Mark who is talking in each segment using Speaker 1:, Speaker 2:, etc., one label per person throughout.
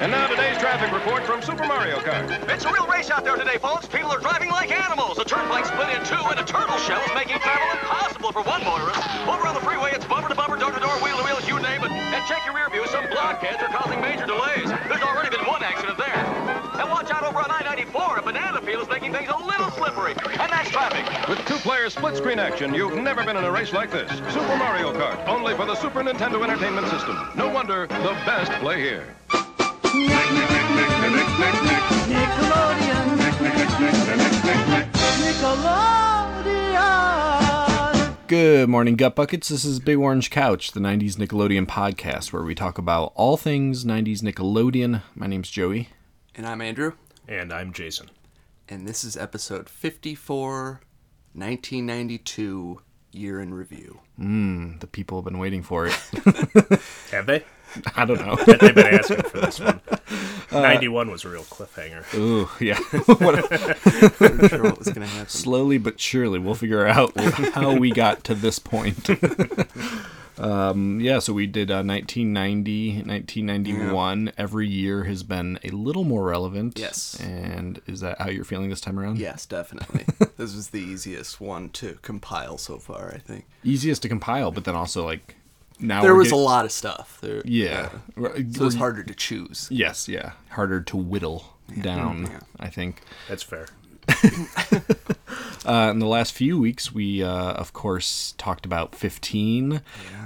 Speaker 1: And now today's traffic report from Super Mario Kart.
Speaker 2: It's a real race out there today, folks. People are driving like animals. A turnpike split in two, and a turtle shell is making travel impossible for one motorist. Over on the freeway, it's bumper to bumper, door to door, wheel to wheel, you name it. And check your rear view. Some blockheads are causing major delays. There's already been one accident there. And watch out over on I-94. A banana peel is making things a little slippery. And that's traffic.
Speaker 1: With two-player split-screen action, you've never been in a race like this. Super Mario Kart, only for the Super Nintendo Entertainment System. No wonder the best play here.
Speaker 3: Nickelodeon. Nickelodeon.
Speaker 4: Good morning, Gut Buckets. This is Big Orange Couch, the 90s Nickelodeon podcast, where we talk about all things 90s Nickelodeon. My name's Joey.
Speaker 5: And I'm Andrew,
Speaker 6: And I'm Jason.
Speaker 5: and this is episode 54, 1992, year in review.
Speaker 4: The people have been waiting for it.
Speaker 6: Have they?
Speaker 4: I don't know.
Speaker 6: They've been asking for this one.
Speaker 4: Uh,
Speaker 6: 91 was a real cliffhanger.
Speaker 4: Ooh, yeah. What a-
Speaker 5: Not sure what was going to happen.
Speaker 4: Slowly but surely, we'll figure out how we got to this point. um, yeah, so we did uh, 1990, 1991. Every year has been a little more relevant.
Speaker 5: Yes.
Speaker 4: And is that how you're feeling this time around?
Speaker 5: Yes, definitely. this was the easiest one to compile so far, I think.
Speaker 4: Easiest to compile, but then also, like, now
Speaker 5: There
Speaker 4: Oh, we're
Speaker 5: was a
Speaker 4: getting-
Speaker 5: lot of stuff. There,
Speaker 4: Yeah. R-
Speaker 5: So it was
Speaker 4: we're-
Speaker 5: harder to choose.
Speaker 4: Yes, yeah. Harder to whittle down,
Speaker 5: yeah.
Speaker 4: I think.
Speaker 6: That's fair.
Speaker 4: Uh, in the last few weeks, we, uh, of course, talked about 15.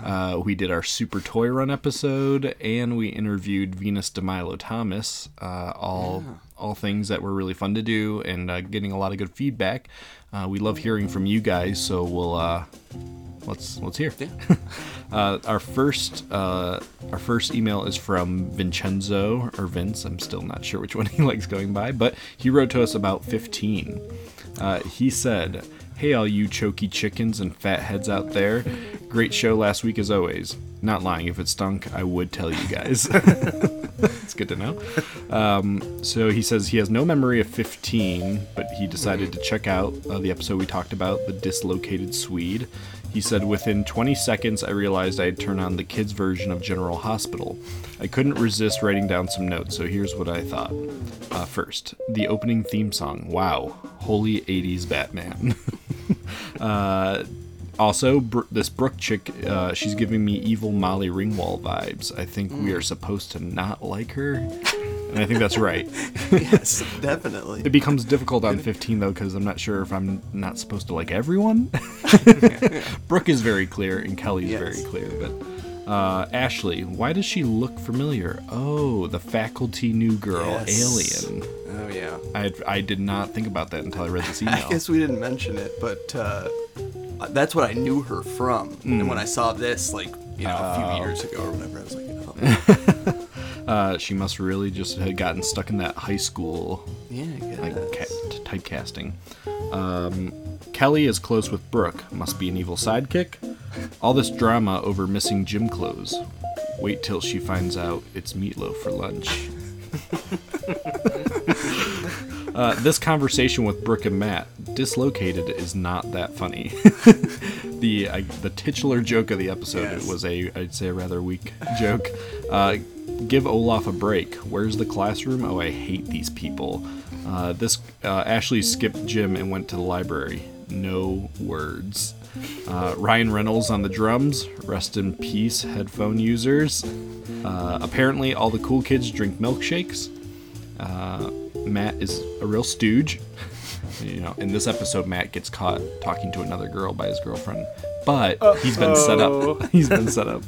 Speaker 4: Uh, we did our Super Toy Run episode, and we interviewed Venus DeMilo Thomas. Uh, all all things that were really fun to do, and uh, getting a lot of good feedback. Uh, we love hearing from you guys, so we'll uh, let's let's hear. Uh, our first uh, our first email is from Vincenzo or Vince. I'm still not sure which one he likes going by, but he wrote to us about 15. Uh, he said, "Hey, all you choky chickens and fat heads out there! Great show last week as always. Not lying, if it stunk, I would tell you guys." It's good to know. Um, so he says he has no memory of 15, but he decided to check out uh, the episode we talked about, The Dislocated Swede. He said, Within 20 seconds, I realized I had turned on the kids' version of General Hospital. I couldn't resist writing down some notes, so here's what I thought. Uh, first, the opening theme song. Wow. Holy 80s Batman. Uh, Also, Br- this Brooke chick, uh, she's giving me evil Molly Ringwald vibes. I think we are supposed to not like her, and I think that's right.
Speaker 5: yes,
Speaker 4: It
Speaker 5: definitely.
Speaker 4: becomes difficult on 15 though, because I'm not sure if I'm not supposed to like everyone. Brooke is very clear, and Kelly's
Speaker 5: Yes.
Speaker 4: very clear, but uh, Ashley, why does she look familiar? Oh, the faculty new girl,
Speaker 5: Yes.
Speaker 4: Alien.
Speaker 5: Oh, yeah.
Speaker 4: I I did not think about that until I read this email.
Speaker 5: I guess we didn't mention it, but uh, that's what I knew her from. And
Speaker 4: Hmm.
Speaker 5: when I saw this, like, you know, a
Speaker 4: Oh.
Speaker 5: few years ago or whatever, I was like, oh,
Speaker 4: uh, she must really just had gotten stuck in that high school
Speaker 5: yeah, I get
Speaker 4: like
Speaker 5: it.
Speaker 4: ca- t- typecasting. Um, Kelly is close with Brooke. Must be an evil sidekick. All this drama over missing gym clothes. Wait till she finds out it's meatloaf for lunch. uh, this conversation with Brooke and Matt dislocated is not that funny. the I, the titular joke of the episode
Speaker 5: Yes.
Speaker 4: was a I'd say a rather weak joke. Uh, give Olaf a break. Where's the classroom? Oh, I hate these people. Uh, this uh, Ashley skipped gym and went to the library. No words. Uh, Ryan Reynolds on the drums. Rest in peace, headphone users. Uh, apparently, all the cool kids drink milkshakes. Matt is a real stooge. You know, in this episode, Matt gets caught talking to another girl by his girlfriend, but he's been set up. he's been set up.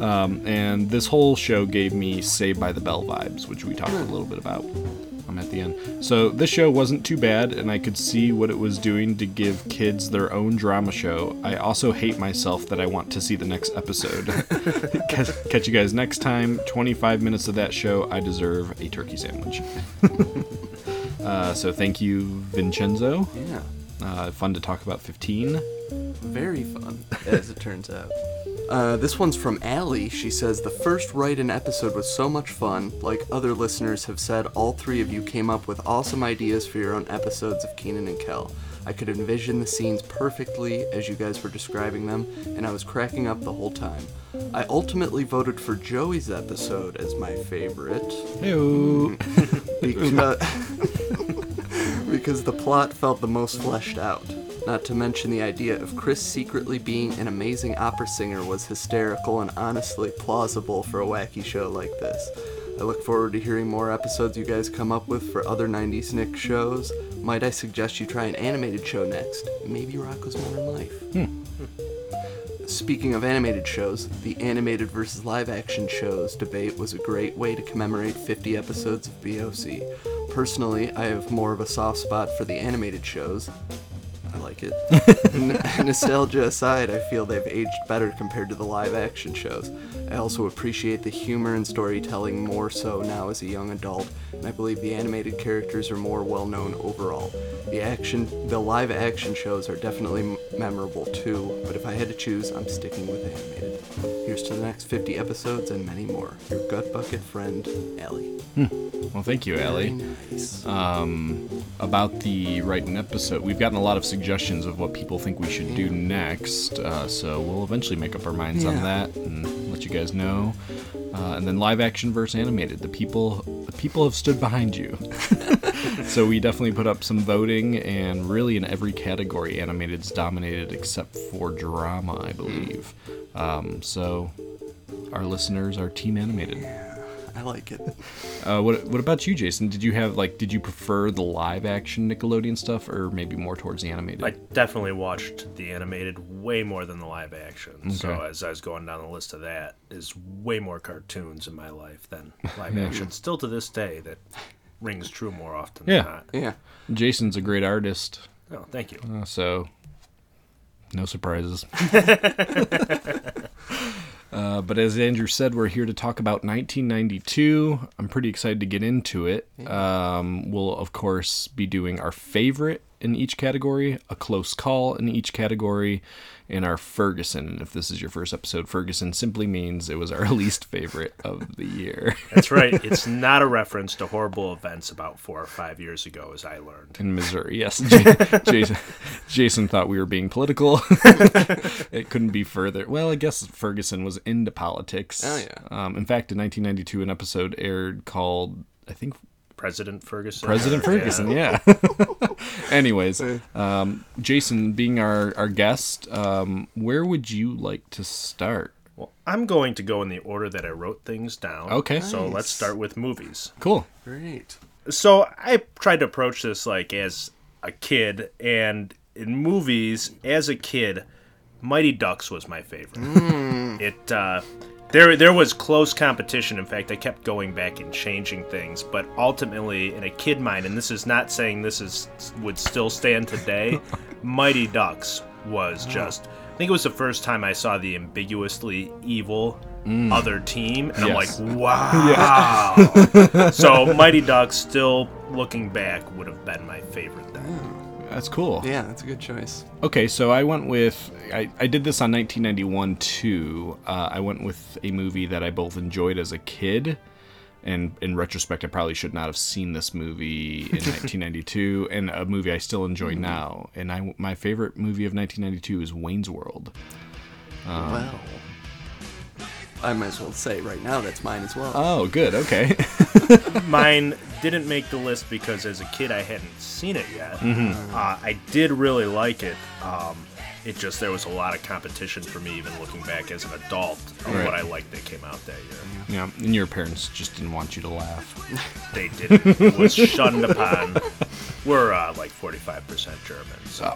Speaker 4: Um, and this whole show gave me Saved by the Bell vibes, which we talked a little bit about. I'm at the end. So this show wasn't too bad, and I could see what it was doing to give kids their own drama show. I also hate myself that I want to see the next episode. catch, catch you guys next time. 25 minutes of that show, I deserve a turkey sandwich. Uh, so thank you, Vincenzo.
Speaker 5: Yeah.
Speaker 4: Uh, fun to talk about 15.
Speaker 5: Very fun, as it turns out. Uh, this one's from Allie. She says, The first write in episode was so much fun. Like other listeners have said, all three of you came up with awesome ideas for your own episodes of Keenan and Kel. I could envision the scenes perfectly as you guys were describing them, and I was cracking up the whole time. I ultimately voted for Joey's episode as my favorite
Speaker 4: Ew.
Speaker 5: because, because the plot felt the most fleshed out. Not to mention the idea of Chris secretly being an amazing opera singer was hysterical and honestly plausible for a wacky show like this. I look forward to hearing more episodes you guys come up with for other 90s Nick shows. Might I suggest you try an animated show next? Maybe Rocco's Modern Life. Speaking of animated shows, the animated versus live action shows debate was a great way to commemorate 50 episodes of BOC. Personally, I have more of a soft spot for the animated shows. I like it. N- nostalgia aside, I feel they've aged better compared to the live action shows. I also appreciate the humor and storytelling more so now as a young adult, and I believe the animated characters are more well known overall. The action, the live action shows are definitely m- memorable too, but if I had to choose, I'm sticking with animated. Here's to the next 50 episodes and many more. Your gut bucket friend, Ellie.
Speaker 4: Well, thank you, Ellie.
Speaker 5: Nice.
Speaker 4: about the writing episode, we've gotten a lot of suggestions of what people think we should do next. Uh, so we'll eventually make up our minds on
Speaker 5: Yeah.
Speaker 4: that and let you guys know. Uh, and then live action versus animated. The people, the people have stood behind you. so we definitely put up some voting, and really in every category, animated's dominated except for drama, I believe. Um, so our listeners are team animated.
Speaker 5: I like it.
Speaker 4: Uh, what What about you, Jason? Did you have like Did you prefer the live action Nickelodeon stuff, or maybe more towards the animated?
Speaker 6: I definitely watched the animated way more than the live action. So
Speaker 4: Okay.
Speaker 6: as I was going down the list of that, is way more cartoons in my life than live action. Still to this day, that rings true more often
Speaker 4: Yeah.
Speaker 6: than not.
Speaker 5: Yeah.
Speaker 4: Jason's a great artist,
Speaker 6: Oh, thank you.
Speaker 4: uh, so no surprises. Uh, but as Andrew said, we're here to talk about 1992. I'm pretty excited to get into it. Um, we'll, of course, be doing our favorite in each category, a close call in each category, and our Ferguson. And if this is your first episode, Ferguson simply means it was our least favorite of the year.
Speaker 6: That's right. It's not a reference to horrible events about four or five years ago, as I learned.
Speaker 4: in Missouri. Yes, J- Jason. Jason thought we were being political. it couldn't be further. Well, I guess Ferguson was into politics.
Speaker 5: Oh, yeah.
Speaker 4: Um, in fact, in 1992, an episode aired called I think
Speaker 6: President Ferguson.
Speaker 4: President
Speaker 6: Yeah.
Speaker 4: Ferguson. Yeah. Anyways, um, Jason, being our our guest, um, where would you like to start?
Speaker 6: Well, I'm going to go in the order that I wrote things down.
Speaker 4: Okay.
Speaker 6: So
Speaker 5: Nice.
Speaker 6: let's start with movies.
Speaker 4: Cool.
Speaker 5: Great.
Speaker 6: so I tried to approach this like as a kid, and in movies as a kid, Mighty Ducks was my favorite. It uh, there there was close competition. In fact, I kept going back and changing things, but ultimately, in a kid mind, and this is not saying this is would still stand today, Mighty Ducks was just. I think it was the first time I saw the ambiguously evil other team, and
Speaker 4: Yes.
Speaker 6: I'm like, wow. So Mighty Ducks, still looking back, would have been my favorite then.
Speaker 4: That's cool.
Speaker 5: Yeah, that's a good choice.
Speaker 4: Okay, so I went with I, I did this on 1991 too. Uh, I went with a movie that I both enjoyed as a kid, and in retrospect, I probably should not have seen this movie in 1992, and a movie I still enjoy now. And I my favorite movie of 1992 is Wayne's World.
Speaker 5: Well, I might as well say right now that's mine as well.
Speaker 4: Oh, good. Okay.
Speaker 6: Mine didn't make the list because as a kid I hadn't seen it yet. Uh, I did really like it. Um, it just there was a lot of competition for me, even looking back as an adult, of
Speaker 4: Right.
Speaker 6: what I liked that came out that year.
Speaker 4: yeah, and your parents just didn't want you to laugh.
Speaker 6: They didn't. It was shunned upon. We're uh, like 45% German, so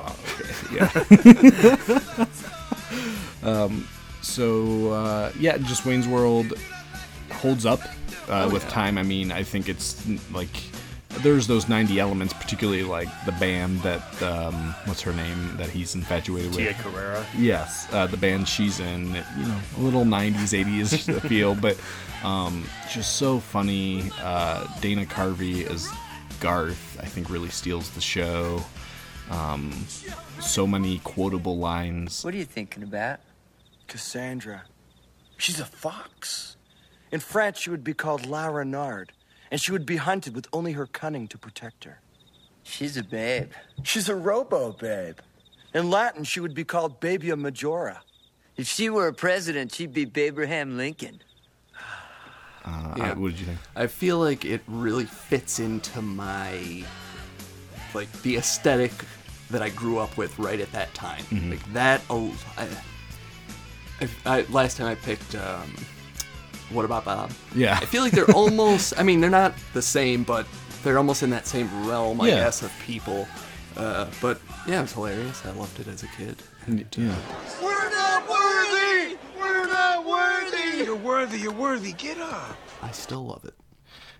Speaker 4: So uh, yeah, just Wayne's World holds up uh, with time. I mean, I think it's n- like there's those '90 elements, particularly like the band that um, what's her name that he's infatuated with.
Speaker 6: Tia Carrera.
Speaker 4: Yes, uh, the band she's in, you know, a little 90s, 80s feel, but um, just so funny. Uh, Dana Carvey as Garth, I think, really steals the show. Um, so many quotable lines.
Speaker 3: What are you thinking about?
Speaker 7: Cassandra. She's a fox. In France, she would be called La Renarde, and she would be hunted with only her cunning to protect her.
Speaker 3: She's a babe.
Speaker 7: She's a robo babe. In Latin, she would be called Babia Majora.
Speaker 3: If she were a president, she'd be Abraham Lincoln.
Speaker 4: Uh,
Speaker 5: Yeah.
Speaker 4: I, what did you think?
Speaker 5: I feel like it really fits into my like the aesthetic that I grew up with right at that time.
Speaker 4: Mm-hmm.
Speaker 5: Like that. Oh, I, I, I, last time I picked. Um, what about Bob?
Speaker 4: Yeah.
Speaker 5: I feel like they're almost. I mean, they're not the same, but they're almost in that same realm, I
Speaker 4: Yeah.
Speaker 5: guess, of people. Uh, but yeah, it was hilarious. I loved it as a kid.
Speaker 4: Mm,
Speaker 5: uh,
Speaker 4: Yeah.
Speaker 7: We're not worthy! We're not worthy! You're worthy, you're worthy. Get up.
Speaker 5: I still love it.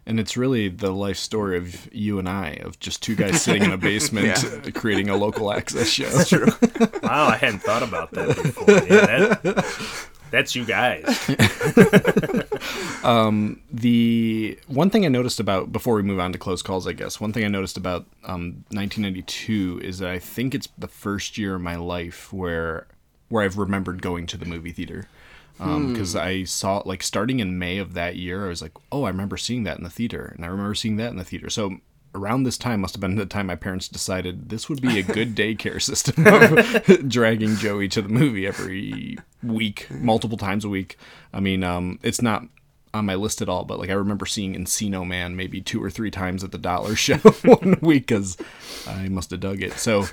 Speaker 4: And it's really the life story of you and I, of just two guys sitting in a basement creating a local access show. That's true.
Speaker 6: Wow, I hadn't thought about that before. Yeah, that, that's you guys.
Speaker 4: The one thing I noticed about before we move on to close calls, I guess one thing I noticed about um, 1992 is that I think it's the first year of my life where where I've remembered going to the movie theater because I saw like starting in May of that year, I was like, oh, I remember seeing that in the theater, and I remember seeing that in the theater. So around this time must have been the time my parents decided this would be a good daycare system of dragging Joey to the movie every week, multiple times a week. I mean, um, it's not on my list at all, but like I remember seeing Encino Man maybe two or three times at the dollar show one week because I must have dug it. So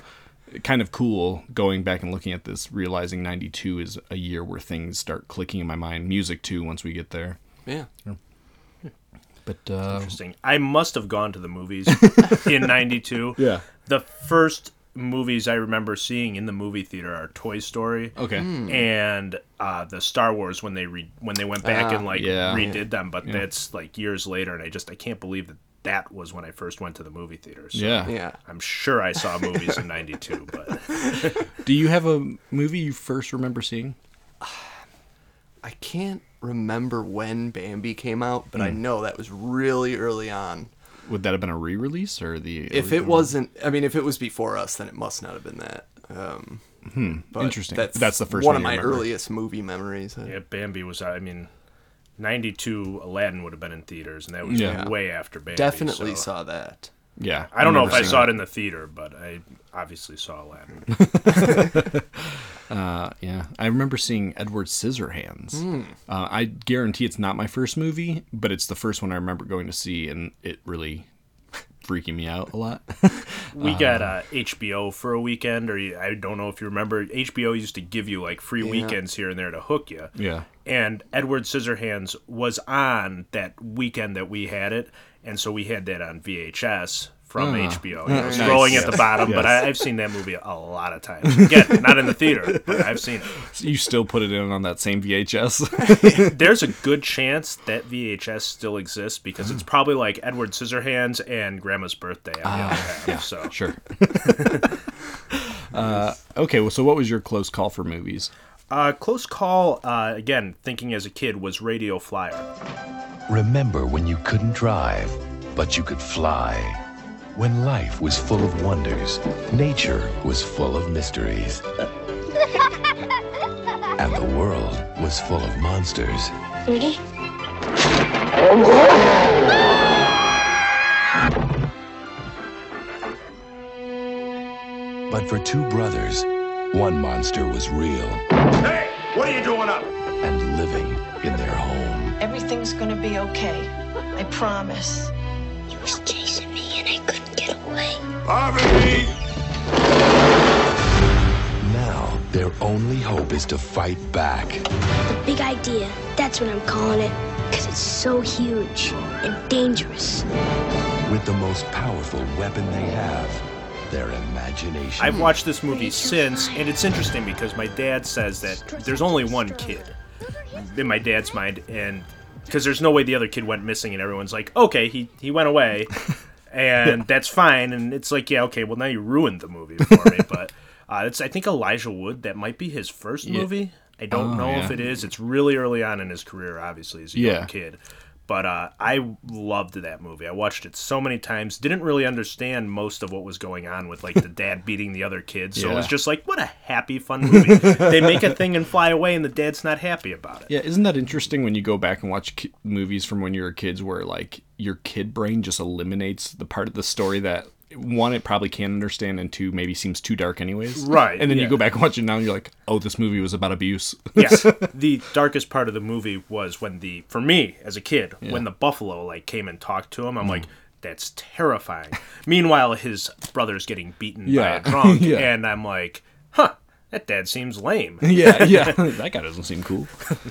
Speaker 4: kind of cool going back and looking at this, realizing 92 is a year where things start clicking in my mind. Music too, once we get there.
Speaker 5: Yeah.
Speaker 4: But uh,
Speaker 6: Interesting. I must have gone to the movies in '92.
Speaker 4: Yeah.
Speaker 6: The first movies I remember seeing in the movie theater are Toy Story.
Speaker 4: okay,
Speaker 6: and uh, the Star Wars when they re- when they went back and like
Speaker 4: yeah.
Speaker 6: redid them, but that's like years later, and I just I can't believe that that was when I first went to the movie theaters.
Speaker 4: yeah.
Speaker 5: Yeah.
Speaker 6: I'm sure I saw movies in '92, but
Speaker 4: Do you have a movie you first remember seeing?
Speaker 5: I can't remember when Bambi came out, but I
Speaker 4: Hmm.
Speaker 5: know that was really early on.
Speaker 4: Would that have been a re-release or the?
Speaker 5: If it
Speaker 4: original?
Speaker 5: wasn't, I mean, if it was before us, then it must not have been that. Um, but
Speaker 4: Hmm. interesting. That's the first
Speaker 5: one
Speaker 4: one
Speaker 5: of
Speaker 4: you
Speaker 5: my
Speaker 4: remember.
Speaker 5: earliest movie memories. I-
Speaker 6: yeah, Bambi was. I mean, '92 Aladdin would have been in theaters, and that was
Speaker 4: Yeah.
Speaker 6: way after Bambi.
Speaker 5: Definitely
Speaker 6: so-
Speaker 5: saw that.
Speaker 4: yeah,
Speaker 6: I don't know if
Speaker 4: remember
Speaker 6: I
Speaker 4: seeing
Speaker 6: saw it in the theater, but I obviously saw Aladdin.
Speaker 4: Yeah, I remember seeing Edward Scissorhands. Uh, I guarantee it's not my first movie, but it's the first one I remember going to see, and it really freaking me out a lot.
Speaker 6: We got
Speaker 4: Uh-huh.
Speaker 6: uh, HBO for a weekend, or you- I don't know if you remember. HBO used to give you like free weekends here and there to hook you.
Speaker 4: Yeah.
Speaker 6: And Edward Scissorhands was on that weekend that we had it, and so we had that on VHS from HBO. You know, it's
Speaker 4: Ah. nice.
Speaker 6: rolling at the bottom, but I, I've seen that movie a lot of times. Again, not in the theater, but I've seen it.
Speaker 4: you still put it in on that same VHS.
Speaker 6: There's a good chance that VHS still exists because it's probably like Edward Scissorhands and Grandma's Birthday. On the other half, so
Speaker 4: Sure. uh, okay, well, so what was your close call for movies?
Speaker 6: Uh, close call. Uh, again, thinking as a kid was Radio Flyer.
Speaker 8: Remember when you couldn't drive, but you could fly. When life was full of wonders, nature was full of mysteries. and the world was full of monsters. But for two brothers, one monster was real and living in their home.
Speaker 9: Everything's gonna be okay. I promise. He was chasing me and I couldn't get away.
Speaker 8: Now, their only hope is to fight back.
Speaker 9: The big idea, that's what I'm calling it. Because it's so huge and dangerous.
Speaker 8: with the most powerful weapon they have their imagination.
Speaker 6: I've watched this movie since, and it's interesting because my dad says that there's only one kid in my dad's mind, and because there's no way the other kid went missing, and everyone's like, okay, he he went away, and that's fine, and it's like, yeah, okay, well now you ruined the movie for me, but uh, it's I think Elijah Wood that might be his first movie. I don't
Speaker 4: Oh,
Speaker 6: know if
Speaker 4: yeah.
Speaker 6: it is. It's really early on in his career, obviously, as a
Speaker 4: Yeah.
Speaker 6: young kid. But uh, I loved that movie. I watched it so many times. Didn't really understand most of what was going on with like the dad beating the other kids. So it was
Speaker 4: Yeah.
Speaker 6: just like, what a happy, fun movie. they make a thing and fly away, and the dad's not happy about it.
Speaker 4: Yeah, isn't that interesting when you go back and watch ki- movies from when you were kids where, like, your kid brain just eliminates the part of the story that one it probably can't understand, and two maybe seems too dark anyways.
Speaker 6: Right,
Speaker 4: And then
Speaker 6: yeah.
Speaker 4: you go back and watch it now, and you're like, oh, this movie was about abuse.
Speaker 6: yes the darkest part of the movie was when the for me as a kid when the buffalo like came and talked to him i'm
Speaker 4: Mm.
Speaker 6: like that's terrifying meanwhile his brother's getting beaten
Speaker 4: Yeah.
Speaker 6: by a drunk
Speaker 4: Yeah.
Speaker 6: and i'm like huh that dad seems lame
Speaker 4: yeah, yeah. that guy doesn't seem cool.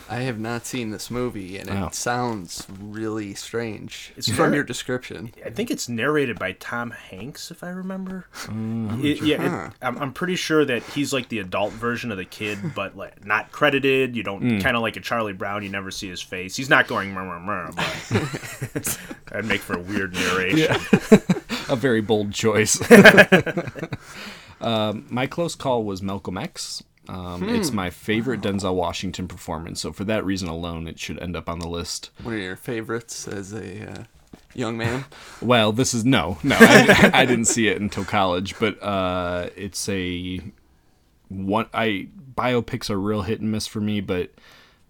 Speaker 5: I have not seen this movie, and
Speaker 4: Wow.
Speaker 5: it sounds really strange
Speaker 6: It's
Speaker 5: from
Speaker 6: very-
Speaker 5: your description.
Speaker 6: i think it's narrated by tom hanks if i remember
Speaker 4: Mm,
Speaker 6: It- yeah it- I'm, I'm pretty sure that he's like the adult version of the kid but like not credited you don't
Speaker 4: Mm.
Speaker 6: kind of like a charlie brown you never see his face he's not going murmur murmur but that'd make for a weird narration
Speaker 4: a very bold choice. um, my close call was Malcolm X. Um, It's my favorite Denzel Washington performance, so for that reason alone, it should end up on the list.
Speaker 5: One of your favorites as a uh, young man.
Speaker 4: Well, this is no, no, I, I didn't see it until college, but uh, it's a one. I biopics are real hit and miss for me, but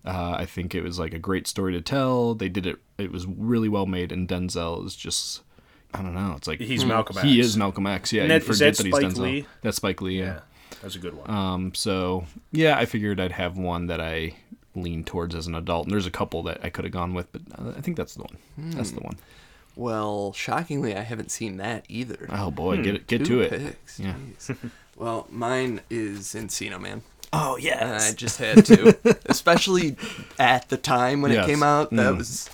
Speaker 4: uh, I think it was like a great story to tell. They did it; it was really well made, and Denzel is just. I don't know. It's like
Speaker 5: Hmm.
Speaker 6: He's Malcolm
Speaker 4: He
Speaker 6: X.
Speaker 4: is Malcolm X. Yeah,
Speaker 6: And
Speaker 4: you
Speaker 6: that- is
Speaker 4: forget
Speaker 6: that
Speaker 4: he's
Speaker 6: Spike
Speaker 4: Denzel.
Speaker 6: Lee?
Speaker 4: That's Spike Lee. yeah.
Speaker 6: That's a good one.
Speaker 5: Uh,
Speaker 4: Um, so yeah, I figured I'd have one that I lean towards as an adult, and there's a couple that I could have gone with, but uh, I think that's the one. That's the one.
Speaker 5: Well, shockingly, I haven't seen that either.
Speaker 4: Oh boy,
Speaker 6: Hmm,
Speaker 4: get it, get
Speaker 5: Two
Speaker 4: to it.
Speaker 5: picks.
Speaker 4: Yeah.
Speaker 5: jeez. well, mine is Encino Man.
Speaker 4: Oh
Speaker 5: And I
Speaker 4: yes.
Speaker 5: just had to, especially at the time when
Speaker 4: Yes. Mm.
Speaker 5: it came out. That was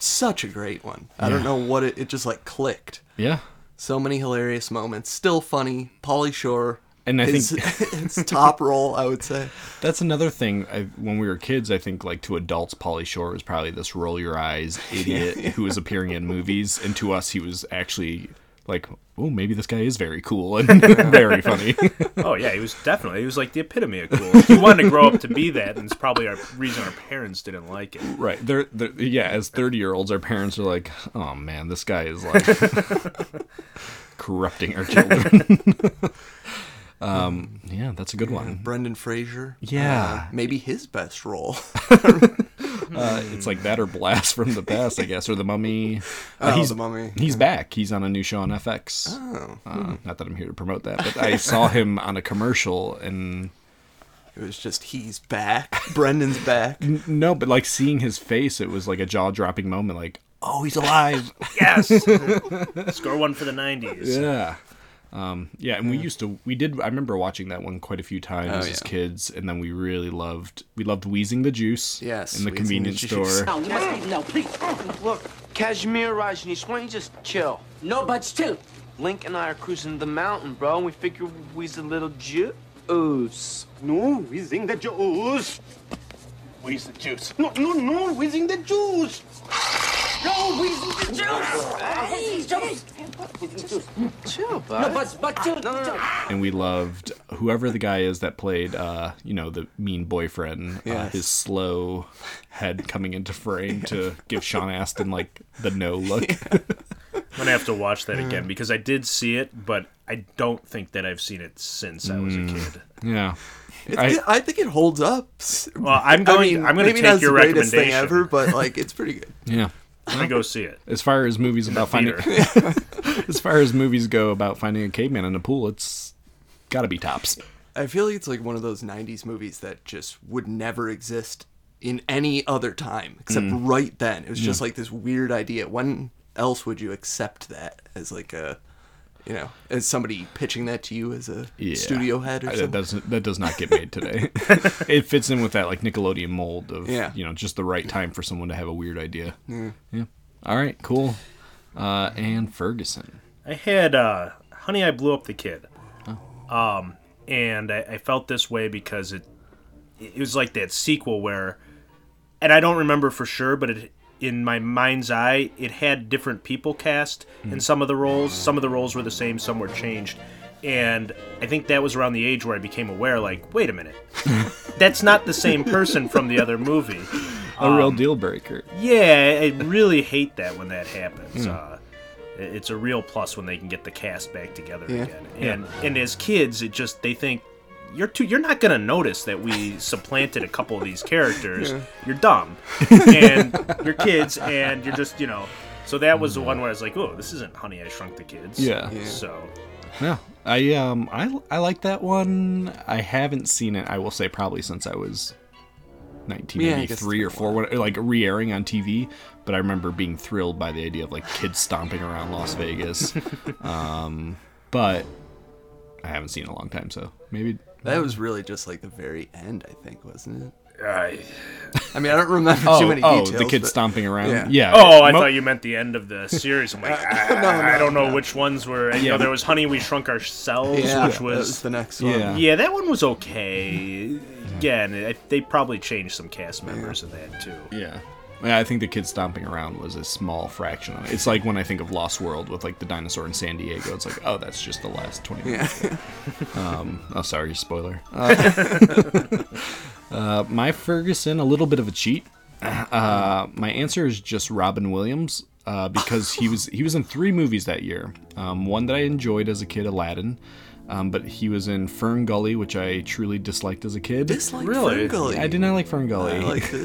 Speaker 5: such a great one. I don't know what it, it just like clicked.
Speaker 4: Yeah.
Speaker 5: So many hilarious moments. Still funny. Polly Shore.
Speaker 4: And I
Speaker 5: his,
Speaker 4: think-
Speaker 5: his top role, I would say.
Speaker 4: That's another thing. I, when we were kids, I think like to adults, Polly Shore was probably this roll your eyes idiot who was appearing in movies, and to us, he was actually like, oh, maybe this guy is very cool and very funny.
Speaker 6: oh yeah, he was definitely he was like the epitome of cool. He wanted to grow up to be that, and it's probably our reason our parents didn't like it.
Speaker 4: right. They're, they're yeah. As thirty year olds, our parents are like, oh man, this guy is like corrupting our children. um, yeah, that's a good one.
Speaker 5: Brendan Fraser.
Speaker 4: Yeah.
Speaker 5: Uh, maybe his best role.
Speaker 4: It's like that or Blast from the Past, I guess, or The Mummy. Uh,
Speaker 5: Oh, The Mummy, hmm.
Speaker 4: He's back. He's on a new show on FX. Oh. Uh, not that I'm here to promote that, but I saw him on a commercial and
Speaker 5: It was just he's back. Brendan's back.
Speaker 4: no, but like seeing his face, it was like a jaw dropping moment. Like, oh, he's alive.
Speaker 6: Yes, score one for the '90s.
Speaker 4: yeah. Um, yeah, and we used to we did I remember watching that one quite a few times
Speaker 5: Oh,
Speaker 4: as
Speaker 5: yeah.
Speaker 4: kids, and then we really loved we loved wheezing the juice.
Speaker 5: Yes,
Speaker 4: in the
Speaker 5: Wheezing the
Speaker 4: convenience
Speaker 5: Juice.
Speaker 4: store.
Speaker 10: No, you must be no, please.
Speaker 7: Oh, Look, Kashmir Rajneesh, why don't you just chill?
Speaker 10: No buts too.
Speaker 7: Link and I are cruising the mountain, bro, and we figure we's a little juice.
Speaker 11: No, whizzing the juice. Wheeze the juice. No, no, no, whizzing the juice.
Speaker 10: No, we the juice. Hey, juice.
Speaker 7: Chill,
Speaker 10: No
Speaker 7: bud.
Speaker 10: buts, but too. No, no,
Speaker 4: and we loved whoever the guy is that played uh you know the mean boyfriend uh,
Speaker 5: Yes.
Speaker 4: his slow head coming into frame to give sean astin like the no look
Speaker 6: I'm gonna have to watch that again because I did see it, but I don't think that I've seen it since I was
Speaker 5: Hmm.
Speaker 6: a kid.
Speaker 4: yeah
Speaker 5: I,
Speaker 4: I,
Speaker 5: think it holds up.
Speaker 6: Well, I'm going.
Speaker 5: I mean,
Speaker 6: I'm going to
Speaker 5: maybe
Speaker 6: take
Speaker 5: not
Speaker 6: your
Speaker 5: the greatest
Speaker 6: recommendation.
Speaker 5: thing ever, but like it's pretty good.
Speaker 4: yeah
Speaker 6: I'm going to go see it.
Speaker 4: as far as movies about finding as far as movies go about finding a caveman in a pool it's gotta be tops
Speaker 5: I feel like it's like one of those '90s movies that just would never exist in any other time except right then. It was just like this weird idea. When else would you accept that as like a, you know, as somebody pitching that to you as a
Speaker 4: yeah.
Speaker 5: studio head or
Speaker 4: I-
Speaker 5: something?
Speaker 4: that doesn't that does not get made today it fits in with that like nickelodeon mold of
Speaker 5: Yeah.
Speaker 4: you know just the right time for someone to have a weird idea yeah all right cool uh and ferguson
Speaker 6: I had uh, Honey, I Blew Up the Kid. Um, and I, I felt this way because it it was like that sequel where, and I don't remember for sure, but it in my mind's eye, it had different people cast in some of the roles. Some of the roles were the same, some were changed. And I think that was around the age where I became aware, like, wait a minute, that's not the same person from the other movie.
Speaker 5: Um,
Speaker 4: a real deal breaker.
Speaker 6: Yeah, I really hate that when that happens.
Speaker 4: Hmm.
Speaker 6: Uh, i- it's a real plus when they can get the cast back together again. And and as kids, it just they think you're too you're not gonna notice that we supplanted a couple of these characters. You're dumb, and you're kids, and you're just you know. So that was the one where I was like, "Oh, this isn't Honey I Shrunk the Kids."
Speaker 4: Yeah. Yeah.
Speaker 6: So
Speaker 4: Yeah, I um I I like that one. I haven't seen it. I will say probably since I was
Speaker 5: Yeah, I guess it's
Speaker 4: 1993 or four, what, like re-airing on TV. But I remember being thrilled by the idea of like kids stomping around Las Vegas. um, but I haven't seen it in a long time, so maybe
Speaker 5: That was really just like the very end, I think, wasn't it?
Speaker 6: I,
Speaker 5: I mean, I don't remember
Speaker 4: Oh,
Speaker 5: too many
Speaker 4: oh, the
Speaker 5: details.
Speaker 4: kids
Speaker 5: but-
Speaker 4: stomping around?
Speaker 5: Yeah.
Speaker 4: Yeah.
Speaker 6: Oh, I
Speaker 4: Mo-
Speaker 6: thought you meant the end of the series. I'm like, ah,
Speaker 5: No,
Speaker 6: I
Speaker 5: no,
Speaker 6: don't know
Speaker 5: no.
Speaker 6: which ones were. You
Speaker 5: Yeah.
Speaker 6: know, there was Honey We Shrunk Ourselves,
Speaker 5: Yeah,
Speaker 6: which
Speaker 5: that
Speaker 6: was,
Speaker 5: was the next one.
Speaker 6: Yeah.
Speaker 5: Yeah.
Speaker 6: that one was okay. Again, it, they probably changed some cast members in that too.
Speaker 4: Yeah. Yeah, I think the kids stomping around was a small fraction of it. It's like when I think of Lost World with like the dinosaur in San Diego. It's like, oh, that's just the last twenty minutes.
Speaker 5: Yeah.
Speaker 4: um, oh, sorry, spoiler. Uh, uh, my Ferguson, a little bit of a cheat. Uh, my answer is just Robin Williams uh, because he was he was in three movies that year. Um, one that I enjoyed as a kid, Aladdin. Um, but he was in Fern Gully, which I truly disliked as a kid.
Speaker 5: Disliked Really? Fern Gully?
Speaker 4: I did not like Fern Gully.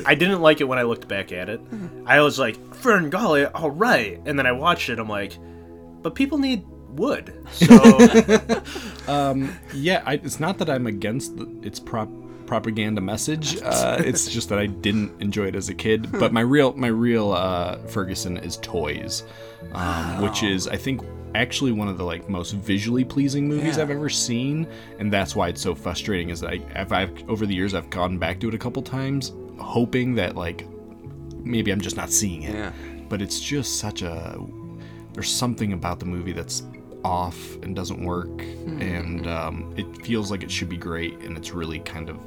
Speaker 6: I didn't like it when I looked back at it. I was like, Fern Gully, all right. And then I watched it. I'm like, but people need wood. So
Speaker 4: um, yeah, I, it's not that I'm against the, its prop propaganda message. Uh, it's just that I didn't enjoy it as a kid. But my real my real uh, Ferguson is Toys, um, which is I think actually one of the like most visually pleasing movies
Speaker 5: Yeah.
Speaker 4: I've ever seen, and that's why it's so frustrating. Is that I, I've, I've over the years I've gone back to it a couple times, hoping that like maybe I'm just not seeing it. But it's just such a there's something about the movie that's off and doesn't work, and um, it feels like it should be great, and it's really kind of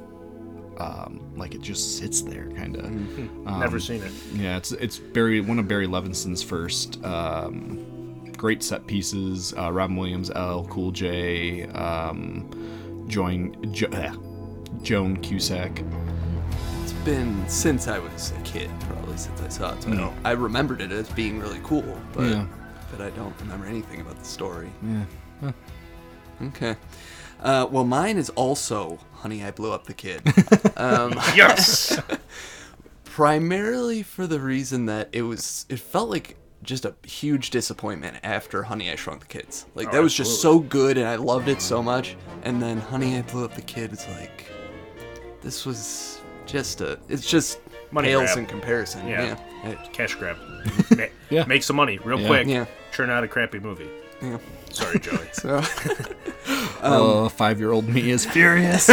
Speaker 4: um, like it just sits there, kind of. Um,
Speaker 6: Never seen it.
Speaker 4: Yeah, it's it's Barry one of Barry Levinson's first um, great set pieces. Uh, Robin Williams, L. Cool J, um, join jo- eh, Joan Cusack.
Speaker 5: It's been since I was a kid, probably since I saw it. So I,
Speaker 4: Mm.
Speaker 5: don't, I remembered it as being really cool, but
Speaker 4: Yeah.
Speaker 5: but I don't remember anything about the story.
Speaker 4: Yeah. Huh.
Speaker 5: Okay. Uh, well, mine is also "Honey, I Blew Up the Kid." um,
Speaker 6: Yes!
Speaker 5: Primarily for the reason that it was, it felt like just a huge disappointment after "Honey, I Shrunk the Kids." Like
Speaker 6: Oh,
Speaker 5: that was just so good, and I loved it so much. And then "Honey, I Blew Up the Kid" is like, this was just a, it's just
Speaker 6: Money
Speaker 5: pales
Speaker 6: grab.
Speaker 5: in comparison.
Speaker 6: Yeah.
Speaker 5: yeah.
Speaker 6: Cash grab. Ma- Make some money real
Speaker 4: Yeah.
Speaker 6: quick.
Speaker 5: Yeah.
Speaker 6: Churn out a crappy movie.
Speaker 5: Yeah.
Speaker 6: Sorry, Joey.
Speaker 5: So,
Speaker 4: oh, five year old me is furious.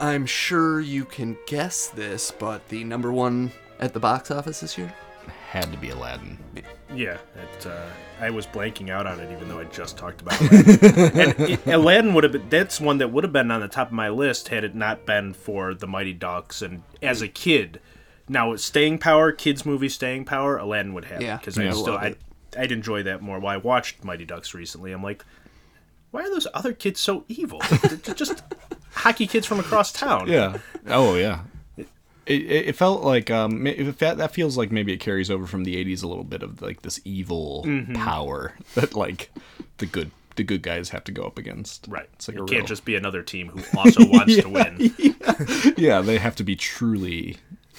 Speaker 5: I'm sure you can guess this, but the number one at the box office this year?
Speaker 4: Had to be Aladdin.
Speaker 6: Yeah, it, uh, I was blanking out on it, even though I just talked about Aladdin. and it, Aladdin would have been that's one that would have been on the top of my list had it not been for the Mighty Ducks and as a kid. Now, with staying power, kids movie staying power, Aladdin would have
Speaker 5: Yeah,
Speaker 6: because
Speaker 4: Yeah.
Speaker 6: I
Speaker 4: I
Speaker 6: still
Speaker 5: love
Speaker 6: I, I'd enjoy that more. Why I watched Mighty Ducks recently, I'm like, why are those other kids so evil? They're just hockey kids from across town.
Speaker 4: yeah. Oh yeah. It, it, it felt like um ma- if that that feels like maybe it carries over from the 80s a little bit of like this evil power that like the good the good guys have to go up against.
Speaker 6: Right.
Speaker 4: It's like
Speaker 6: it
Speaker 4: a
Speaker 6: can't
Speaker 4: real-
Speaker 6: just be another team who also wants to win.
Speaker 4: yeah, they have to be truly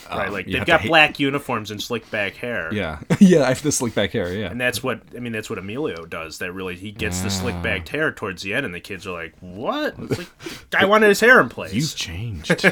Speaker 6: Right,
Speaker 4: um,
Speaker 6: like
Speaker 4: you
Speaker 6: they've
Speaker 4: have to
Speaker 6: got
Speaker 4: hate-
Speaker 6: black uniforms and slick back hair.
Speaker 4: Yeah. yeah, I have to slick back hair, yeah.
Speaker 6: And that's what I mean. That's what Emilio does. That really he gets the slick
Speaker 4: Mm.
Speaker 6: backed hair towards the end, and the kids are like, "What? It's like, guy wanted his hair in place."
Speaker 4: You've changed.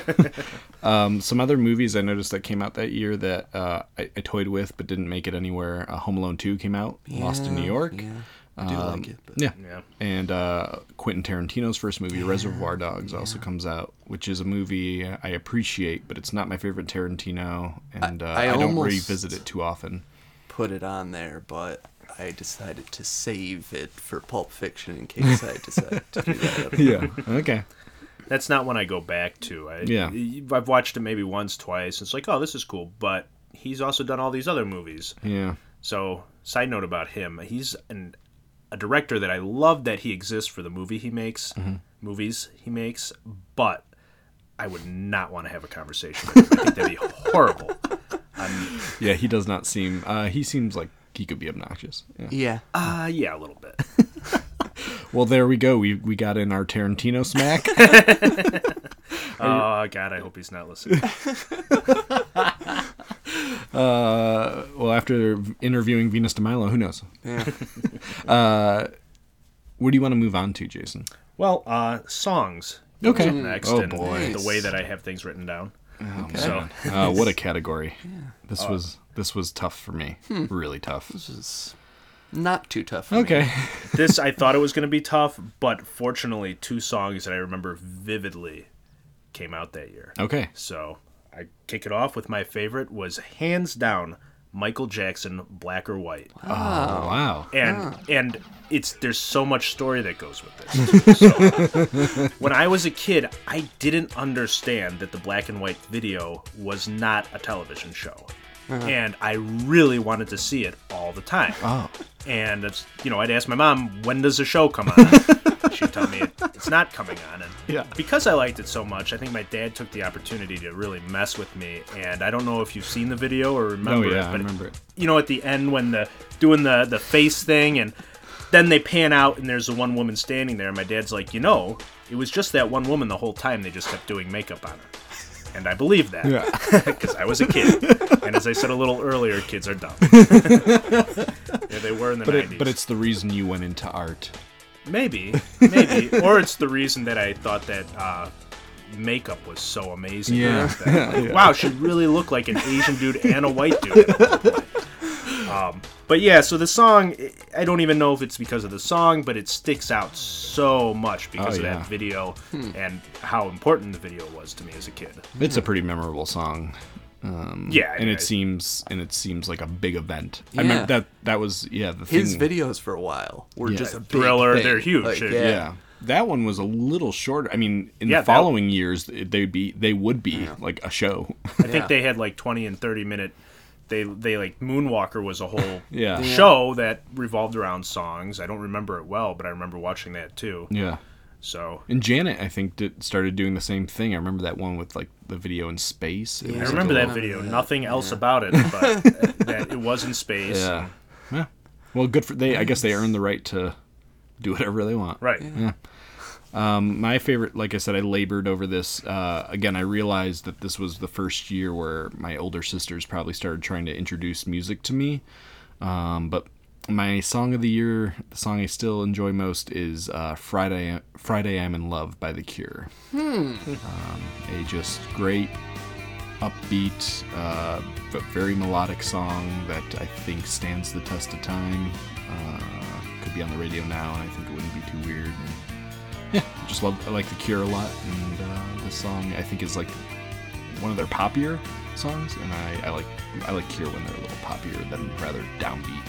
Speaker 4: um, some other movies I noticed that came out that year that uh, I, I toyed with but didn't make it anywhere. Uh, Home Alone 2 came out, Lost in New
Speaker 5: Yeah,
Speaker 4: York.
Speaker 5: yeah. I do
Speaker 4: Um,
Speaker 5: like it, but-
Speaker 4: Yeah.
Speaker 6: Yeah.
Speaker 4: And uh, Quentin Tarantino's first movie, Reservoir Dogs, also comes out, which is a movie I appreciate, but it's not my favorite Tarantino, and uh, I,
Speaker 5: I
Speaker 4: don't
Speaker 5: almost-
Speaker 4: revisit it too often.
Speaker 5: Put it on there, but I decided to save it for Pulp Fiction in case I decide to do that.
Speaker 4: Yeah. okay.
Speaker 6: That's not one I go back to. I,
Speaker 4: Yeah.
Speaker 6: I've watched it maybe once, twice. It's like, oh, this is cool, but he's also done all these other movies.
Speaker 4: Yeah.
Speaker 6: So, side note about him, he's an a director that I love that he exists for the movie he makes,
Speaker 4: Mm-hmm.
Speaker 6: movies he makes, but I would not want to have a conversation with him. I think that'd be horrible.
Speaker 4: Yeah. He does not seem. Uh, he seems like he could be obnoxious. Yeah.
Speaker 5: Yeah.
Speaker 6: Uh, yeah, a little bit.
Speaker 4: Well, there we go. We we got in our Tarantino smack.
Speaker 6: Oh God, I hope he's not listening.
Speaker 4: Uh, well, after interviewing Venus de Milo, who knows?
Speaker 6: Yeah.
Speaker 4: uh, what do you want to move on to, Jason?
Speaker 6: Well, uh, songs.
Speaker 4: Okay.
Speaker 6: is Next,
Speaker 4: Oh,
Speaker 6: and
Speaker 4: boy.
Speaker 6: the way that I have things written down.
Speaker 4: Oh,
Speaker 6: So,
Speaker 4: man. Uh, what a category! This
Speaker 6: Uh,
Speaker 4: was this was tough for me.
Speaker 6: Hmm.
Speaker 4: Really tough. This
Speaker 5: is not too tough.
Speaker 4: okay.
Speaker 6: this I thought it was going to be tough, but fortunately, two songs that I remember vividly came out that year.
Speaker 4: Okay.
Speaker 6: So I kick it off with my favorite was hands down Michael Jackson Black or White.
Speaker 4: Oh, wow.
Speaker 6: And and it's there's so much story that goes with this. So, when I was a kid, I didn't understand that the black and white video was not a television show.
Speaker 12: Uh-huh.
Speaker 6: And I really wanted to see it all the time.
Speaker 4: Oh.
Speaker 6: And it's you know, I'd ask my mom, when does the show come on? She'd tell me it, it's not coming on. And
Speaker 4: Yeah.
Speaker 6: because I liked it so much, I think my dad took the opportunity to really mess with me. And I don't know if you've seen the video or remember
Speaker 4: oh yeah,
Speaker 6: it,
Speaker 4: I
Speaker 6: but
Speaker 4: remember it.
Speaker 6: you know, at the end when the doing the the face thing, and then they pan out, and there's the one woman standing there. And my dad's like, you know, it was just that one woman the whole time. They just kept doing makeup on her, and I believe that because I was a kid, and as I said a little earlier, kids are dumb. yeah, they were in the
Speaker 4: but
Speaker 6: 90s.
Speaker 4: It, but it's the reason you went into art.
Speaker 6: Maybe, maybe, or it's the reason that I thought that uh, makeup was so amazing.
Speaker 4: Yeah.
Speaker 6: That, like,
Speaker 4: Yeah.
Speaker 6: Wow, she really looked like an Asian dude and a white dude. um, but yeah, so the song, I don't even know if it's because of the song, but it sticks out so much because
Speaker 4: Oh,
Speaker 6: of
Speaker 4: yeah.
Speaker 6: that video
Speaker 4: Hmm.
Speaker 6: and how important the video was to me as a kid.
Speaker 4: It's a pretty memorable song. Um,
Speaker 6: Hmm. Yeah,
Speaker 4: and
Speaker 6: yeah.
Speaker 4: it seems and it seems like a big event.
Speaker 5: Yeah.
Speaker 4: I remember that that was yeah the
Speaker 5: His
Speaker 4: thing.
Speaker 5: videos for a while were
Speaker 4: Hmm. Yeah.
Speaker 5: just a big
Speaker 6: Thriller,
Speaker 5: thing.
Speaker 6: they're huge,
Speaker 5: Like,
Speaker 6: yeah.
Speaker 5: yeah.
Speaker 4: yeah. That one was a little shorter. I mean, in
Speaker 6: Yeah,
Speaker 4: the
Speaker 6: that-
Speaker 4: following years, they'd be they would be like a show.
Speaker 6: I think they had like 20 and 30 minute. They, they like Moonwalker was a whole
Speaker 4: Yeah. Yeah.
Speaker 6: show that revolved around songs. I don't remember it well, but I remember watching that too.
Speaker 4: Yeah.
Speaker 6: So
Speaker 4: And Janet, I think, did, started doing the same thing. I remember that one with like the video in space. It
Speaker 6: I
Speaker 4: was, like,
Speaker 6: remember
Speaker 4: a
Speaker 6: that
Speaker 4: little-
Speaker 6: video. Nothing else about it, but uh, that it was in space.
Speaker 4: Yeah. yeah. Well, good for they. I guess they earned the right to do whatever they want.
Speaker 6: Right.
Speaker 4: Yeah. Um, my favorite, like I said, I labored over this. Uh, again, I realized that this was the first year where my older sisters probably started trying to introduce music to me. Um, but my song of the year, the song I still enjoy most, is uh, "Friday." Friday, I'm in love by The Cure.
Speaker 10: Hmm.
Speaker 4: Um, a just great, upbeat, uh, but very melodic song that I think stands the test of time. Uh, could be on the radio now, and I think it wouldn't be too weird. And, yeah, I just love. I like The Cure a lot, and uh, this song I think is like one of their poppier songs, and I, I like I like Cure when they're a little poppier than rather downbeat.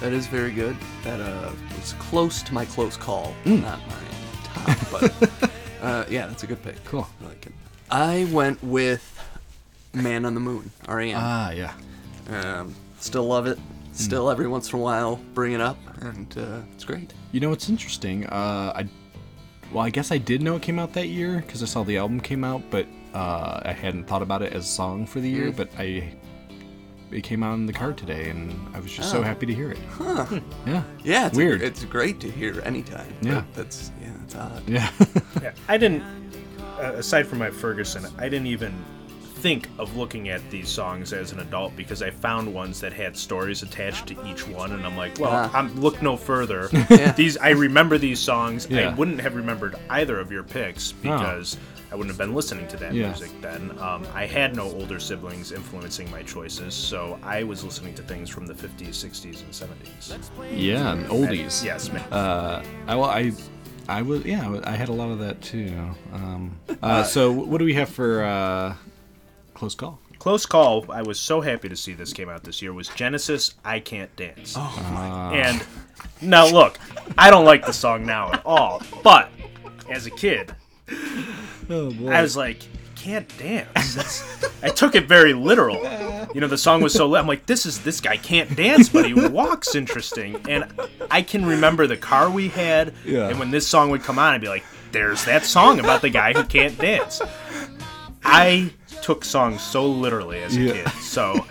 Speaker 5: That is very good. That uh, was close to my close call,
Speaker 4: Hmm.
Speaker 5: not my top, but uh, yeah, that's a good pick. Cool. I like it. I went with Man on the Moon, REM.
Speaker 4: Ah, Hmm. yeah.
Speaker 5: Um, still love it. Still, every once in a while, bring it up, and uh, it's great.
Speaker 4: You know, it's interesting. Uh, I, well, I guess I did know it came out that year because I saw the album came out, but uh, I hadn't thought about it as a song for the year.
Speaker 5: Mm.
Speaker 4: But I, it came out in the car today, and I was just so
Speaker 5: Oh.
Speaker 4: happy to hear it.
Speaker 5: Huh.
Speaker 4: Yeah.
Speaker 5: Yeah, it's
Speaker 4: Weird.
Speaker 5: A, it's great to hear anytime. but
Speaker 4: Yeah.
Speaker 5: That's yeah, that's odd.
Speaker 4: Yeah.
Speaker 6: Yeah, I didn't. Uh, aside from my Ferguson, I didn't even think of looking at these songs as an adult because I found ones that had stories attached to each one, and I'm like, well,
Speaker 4: Ah.
Speaker 6: I'm look no further.
Speaker 4: Yeah.
Speaker 6: These I remember these songs.
Speaker 4: Yeah.
Speaker 6: I wouldn't have remembered either of your picks
Speaker 4: No.
Speaker 6: because I wouldn't have been listening to that
Speaker 4: Yeah.
Speaker 6: music then. Um, I had no older siblings influencing my choices, so I was listening to things from the 50s, 60s, and 70s.
Speaker 4: Yeah, and oldies.
Speaker 6: And- yes, man.
Speaker 4: Uh, I well, I, I was yeah, I wa- I had a lot of that too. Um, uh,
Speaker 6: Uh,
Speaker 4: so what do we have for uh, close call?
Speaker 6: Close call. I was so happy to see this came out this year. Was Genesis? I can't dance. Oh
Speaker 4: my
Speaker 6: And now look, I don't like the song now at all. But as a kid,
Speaker 4: Oh boy.
Speaker 6: I was like, can't dance. That's- I took it very literal. You know, the song was so loud. I'm like, this is this guy can't dance, but he walks interesting. And I can remember the car we had,
Speaker 4: Yeah.
Speaker 6: and when this song would come on, I'd be like, there's that song about the guy who can't dance. I took songs so literally as a
Speaker 4: Yeah.
Speaker 6: kid. So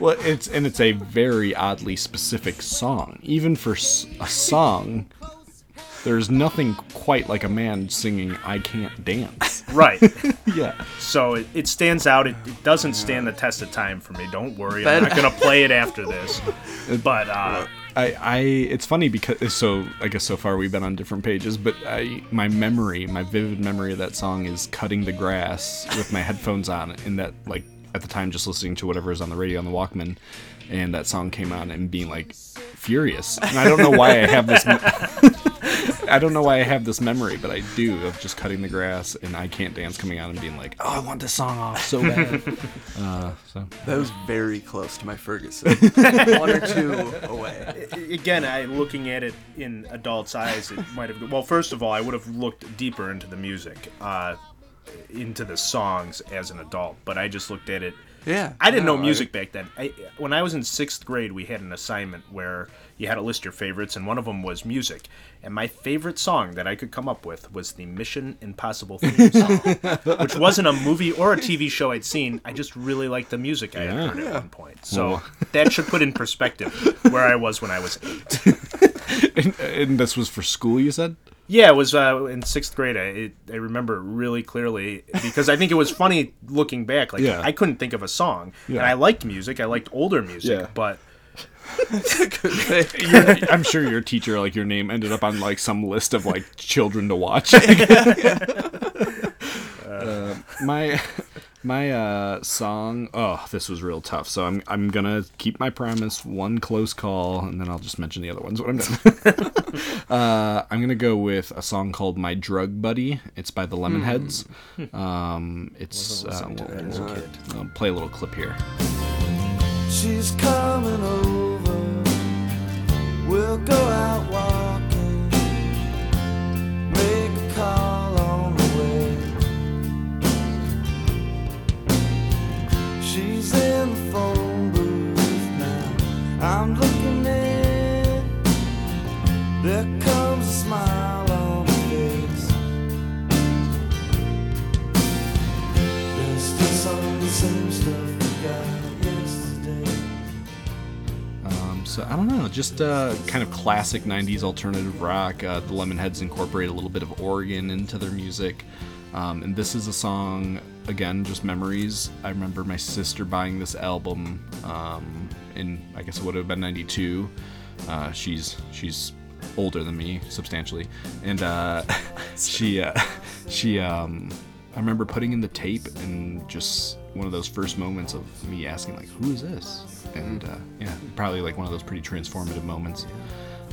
Speaker 4: Well, it's and it's a very oddly specific song, even for s- a song There's nothing quite like a man singing "I Can't Dance."
Speaker 6: Right.
Speaker 4: yeah.
Speaker 6: So it, it stands out. It, it doesn't stand the test of time for me. Don't worry. I'm not
Speaker 4: But-
Speaker 6: going to play it after this. But uh,
Speaker 4: I, I it's funny because so I guess so far we've been on different pages, but I my memory, my vivid memory of that song is cutting the grass with my headphones on, and that like at the time just listening to whatever was on the radio on the Walkman, and that song came on and being like furious, and I don't know why I have this. me- I don't know why I have this memory, but I do of just cutting the grass and I can't dance coming on and being like, oh, I want this song off so bad. uh, so
Speaker 5: That was very close to my Ferguson. One or two away.
Speaker 6: I- Again, I looking at it in adults' eyes, it might have. Well, first of all, I would have looked deeper into the music, uh, into the songs as an adult. But I just looked at it.
Speaker 5: Yeah,
Speaker 6: I didn't
Speaker 5: no,
Speaker 6: know
Speaker 5: I-
Speaker 6: music back then. I, when I was in sixth grade, we had an assignment where you had to list your favorites, and one of them was music. And my favorite song that I could come up with was the Mission Impossible theme song, which wasn't a movie or a TV show I'd seen. I just really liked the music I had heard at one point. So
Speaker 4: Well.
Speaker 6: that should put in perspective where I was when I was eight.
Speaker 4: and, and this was for school, you said.
Speaker 6: Yeah, it was uh, in sixth grade. I, it, I remember really clearly because I think it was funny looking back. Like
Speaker 4: Yeah.
Speaker 6: I couldn't think of a song, and
Speaker 4: Yeah.
Speaker 6: I liked music. I liked older music,
Speaker 4: Yeah.
Speaker 6: but
Speaker 4: Your- I'm sure your teacher, like your name, ended up on like some list of like children to watch. Uh, my my uh, song. Oh, this was real tough. So I'm I'm gonna keep my promise. One close call, and then I'll just mention the other ones when I'm done. uh, I'm gonna go with a song called "My Drug Buddy." It's by the Lemonheads. Um, it's uh, we'll, we'll- I'll play a little clip here.
Speaker 10: She's coming over. We'll go out walking. Make a call on the way. She's in the phone booth now. I'm looking in. There comes a smile on her face. There's still some of the same stuff we got yesterday.
Speaker 4: Um, so I don't know, just uh, kind of classic '90s alternative rock. Uh, the Lemonheads incorporate a little bit of organ into their music, um, and this is a song again, just memories. I remember my sister buying this album um, in, I guess it would have been '92. Uh, she's she's older than me substantially, and uh, she uh, she um, I remember putting in the tape and just one of those first moments of me asking like, "Who is this?" And uh, yeah, probably like one of those pretty transformative moments.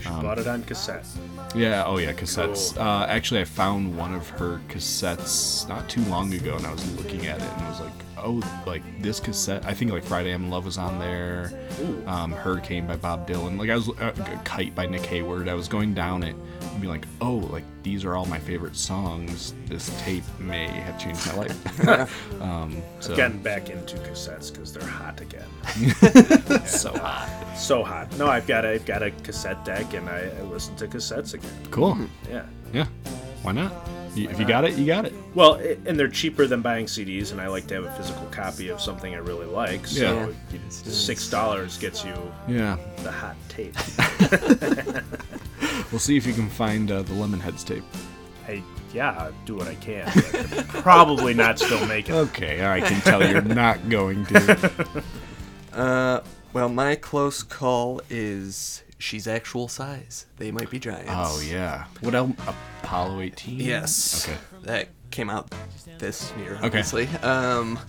Speaker 4: Um,
Speaker 6: bought it on cassette.
Speaker 4: yeah, oh yeah, cassettes. Uh, actually, I found one of her cassettes not too long ago, and I was looking at it, and I was like, oh, like this cassette. I think like Friday I'm in Love was on there.
Speaker 12: Ooh.
Speaker 4: Um, Hurricane by Bob Dylan. Like I was uh, Kite by Nick Hayward. I was going down it and be like, oh, like these are all my favorite songs. This tape may have changed my life. um, so.
Speaker 6: Getting back into cassettes because they're hot again.
Speaker 4: so hot,
Speaker 6: so hot. No, I've got a, I've got a cassette deck, and I, I listen to cassettes again.
Speaker 4: Cool.
Speaker 6: Yeah.
Speaker 4: Yeah. Hmm. Why not? You, if you got it, you got it.
Speaker 6: Well, i and they're cheaper than buying CDs, and I like to have a physical copy of something I really like. So
Speaker 4: Yeah.
Speaker 6: you- six dollars gets you
Speaker 4: Yeah.
Speaker 6: the hot tape.
Speaker 4: We'll see if you can find uh, the Lemonheads tape.
Speaker 6: I yeah, I'll do what I can. but probably not still make it.
Speaker 4: Okay, I can tell you're not going to.
Speaker 5: Uh, well, my close call is she's actual size. They might be giants.
Speaker 4: Oh yeah. What else? Apollo 18.
Speaker 5: Yes.
Speaker 4: Okay.
Speaker 5: That came out this year,
Speaker 4: Okay.
Speaker 5: obviously. Um,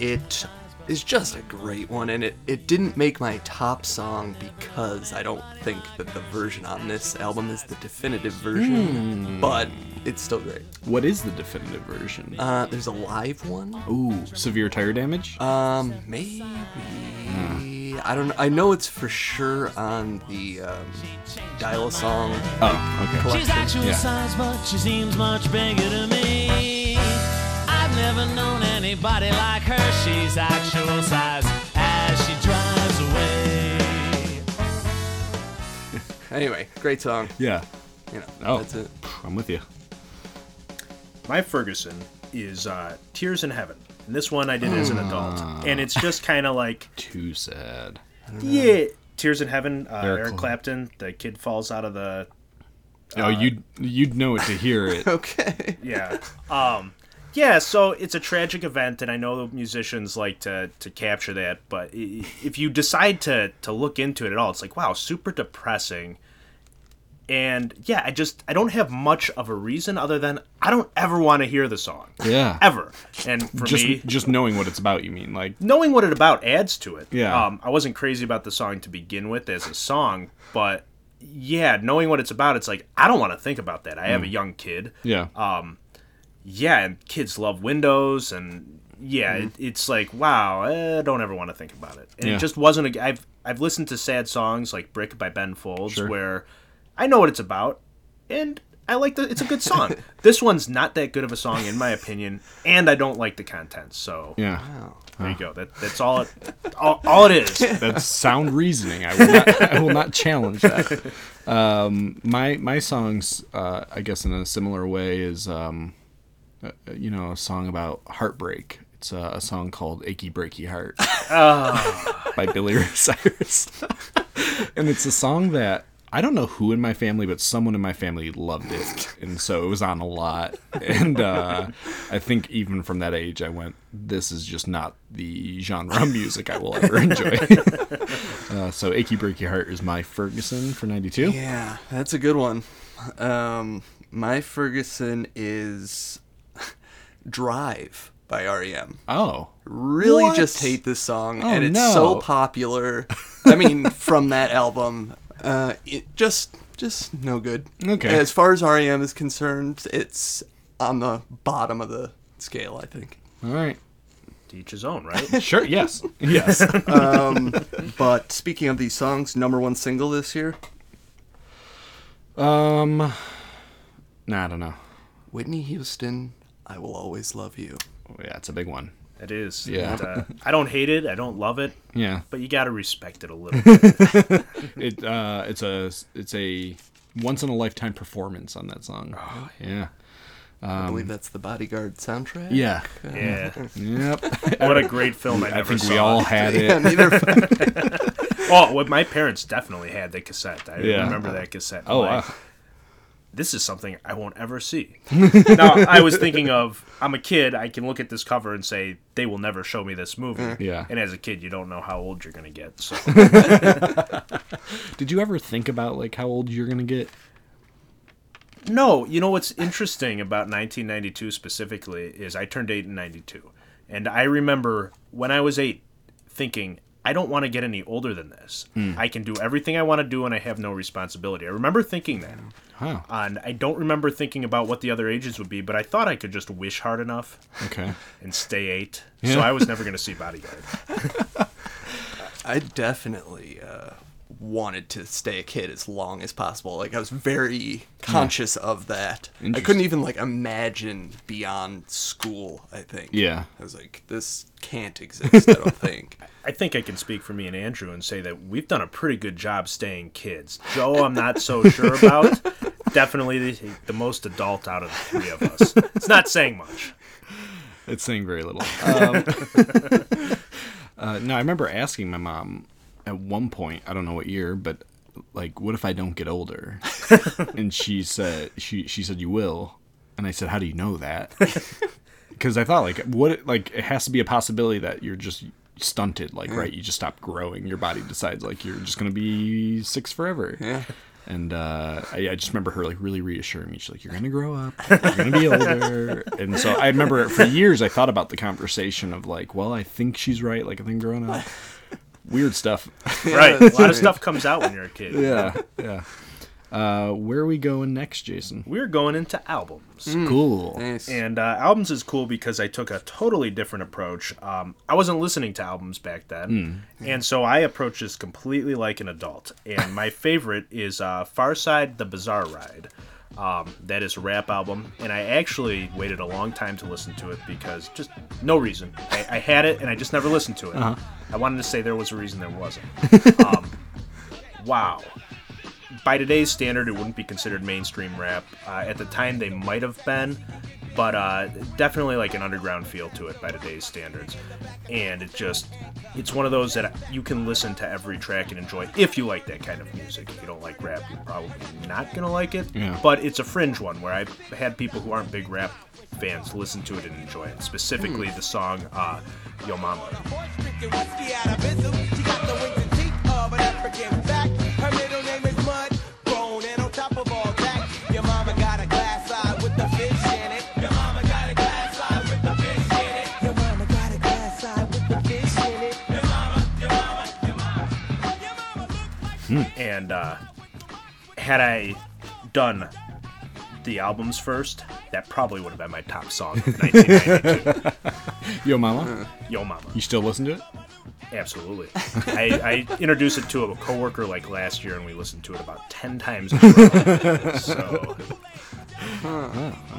Speaker 5: it is just a great one, and it, it didn't make my top song because I don't think that the version on this album is the definitive version,
Speaker 4: Hmm.
Speaker 5: but it's still great.
Speaker 4: What is the definitive version?
Speaker 5: Uh, there's a live one.
Speaker 4: Ooh, severe tire damage.
Speaker 5: Um, maybe. I don't. I know it's for sure on the um, Dial a Song.
Speaker 6: uh,
Speaker 4: Oh, okay.
Speaker 10: She's actual size, but she seems much bigger to me. I've never known anybody like her. She's actual size as she drives away.
Speaker 5: Anyway, great song.
Speaker 4: Yeah.
Speaker 5: You know,
Speaker 4: Oh,
Speaker 5: that's it.
Speaker 4: I'm with you.
Speaker 6: My Ferguson is uh, Tears in Heaven. And this one I did as an adult,
Speaker 4: Ah.
Speaker 6: and it's just kind of like
Speaker 4: Too sad.
Speaker 6: yeah, Tears in Heaven. Uh,
Speaker 4: Eric
Speaker 6: Eric
Speaker 4: Clapton.
Speaker 6: Clapton, the kid falls out of the
Speaker 4: Oh, you'd you'd know it to hear it.
Speaker 5: okay.
Speaker 6: yeah. Um, yeah, so it's a tragic event, and I know the musicians like to, to capture that, but i- if you decide to, to look into it at all, it's like, wow, super depressing. And yeah, I just, I don't have much of a reason other than I don't ever want to hear the song.
Speaker 4: Yeah.
Speaker 6: Ever. And for
Speaker 4: just
Speaker 6: me,
Speaker 4: just knowing what it's about, you mean like
Speaker 6: knowing what it about adds to it.
Speaker 4: Yeah.
Speaker 6: Um, I wasn't crazy about the song to begin with as a song, but yeah, knowing what it's about, it's like, I don't want to think about that. I have a
Speaker 4: Mm.
Speaker 6: young kid.
Speaker 4: yeah.
Speaker 6: um yeah and kids love windows and yeah it, it's like wow eh, don't ever want to think about it and
Speaker 4: Mm-hmm. Yeah.
Speaker 6: it just wasn't a i've i've listened to sad songs like brick by ben folds
Speaker 4: Sure.
Speaker 6: where i know what it's about and i like the it's a good song this one's not that good of a song in my opinion and i don't like the content so
Speaker 4: Yeah. Uh-huh.
Speaker 6: there you go that that's all it all, all it is
Speaker 4: That's sound reasoning. I will not, I will not challenge that. Um, my my songs, uh, I guess, in a similar way, is um, uh, you know a song about heartbreak. It's a, a song called "Achy Breaky Heart" by Billy Ray Cyrus, and it's a song that. I don't know who in my family, but someone in my family loved it, and so it was on a lot. And uh, I think even from that age, I went, "This is just not the genre of music I will ever enjoy." Uh, so achy breaky heart is my Ferguson for '92.
Speaker 5: Yeah, that's a good one. Um, my Ferguson is Drive by REM.
Speaker 4: Oh.
Speaker 5: Really
Speaker 4: What?
Speaker 5: just hate this song,
Speaker 4: Oh,
Speaker 5: and it's
Speaker 4: no.
Speaker 5: so popular. I mean, from that album, uh, it just just no good.
Speaker 4: Okay.
Speaker 5: As far as REM is concerned, it's on the bottom of the scale, I think.
Speaker 4: All right.
Speaker 6: to each his own right
Speaker 4: Sure. Yes. Yes.
Speaker 5: um, but speaking of these songs, number one single this year,
Speaker 4: um. Nah, I don't know.
Speaker 5: Whitney Houston, "I Will Always Love You."
Speaker 4: Yeah, it's a big one.
Speaker 6: it is
Speaker 4: Yeah.
Speaker 6: And, uh, i don't hate it i don't love it
Speaker 4: Yeah.
Speaker 6: but you gotta respect it a little bit
Speaker 4: It uh, it's a it's a once in a lifetime performance on that song. Oh, yeah.
Speaker 5: I believe that's the Bodyguard soundtrack.
Speaker 4: Um, Yeah.
Speaker 6: yeah
Speaker 4: Yep.
Speaker 6: What a great film I
Speaker 4: I
Speaker 6: never
Speaker 4: think we
Speaker 6: saw.
Speaker 4: all had
Speaker 5: Yeah,
Speaker 4: it.
Speaker 5: neither.
Speaker 6: Oh, well, my parents definitely had the cassette. I
Speaker 4: Yeah.
Speaker 6: remember that cassette.
Speaker 4: Oh,
Speaker 6: playing.
Speaker 4: wow.
Speaker 6: This is something I won't ever see. now, I was thinking of I'm a kid. I can look at this cover and say they will never show me this movie.
Speaker 4: Mm-hmm. Yeah.
Speaker 6: And as a kid, you don't know how old you're gonna get. So
Speaker 4: Did you ever think about like how old you're gonna get?
Speaker 6: no, you know what's interesting about 1992 specifically is I turned eight in '92, and I remember when I was eight thinking. I don't want to get any older than this.
Speaker 4: Hmm.
Speaker 6: I can do everything I want to do and I have no responsibility. I remember thinking that.
Speaker 4: Huh.
Speaker 6: and I don't remember thinking about what the other ages would be, but I thought I could just wish hard enough
Speaker 4: Okay.
Speaker 6: and stay eight.
Speaker 4: Yeah.
Speaker 6: So I was never going to see Bodyguard.
Speaker 5: I definitely uh, wanted to stay a kid as long as possible. Like I was very conscious of that. I couldn't even like imagine beyond school. I think.
Speaker 4: Yeah.
Speaker 5: I was like, this can't exist. I don't think.
Speaker 6: I think I can speak for me and Andrew and say that we've done a pretty good job staying kids. Joe, I'm not so sure about. Definitely the, the most adult out of the three of us. It's not saying much.
Speaker 4: It's saying very little. Um, uh, no, I remember asking my mom at one point, I don't know what year, but like, what if I don't get older? and she said, she she said you will, and I said, how do you know that? Because I thought like, what like it has to be a possibility that you're just stunted, like right, you just stop growing, your body decides like you're just gonna be six forever.
Speaker 5: Yeah.
Speaker 4: And uh, I, I just remember her like really reassuring me. She's like, "You're gonna grow up. You're gonna be older." and so I remember for years I thought about the conversation of like, "Well, I think she's right. Like I think growing up, weird stuff."
Speaker 6: right. A lot of stuff comes out when you're a kid.
Speaker 4: yeah, yeah. Uh, where are we going next, Jason?
Speaker 6: We're going into albums.
Speaker 4: Cool.
Speaker 5: Nice.
Speaker 6: And uh, albums is cool because I took a totally different approach. Um, I wasn't listening to albums back then, and so I approached this completely like an adult. And my favorite is uh, Far Side: The Bizarre Ride. Um, that is a rap album, and I actually waited a long time to listen to it because just no reason. I, I had it, and I just never listened to it. I wanted to say there was a reason there wasn't. Um, wow by today's standard, it wouldn't be considered mainstream rap. Uh, at the time, they might have been. but uh, definitely like an underground feel to it by today's standards. And it just, it's one of those that you can listen to every track and enjoy if you like that kind of music. If you don't like rap, you're probably not gonna like it.
Speaker 4: Yeah.
Speaker 6: But it's a fringe one where I've had people who aren't big rap fans listen to it and enjoy it. Specifically,
Speaker 12: Hmm.
Speaker 6: the song uh, "Yo Mama."
Speaker 12: drinking whiskey out of Islip. She got the wings and teeth of an African fact. Her middle name is Mud Bone, and on top of all that, your mama got a glass eye with the fish in it. Your mama got a glass eye with the fish in it. Your mama got a glass eye with the fish in it. Your mama, your mama, your mama.
Speaker 6: And uh, had I done the albums first, that probably would have been my top song of 1992.
Speaker 4: Yo Mama?
Speaker 6: Yo Mama.
Speaker 4: You still listen to it?
Speaker 6: Absolutely. I, I introduced it to a coworker like last year, and we listened to it about 10 times. in a row. so,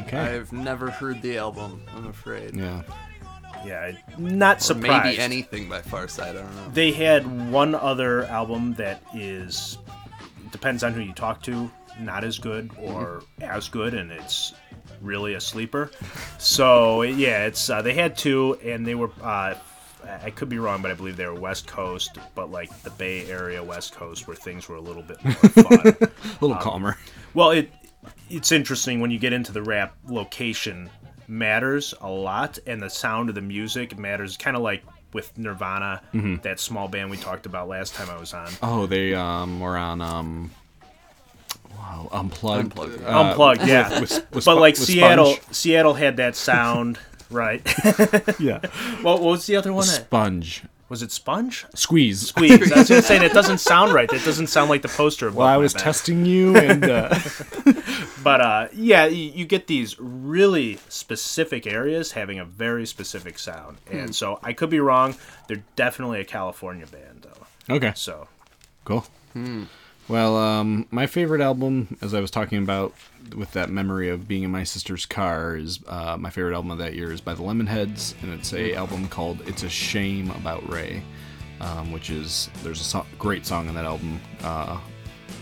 Speaker 4: okay.
Speaker 5: I've never heard the album, I'm afraid.
Speaker 4: Yeah.
Speaker 6: yeah, not
Speaker 5: Or
Speaker 6: surprised.
Speaker 5: Maybe anything by Farside, I don't know.
Speaker 6: They had one other album that is depends on who you talk to, not as good or as good, and it's really a sleeper. So yeah, it's uh, they had two, and they were uh, I could be wrong, but I believe they were West Coast, but like the Bay Area West Coast, where things were a little bit more fun, a
Speaker 4: little calmer.
Speaker 6: Well, it it's interesting when you get into the rap location matters a lot and the sound of the music matters kind of like with Nirvana
Speaker 4: Mhm.
Speaker 6: that small band we talked about last time I was on
Speaker 4: Oh, they um were on um wow, unplugged.
Speaker 6: unplugged,
Speaker 4: uh,
Speaker 6: unplugged, yeah.
Speaker 4: with- with- with
Speaker 6: but like
Speaker 4: Sponge.
Speaker 6: Seattle, Seattle had that sound, right?
Speaker 4: Yeah.
Speaker 6: What, what was the other one?
Speaker 4: Sponge.
Speaker 6: Was it Sponge?
Speaker 4: Squeeze.
Speaker 6: Squeeze. I was gonna say that doesn't sound right. That doesn't sound like the poster. above
Speaker 4: Well, I
Speaker 6: my
Speaker 4: was
Speaker 6: bed.
Speaker 4: testing you, and uh,
Speaker 6: but uh, yeah, y- you get these really specific areas having a very specific sound,
Speaker 4: Hmm.
Speaker 6: and so I could be wrong. They're definitely a California band, though.
Speaker 4: okay,
Speaker 6: So
Speaker 4: cool. Well, um, my favorite album, as I was talking about with that memory of being in my sister's car, is uh, my favorite album of that year is by the Lemonheads, and it's a album called "It's a Shame About Ray," um, which is there's a so- great song on that album uh,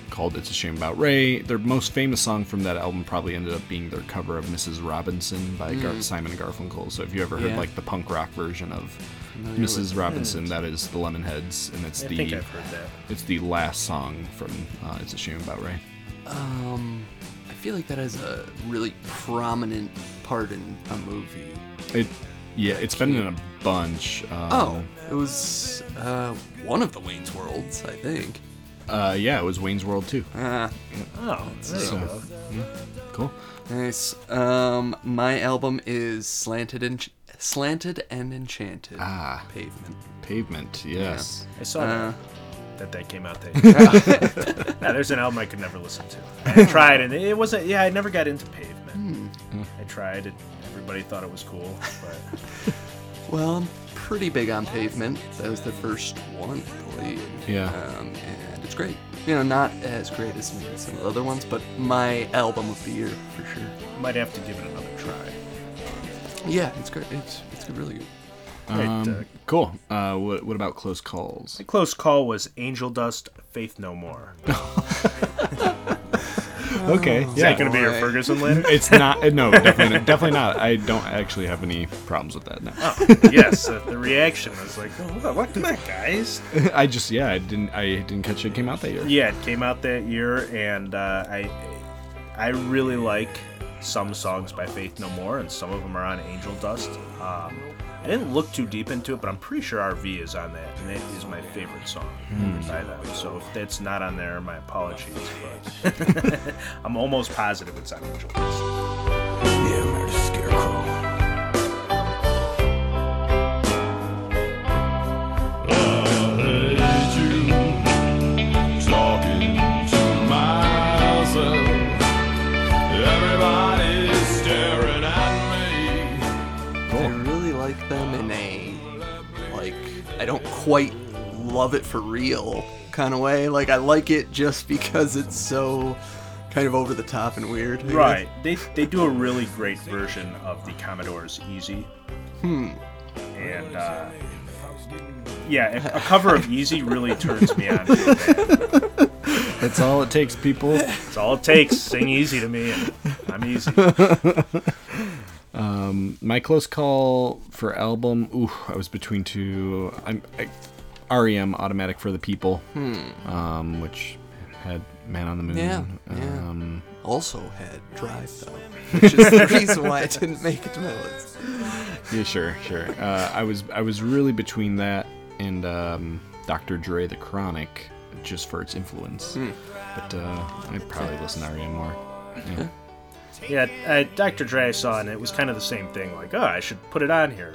Speaker 4: called "It's a Shame About Ray." Their most famous song from that album probably ended up being their cover of "Mrs. Robinson" by Gar-
Speaker 6: Hmm.
Speaker 5: Mm.
Speaker 4: Simon and Garfunkel. So if you ever heard
Speaker 5: Yeah.
Speaker 4: like the punk rock version of
Speaker 5: Familiar with
Speaker 4: Mrs.
Speaker 5: it.
Speaker 4: Robinson, that is the Lemonheads, and it's
Speaker 6: I
Speaker 4: the
Speaker 6: think I've heard that.
Speaker 4: it's the last song from uh, It's a Shame About Ray.
Speaker 5: Um, I feel like that has a really prominent part in a movie.
Speaker 4: It, yeah, it's been in a bunch. Um,
Speaker 5: oh, it was uh, one of the Wayne's Worlds, I think.
Speaker 4: uh, yeah, it was Wayne's World too.
Speaker 5: Uh,
Speaker 6: Oh, there you go.
Speaker 4: Cool.
Speaker 5: Nice. Um, my album is Slanted and Slanted and Enchanted.
Speaker 4: Ah,
Speaker 5: Pavement.
Speaker 4: Pavement. Yes.
Speaker 6: I saw
Speaker 5: Uh,
Speaker 6: that that came out. That Nah, there's an album I could never listen to. I tried, and it wasn't. Yeah, I never got into Pavement.
Speaker 4: Hmm.
Speaker 6: I tried, and everybody thought it was cool, but
Speaker 5: Well, I'm pretty big on Pavement. That was the first one, I believe.
Speaker 4: Yeah.
Speaker 5: Um, and it's great. You know, not as great as some of the other ones, but my album of the year for sure.
Speaker 6: might have to give it another try.
Speaker 5: Yeah, it's great. It's it's really good.
Speaker 4: Um, cool. Uh, what, what about Close Calls?
Speaker 6: The close call was Angel Dust, Faith No More.
Speaker 4: Okay.
Speaker 6: Is
Speaker 4: yeah.
Speaker 6: that going to be your Ferguson later?
Speaker 4: it's not. No, definitely, definitely not. I don't actually have any problems with that now.
Speaker 6: Oh, yes, uh, the reaction was like, oh, what- what the guys?
Speaker 4: I just yeah, I didn't I didn't catch it came out that year.
Speaker 6: Yeah, it came out that year, and uh, I, I really like some songs by Faith No More, and some of them are on Angel Dust. Um, I didn't look too deep into it, but I'm pretty sure RV is on that, and it is my favorite song
Speaker 4: Hmm.
Speaker 6: by them. So if that's not on there, my apologies. But I'm almost positive it's on Angel Dust.
Speaker 7: Yeah, Murder Scarecrow.
Speaker 13: Talking to myself. Everybody's staring at me.
Speaker 5: I really like them in a like I don't quite love it for real kind of way. Like I like it just because it's so kind of over the top and weird. I guess.
Speaker 6: Right. They, they do a really great version of the Commodore's Easy.
Speaker 5: Hmm.
Speaker 6: And, uh, yeah, a, a cover of Easy really turns me on. to that.
Speaker 4: That's all it takes, people.
Speaker 6: It's all it takes. Sing easy to me, and I'm easy.
Speaker 4: Um, my close call for album. Ooh, I was between two. I'm I, REM Automatic for the People,
Speaker 5: Hmm.
Speaker 4: um, which had Man on the Moon.
Speaker 5: Yeah, yeah.
Speaker 4: Um,
Speaker 5: also had Drive though, which is the reason why I didn't make it to my list.
Speaker 4: yeah, sure, sure. Uh, I was I was really between that and um, Dr. Dre the Chronic, just for its influence.
Speaker 5: Hmm.
Speaker 4: But uh, I'd probably listen to REM more. Yeah.
Speaker 6: Yeah, uh, Dr. Dre I saw, and it was kind of the same thing. Like, oh, I should put it on here.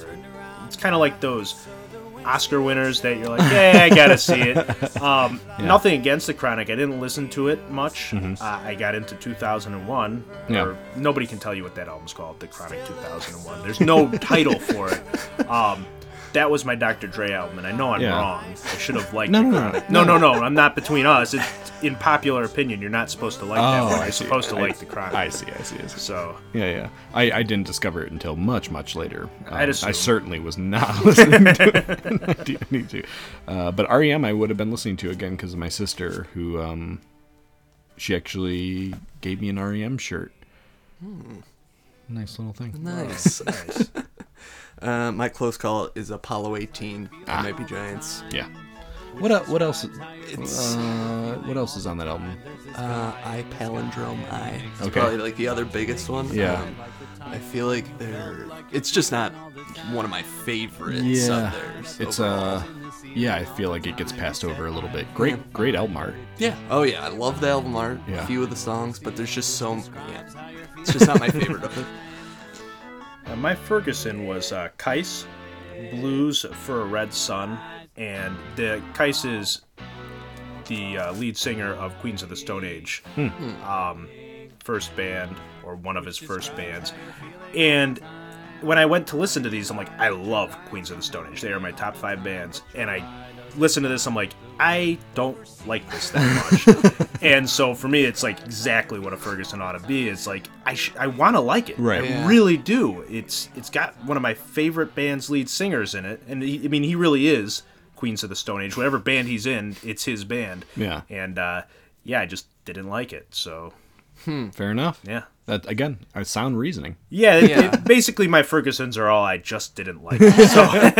Speaker 6: It's kind of like those Oscar winners that you're like, yeah, I gotta see it. Um,
Speaker 4: Yeah.
Speaker 6: Nothing against the Chronic. I didn't listen to it much.
Speaker 4: Mhm.
Speaker 6: Uh, I got into 2001.
Speaker 4: Yeah.
Speaker 6: Or nobody can tell you what that album's called, The Chronic 2001. There's no title for it. Um, that was my Dr. Dre album, and I know I'm
Speaker 4: Yeah.
Speaker 6: wrong. I should have liked
Speaker 4: No,
Speaker 6: The
Speaker 4: no, no,
Speaker 6: Chronic.
Speaker 4: no.
Speaker 6: no, no, no. I'm not between us. It's in popular opinion. You're not supposed to like that
Speaker 4: Oh,
Speaker 6: one.
Speaker 4: I
Speaker 6: You're
Speaker 4: see.
Speaker 6: supposed to
Speaker 4: I-
Speaker 6: like The Chronic.
Speaker 4: I see, I see, I see.
Speaker 6: So
Speaker 4: Yeah, yeah. I, I didn't discover it until much, much later.
Speaker 6: I'd
Speaker 4: Um, I
Speaker 6: assume.
Speaker 4: certainly was not listening to it. I do need to. Uh, but REM, I would have been listening to again because of my sister, who um, she actually gave me an REM shirt. Hmm. Nice little thing.
Speaker 5: Nice. uh, my close call is Apollo 18. Ah. Might be Giants.
Speaker 4: Yeah. What el- what else?
Speaker 5: It's-
Speaker 4: uh, what else is on that album?
Speaker 5: Uh, I palindrome I. It's
Speaker 4: Okay.
Speaker 5: probably like the other biggest one.
Speaker 4: Yeah.
Speaker 5: Um, I feel like they're. It's just not one of my favorites of theirs.
Speaker 4: it's uh, yeah. I feel like it gets passed over a little bit. Great,
Speaker 5: Yeah.
Speaker 4: great album art.
Speaker 5: Yeah. Oh yeah, I love the album art.
Speaker 4: Yeah.
Speaker 5: A few of the songs, but there's just so. Yeah. It's just not my favorite of it.
Speaker 6: Uh, my Ferguson was uh, Kais, Blues for a Red Sun, and the Kais is the uh, lead singer of Queens of the Stone Age,
Speaker 4: Hmm.
Speaker 6: um, first band or one of his first bands, and when I went to listen to these, I'm like, I love Queens of the Stone Age. They are my top five bands, and I listen to this, I'm like, I don't like this that much. and so for me, it's like exactly what a Ferguson ought to be. It's like I sh- I want to like it.
Speaker 4: Right.
Speaker 6: I
Speaker 4: Yeah.
Speaker 6: really do. It's it's got one of my favorite band's lead singers in it, and he, I mean he really is Queens of the Stone Age. Whatever band he's in, it's his band.
Speaker 4: Yeah.
Speaker 6: And uh, yeah, I just didn't like it. So
Speaker 4: Fair enough.
Speaker 6: Yeah.
Speaker 4: That again, uh, sound reasoning.
Speaker 6: yeah, it-
Speaker 4: Yeah.
Speaker 6: it- basically my Fergusons are all I just didn't like. So.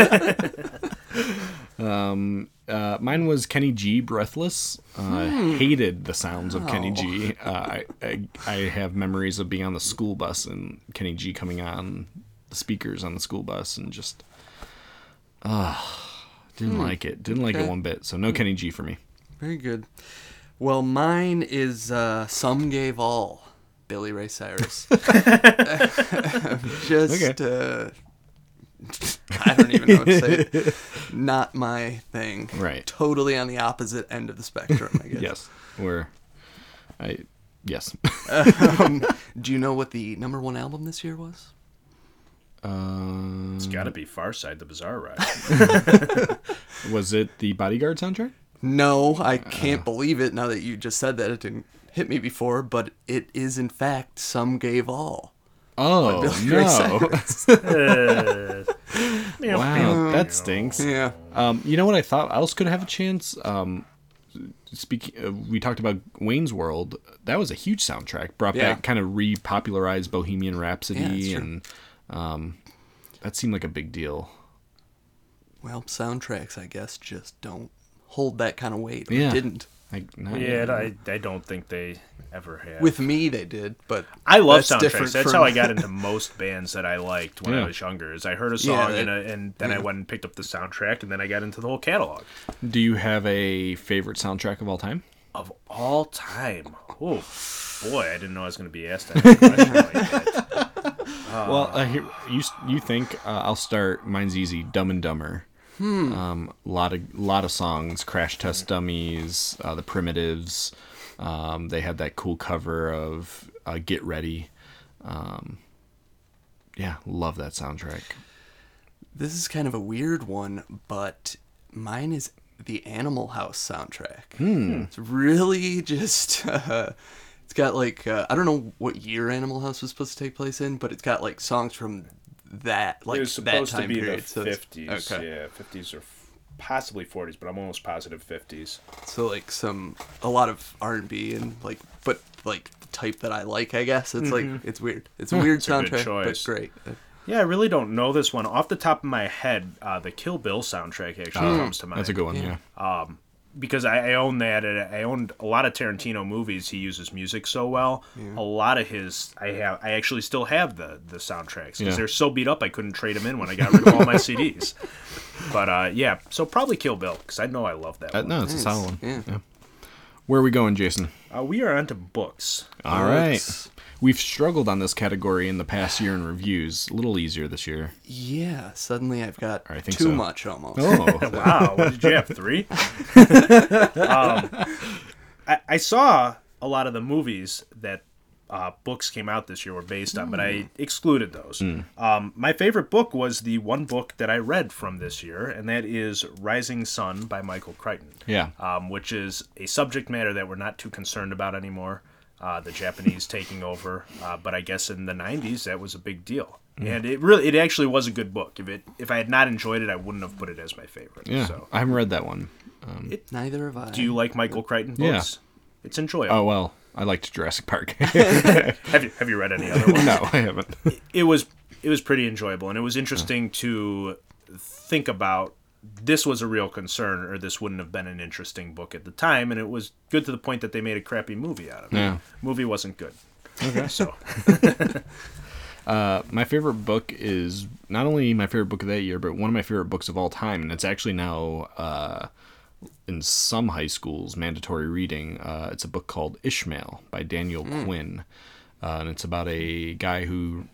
Speaker 4: Um, uh, mine was Kenny G. Breathless. Uh,
Speaker 6: Hmm.
Speaker 4: Hated the sounds of Kenny
Speaker 6: Oh.
Speaker 4: G. Uh, I, I, I have memories of being on the school bus and Kenny G. coming on the speakers on the school bus and just, ah, didn't
Speaker 5: Hmm.
Speaker 4: like it. Didn't like
Speaker 5: Okay.
Speaker 4: it one bit. So no
Speaker 5: Hmm.
Speaker 4: Kenny G. for me.
Speaker 5: Very good. Well, mine is uh, Some Gave All, Billy Ray Cyrus. I'm just, uh, I don't even know what to say. Not my thing.
Speaker 4: Right.
Speaker 5: Totally on the opposite end of the spectrum, I guess.
Speaker 4: Yes. Or, I, yes.
Speaker 5: Um, do you know what the number one album this year was?
Speaker 4: um,
Speaker 6: It's got to be Far Side, the Bizarre Ride.
Speaker 4: was it the Bodyguard soundtrack?
Speaker 5: No, I
Speaker 4: Uh.
Speaker 5: can't believe it now that you just said that. It didn't hit me before, but it is, in fact, Some Gave All.
Speaker 4: Oh,
Speaker 5: no.
Speaker 4: wow, that stinks.
Speaker 5: Yeah.
Speaker 4: Um, you know what I thought else could have a chance? Um, speaking, uh, we talked about Wayne's World. That was a huge soundtrack. Brought
Speaker 5: Yeah.
Speaker 4: back, kind of repopularized Bohemian Rhapsody,
Speaker 5: Yeah, that's
Speaker 4: and um, that seemed like a big deal.
Speaker 5: Well, soundtracks, I guess, just don't hold that kind of weight.
Speaker 4: Yeah.
Speaker 5: It didn't.
Speaker 4: I,
Speaker 6: yeah, uh, I, I don't think they ever have.
Speaker 5: With me, they did, but
Speaker 6: I love
Speaker 5: that's
Speaker 6: soundtracks.
Speaker 5: different
Speaker 6: That's
Speaker 5: from-
Speaker 6: how I got into most bands that I liked when
Speaker 4: Yeah.
Speaker 6: I was younger. Is I heard a
Speaker 5: Yeah,
Speaker 6: song
Speaker 5: that-
Speaker 6: and, I- and then I
Speaker 5: yeah.
Speaker 6: went and picked up the soundtrack and then I got into the whole catalog
Speaker 4: Do you have a favorite soundtrack of all time?
Speaker 6: of all time. Oh boy, I didn't know I was going to be asked that question like that.
Speaker 4: well, uh, here, you s- you think uh, I'll start? Mine's easy. Dumb and Dumber.
Speaker 6: Hmm.
Speaker 4: Um, lot of lot of songs. Crash Test Dummies. Uh, the Primitives. Um, they had that cool cover of uh, Get Ready. Um, yeah, love that soundtrack.
Speaker 5: This is kind of a weird one, but mine is the Animal House soundtrack.
Speaker 4: Hmm.
Speaker 5: It's really just. Uh, it's got like uh, I don't know what year Animal House was supposed to take place in, but it's got like songs from that like
Speaker 6: it was supposed
Speaker 5: that time
Speaker 6: to be
Speaker 5: period.
Speaker 6: the
Speaker 5: so it's-
Speaker 6: fifties,
Speaker 5: okay.
Speaker 6: yeah, fifties or f- possibly forties, but I'm almost positive fifties.
Speaker 5: So like some a lot of R and B and like but like the type that I like, I guess. It's
Speaker 6: Mhm.
Speaker 5: like it's weird. It's a
Speaker 6: Huh.
Speaker 5: weird
Speaker 6: It's a good
Speaker 5: soundtrack, but
Speaker 6: choice.
Speaker 5: great.
Speaker 6: Yeah, I really don't know this one off the top of my head. Uh, the Kill Bill soundtrack actually
Speaker 4: Oh,
Speaker 6: comes to mind.
Speaker 4: that's a good one, yeah.
Speaker 6: Um, because I, I own that, and I owned a lot of Tarantino movies. He uses music so well. A lot of his, I have, I actually still have the the soundtracks because
Speaker 4: Yeah.
Speaker 6: they're so beat up. I couldn't trade them in when I got rid of all my CDs. But uh, yeah, so probably Kill Bill because I know I love that.
Speaker 4: Uh,
Speaker 6: one.
Speaker 4: no, it's a solid one. Yeah. Where are we going, Jason?
Speaker 6: Uh, we are onto books.
Speaker 4: All right. We've struggled on this category in the past year in reviews. A little easier this year.
Speaker 5: Yeah, suddenly I've got
Speaker 4: I think
Speaker 5: too
Speaker 4: so.
Speaker 5: much almost.
Speaker 4: Oh.
Speaker 6: wow. What did you have? Three? um, I, I saw a lot of the movies that uh, books came out this year were based on, but I excluded those.
Speaker 4: Mm.
Speaker 6: Um, my favorite book was the one book that I read from this year, and that is Rising Sun by Michael Crichton
Speaker 4: Yeah.
Speaker 6: um, which is a subject matter that we're not too concerned about anymore. Uh, the Japanese taking over, uh, but I guess in the '90s that was a big deal,
Speaker 4: Mm.
Speaker 6: and it really, it actually was a good book. If it, if I had not enjoyed it, I wouldn't have put it as my favorite.
Speaker 4: Yeah.
Speaker 6: So,
Speaker 4: I haven't read that one. Um,
Speaker 5: Neither have I.
Speaker 6: do you like Michael Crichton
Speaker 4: Yeah.
Speaker 6: books? It's enjoyable.
Speaker 4: oh, well. I liked Jurassic Park.
Speaker 6: have you have you read any other ones?
Speaker 4: Oh. No, I haven't.
Speaker 6: It, it was it was pretty enjoyable, and it was interesting to think about. This was a real concern, or this wouldn't have been an interesting book at the time, and it was good to the point that they made a crappy movie out of it.
Speaker 4: Yeah.
Speaker 6: Movie wasn't good.
Speaker 4: Okay.
Speaker 6: so
Speaker 4: Uh, my favorite book is not only my favorite book of that year, but one of my favorite books of all time, and it's actually now uh, in some high schools mandatory reading. Uh, it's a book called Ishmael by Daniel
Speaker 14: Mm.
Speaker 4: Quinn, uh, and it's about a guy who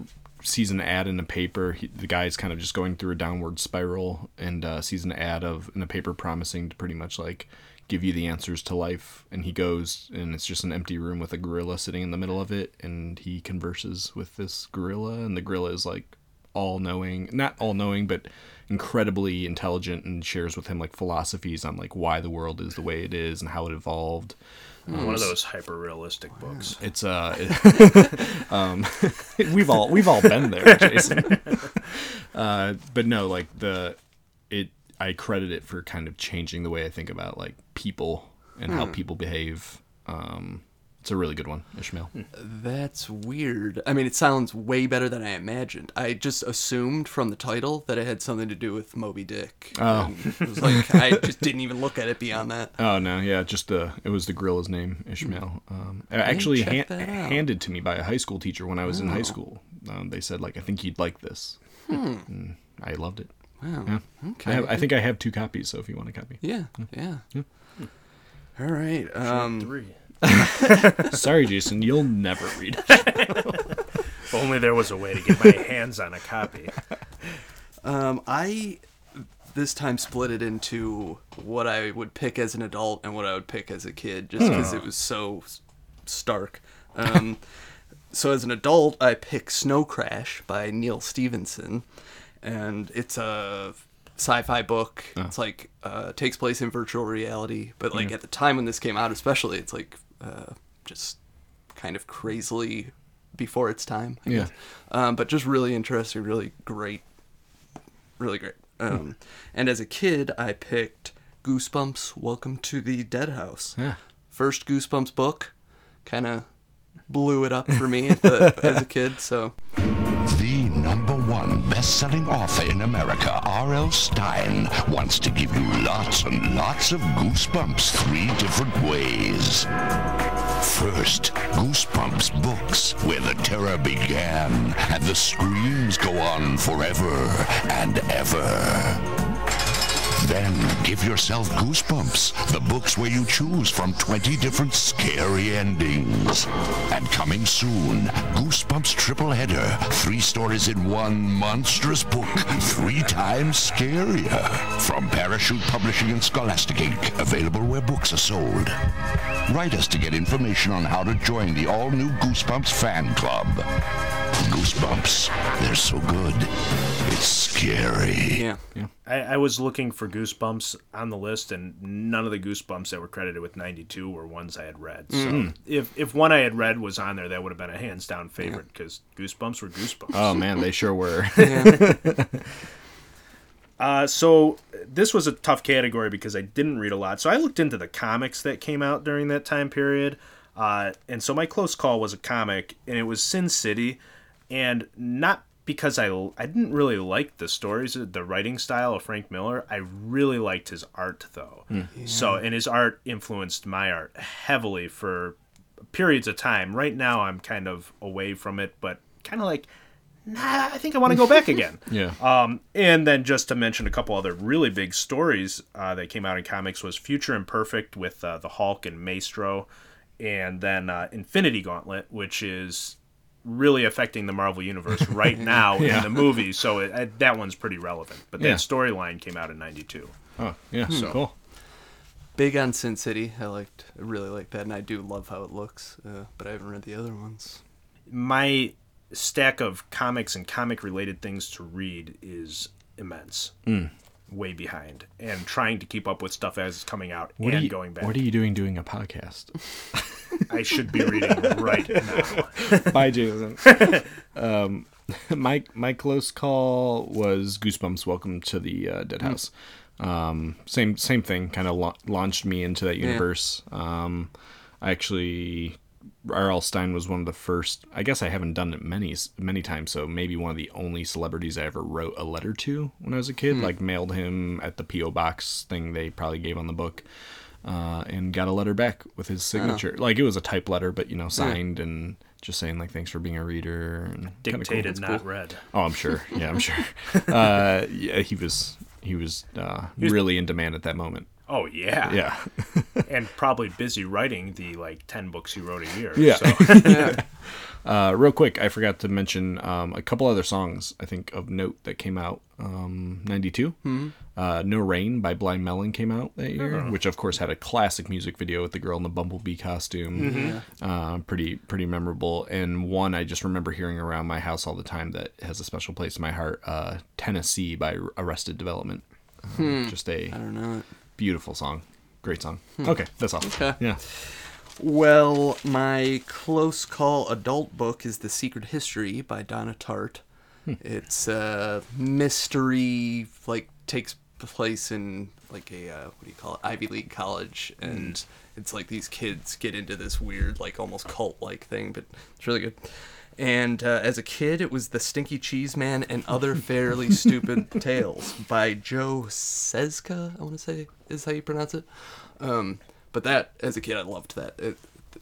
Speaker 4: sees an ad in a paper. He, the guy's kind of just going through a downward spiral and uh, sees an ad of in a paper promising to pretty much like give you the answers to life and he goes and it's just an empty room with a gorilla sitting in the middle of it and he converses with this gorilla and the gorilla is like all knowing not all knowing but incredibly intelligent and shares with him like philosophies on like why the world is the way it is and how it evolved Um,
Speaker 6: one of those hyper realistic books.
Speaker 4: it's uh, it- um, we've all we've all been there, Jason. uh, but no, like the it, I credit it for kind of changing the way I think about like people and how
Speaker 5: Hmm.
Speaker 4: people behave. Um, it's a really good one, Ishmael.
Speaker 5: That's weird. I mean, it sounds way better than I imagined. I just assumed from the title that it had something to do with Moby Dick.
Speaker 4: Oh.
Speaker 5: And it was like I just didn't even look at it beyond that.
Speaker 4: Oh no, yeah, just the it was the gorilla's name, Ishmael. Um,
Speaker 5: Yeah,
Speaker 4: actually
Speaker 5: check
Speaker 4: han-
Speaker 5: that out.
Speaker 4: handed to me by a high school teacher when I was in
Speaker 5: Oh.
Speaker 4: high school. Um, they said like, I think you'd like this.
Speaker 5: Hmm.
Speaker 4: And I loved it.
Speaker 5: Wow.
Speaker 4: Yeah.
Speaker 5: Okay.
Speaker 4: I, have, I think I have two copies, so if you want a copy.
Speaker 5: Yeah. Yeah.
Speaker 4: Hmm.
Speaker 5: All right. Um,
Speaker 4: Sorry, Jason, you'll never read it.
Speaker 6: If only there was a way to get my hands on a copy.
Speaker 5: Um, I this time split it into what I would pick as an adult and what I would pick as a kid, just because
Speaker 12: Hmm.
Speaker 5: it was so s- stark. Um, so as an adult, I picked Snow Crash by Neil Stevenson, and it's a sci-fi book. It's like uh, takes place in virtual reality, but like
Speaker 4: Mhm.
Speaker 5: at the time when this came out, especially, it's like uh, just kind of crazily before its time. I
Speaker 4: Yeah.
Speaker 5: guess. Um, but just really interesting, really great really great. Um, and as a kid, I picked Goosebumps: Welcome to the Dead House.
Speaker 4: Yeah.
Speaker 5: First Goosebumps book, kind of blew it up for me at the, as a kid. So
Speaker 8: The number one best-selling author in America, R.L. Stein, wants to give you lots and lots of goosebumps three different ways. First, Goosebumps books, where the terror began, and the screams go on forever and ever. Then give yourself Goosebumps, the books where you choose from 20 different scary endings. And coming soon, Goosebumps Triple Header, three stories in one monstrous book, three times scarier. From Parachute Publishing and Scholastic Inc., available where books are sold. Write us to get information on how to join the all-new Goosebumps fan club. Goosebumps, they're so good. It's scary.
Speaker 5: Yeah.
Speaker 4: Yeah.
Speaker 6: I, I was looking for Goosebumps on the list, and none of the Goosebumps that were credited with '92 were ones I had read. So
Speaker 4: Mm.
Speaker 6: if if one I had read was on there, that would have been a hands down favorite because Goosebumps were Goosebumps.
Speaker 4: Oh man, they sure were.
Speaker 6: Uh, so this was a tough category because I didn't read a lot. So I looked into the comics that came out during that time period, uh, and so my close call was a comic, and it was Sin City, and not because I I didn't really like the stories, uh, the writing style of Frank Miller. I really liked his art though.
Speaker 4: Mm.
Speaker 6: So and his art influenced my art heavily for periods of time. Right now I'm kind of away from it, but kind of like nah, I think I want to go back again.
Speaker 4: Yeah.
Speaker 6: Um, and then just to mention a couple other really big stories uh, that came out in comics was Future Imperfect with uh, the Hulk and Maestro, and then uh, Infinity Gauntlet, which is really affecting the Marvel universe right now
Speaker 4: Yeah.
Speaker 6: in the movie. So it, I, that one's pretty relevant. But that
Speaker 4: Yeah.
Speaker 6: storyline came out in '92.
Speaker 4: Oh, yeah,
Speaker 5: Hmm.
Speaker 4: cool.
Speaker 5: Big on Sin City. I liked, I really liked that, and I do love how it looks. Uh, but I haven't read the other ones.
Speaker 6: My stack of comics and comic-related things to read is immense.
Speaker 4: Mm.
Speaker 6: Way behind, and trying to keep up with stuff as it's coming out
Speaker 4: What
Speaker 6: and
Speaker 4: are you,
Speaker 6: going back.
Speaker 4: What are you doing doing a podcast?
Speaker 6: I should be reading right now.
Speaker 4: Bye, Jason. um, my my close call was Goosebumps. Welcome to the uh, Dead
Speaker 5: Hmm.
Speaker 4: House. Um, same same thing. Kind of la- launched me into that
Speaker 5: Yeah.
Speaker 4: universe. Um, I actually. R.L. Stein was one of the first. I guess I haven't done it many s- many times, so maybe one of the only celebrities I ever wrote a letter to when I was a kid.
Speaker 5: Hmm.
Speaker 4: Like mailed him at the PO box thing they probably gave on the book, uh, and got a letter back with
Speaker 5: Oh.
Speaker 4: his signature. Like it was a type letter, but you know, signed and just saying like thanks for being a reader and kinda
Speaker 6: Dictated, not read.
Speaker 4: Oh, I'm sure. Yeah, I'm sure. uh, yeah, he was he was uh,
Speaker 6: He was-
Speaker 4: really in demand at that moment.
Speaker 6: Oh yeah,
Speaker 4: Yeah.
Speaker 6: and probably busy writing the like ten books he wrote a year.
Speaker 4: Yeah.
Speaker 6: so.
Speaker 4: Uh, real quick, I forgot to mention um, a couple other songs I think of note that came out um, '92.
Speaker 5: Mhm.
Speaker 4: Uh, "No Rain" by Blind Melon came out that year,
Speaker 5: Oh.
Speaker 4: which of course had a classic music video with the girl in the bumblebee costume.
Speaker 5: Mhm.
Speaker 4: Uh, pretty pretty memorable. And one I just remember hearing around my house all the time that has a special place in my heart. Uh, "Tennessee" by Arrested Development. Uh,
Speaker 5: Hmm.
Speaker 4: Just a
Speaker 5: I don't know it.
Speaker 4: beautiful song, great song.
Speaker 5: Hmm.
Speaker 4: Okay, that's all.
Speaker 5: Okay.
Speaker 4: Yeah.
Speaker 5: Well, my close call adult book is The Secret History by Donna Tartt.
Speaker 4: Hmm.
Speaker 5: It's a mystery, like, takes place in, like, a, uh, what do you call it, Ivy League college. And it's like these kids get into this weird, like, almost cult like thing, but it's really good. And uh, as a kid, it was The Stinky Cheese Man and Other Fairly Stupid Tales by Joe Sezka, I want to say is how you pronounce it. Um, but that, as a kid, I loved that. It,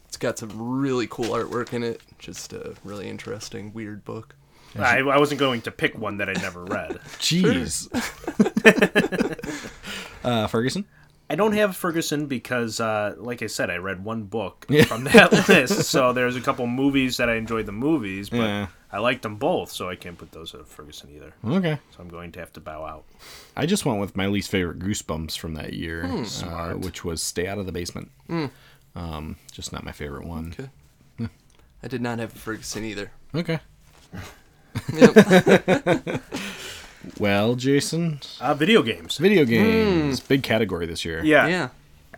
Speaker 5: it's got some really cool artwork in it. Just a really interesting, weird book.
Speaker 6: I, I wasn't going to pick one that I never read.
Speaker 4: Jeez. uh, Ferguson.
Speaker 6: I don't have Ferguson because, uh, like I said, I read one book
Speaker 4: Yeah.
Speaker 6: from that list. So there's a couple movies that I enjoyed the movies, but
Speaker 4: Yeah.
Speaker 6: I liked them both, so I can't put those at Ferguson either.
Speaker 4: Okay.
Speaker 6: So I'm going to have to bow out.
Speaker 4: I just went with my least favorite Goosebumps from that year,
Speaker 6: Hmm.
Speaker 4: uh,
Speaker 6: Smart. Hmm.
Speaker 4: which was Stay Out of the Basement.
Speaker 5: Mm.
Speaker 4: Um, just not my favorite one.
Speaker 5: Okay. I did not have a Ferguson either.
Speaker 4: Okay.
Speaker 5: Yep.
Speaker 4: Well, Jason.
Speaker 6: Uh, video games.
Speaker 4: Video games. Big category this year.
Speaker 6: Yeah.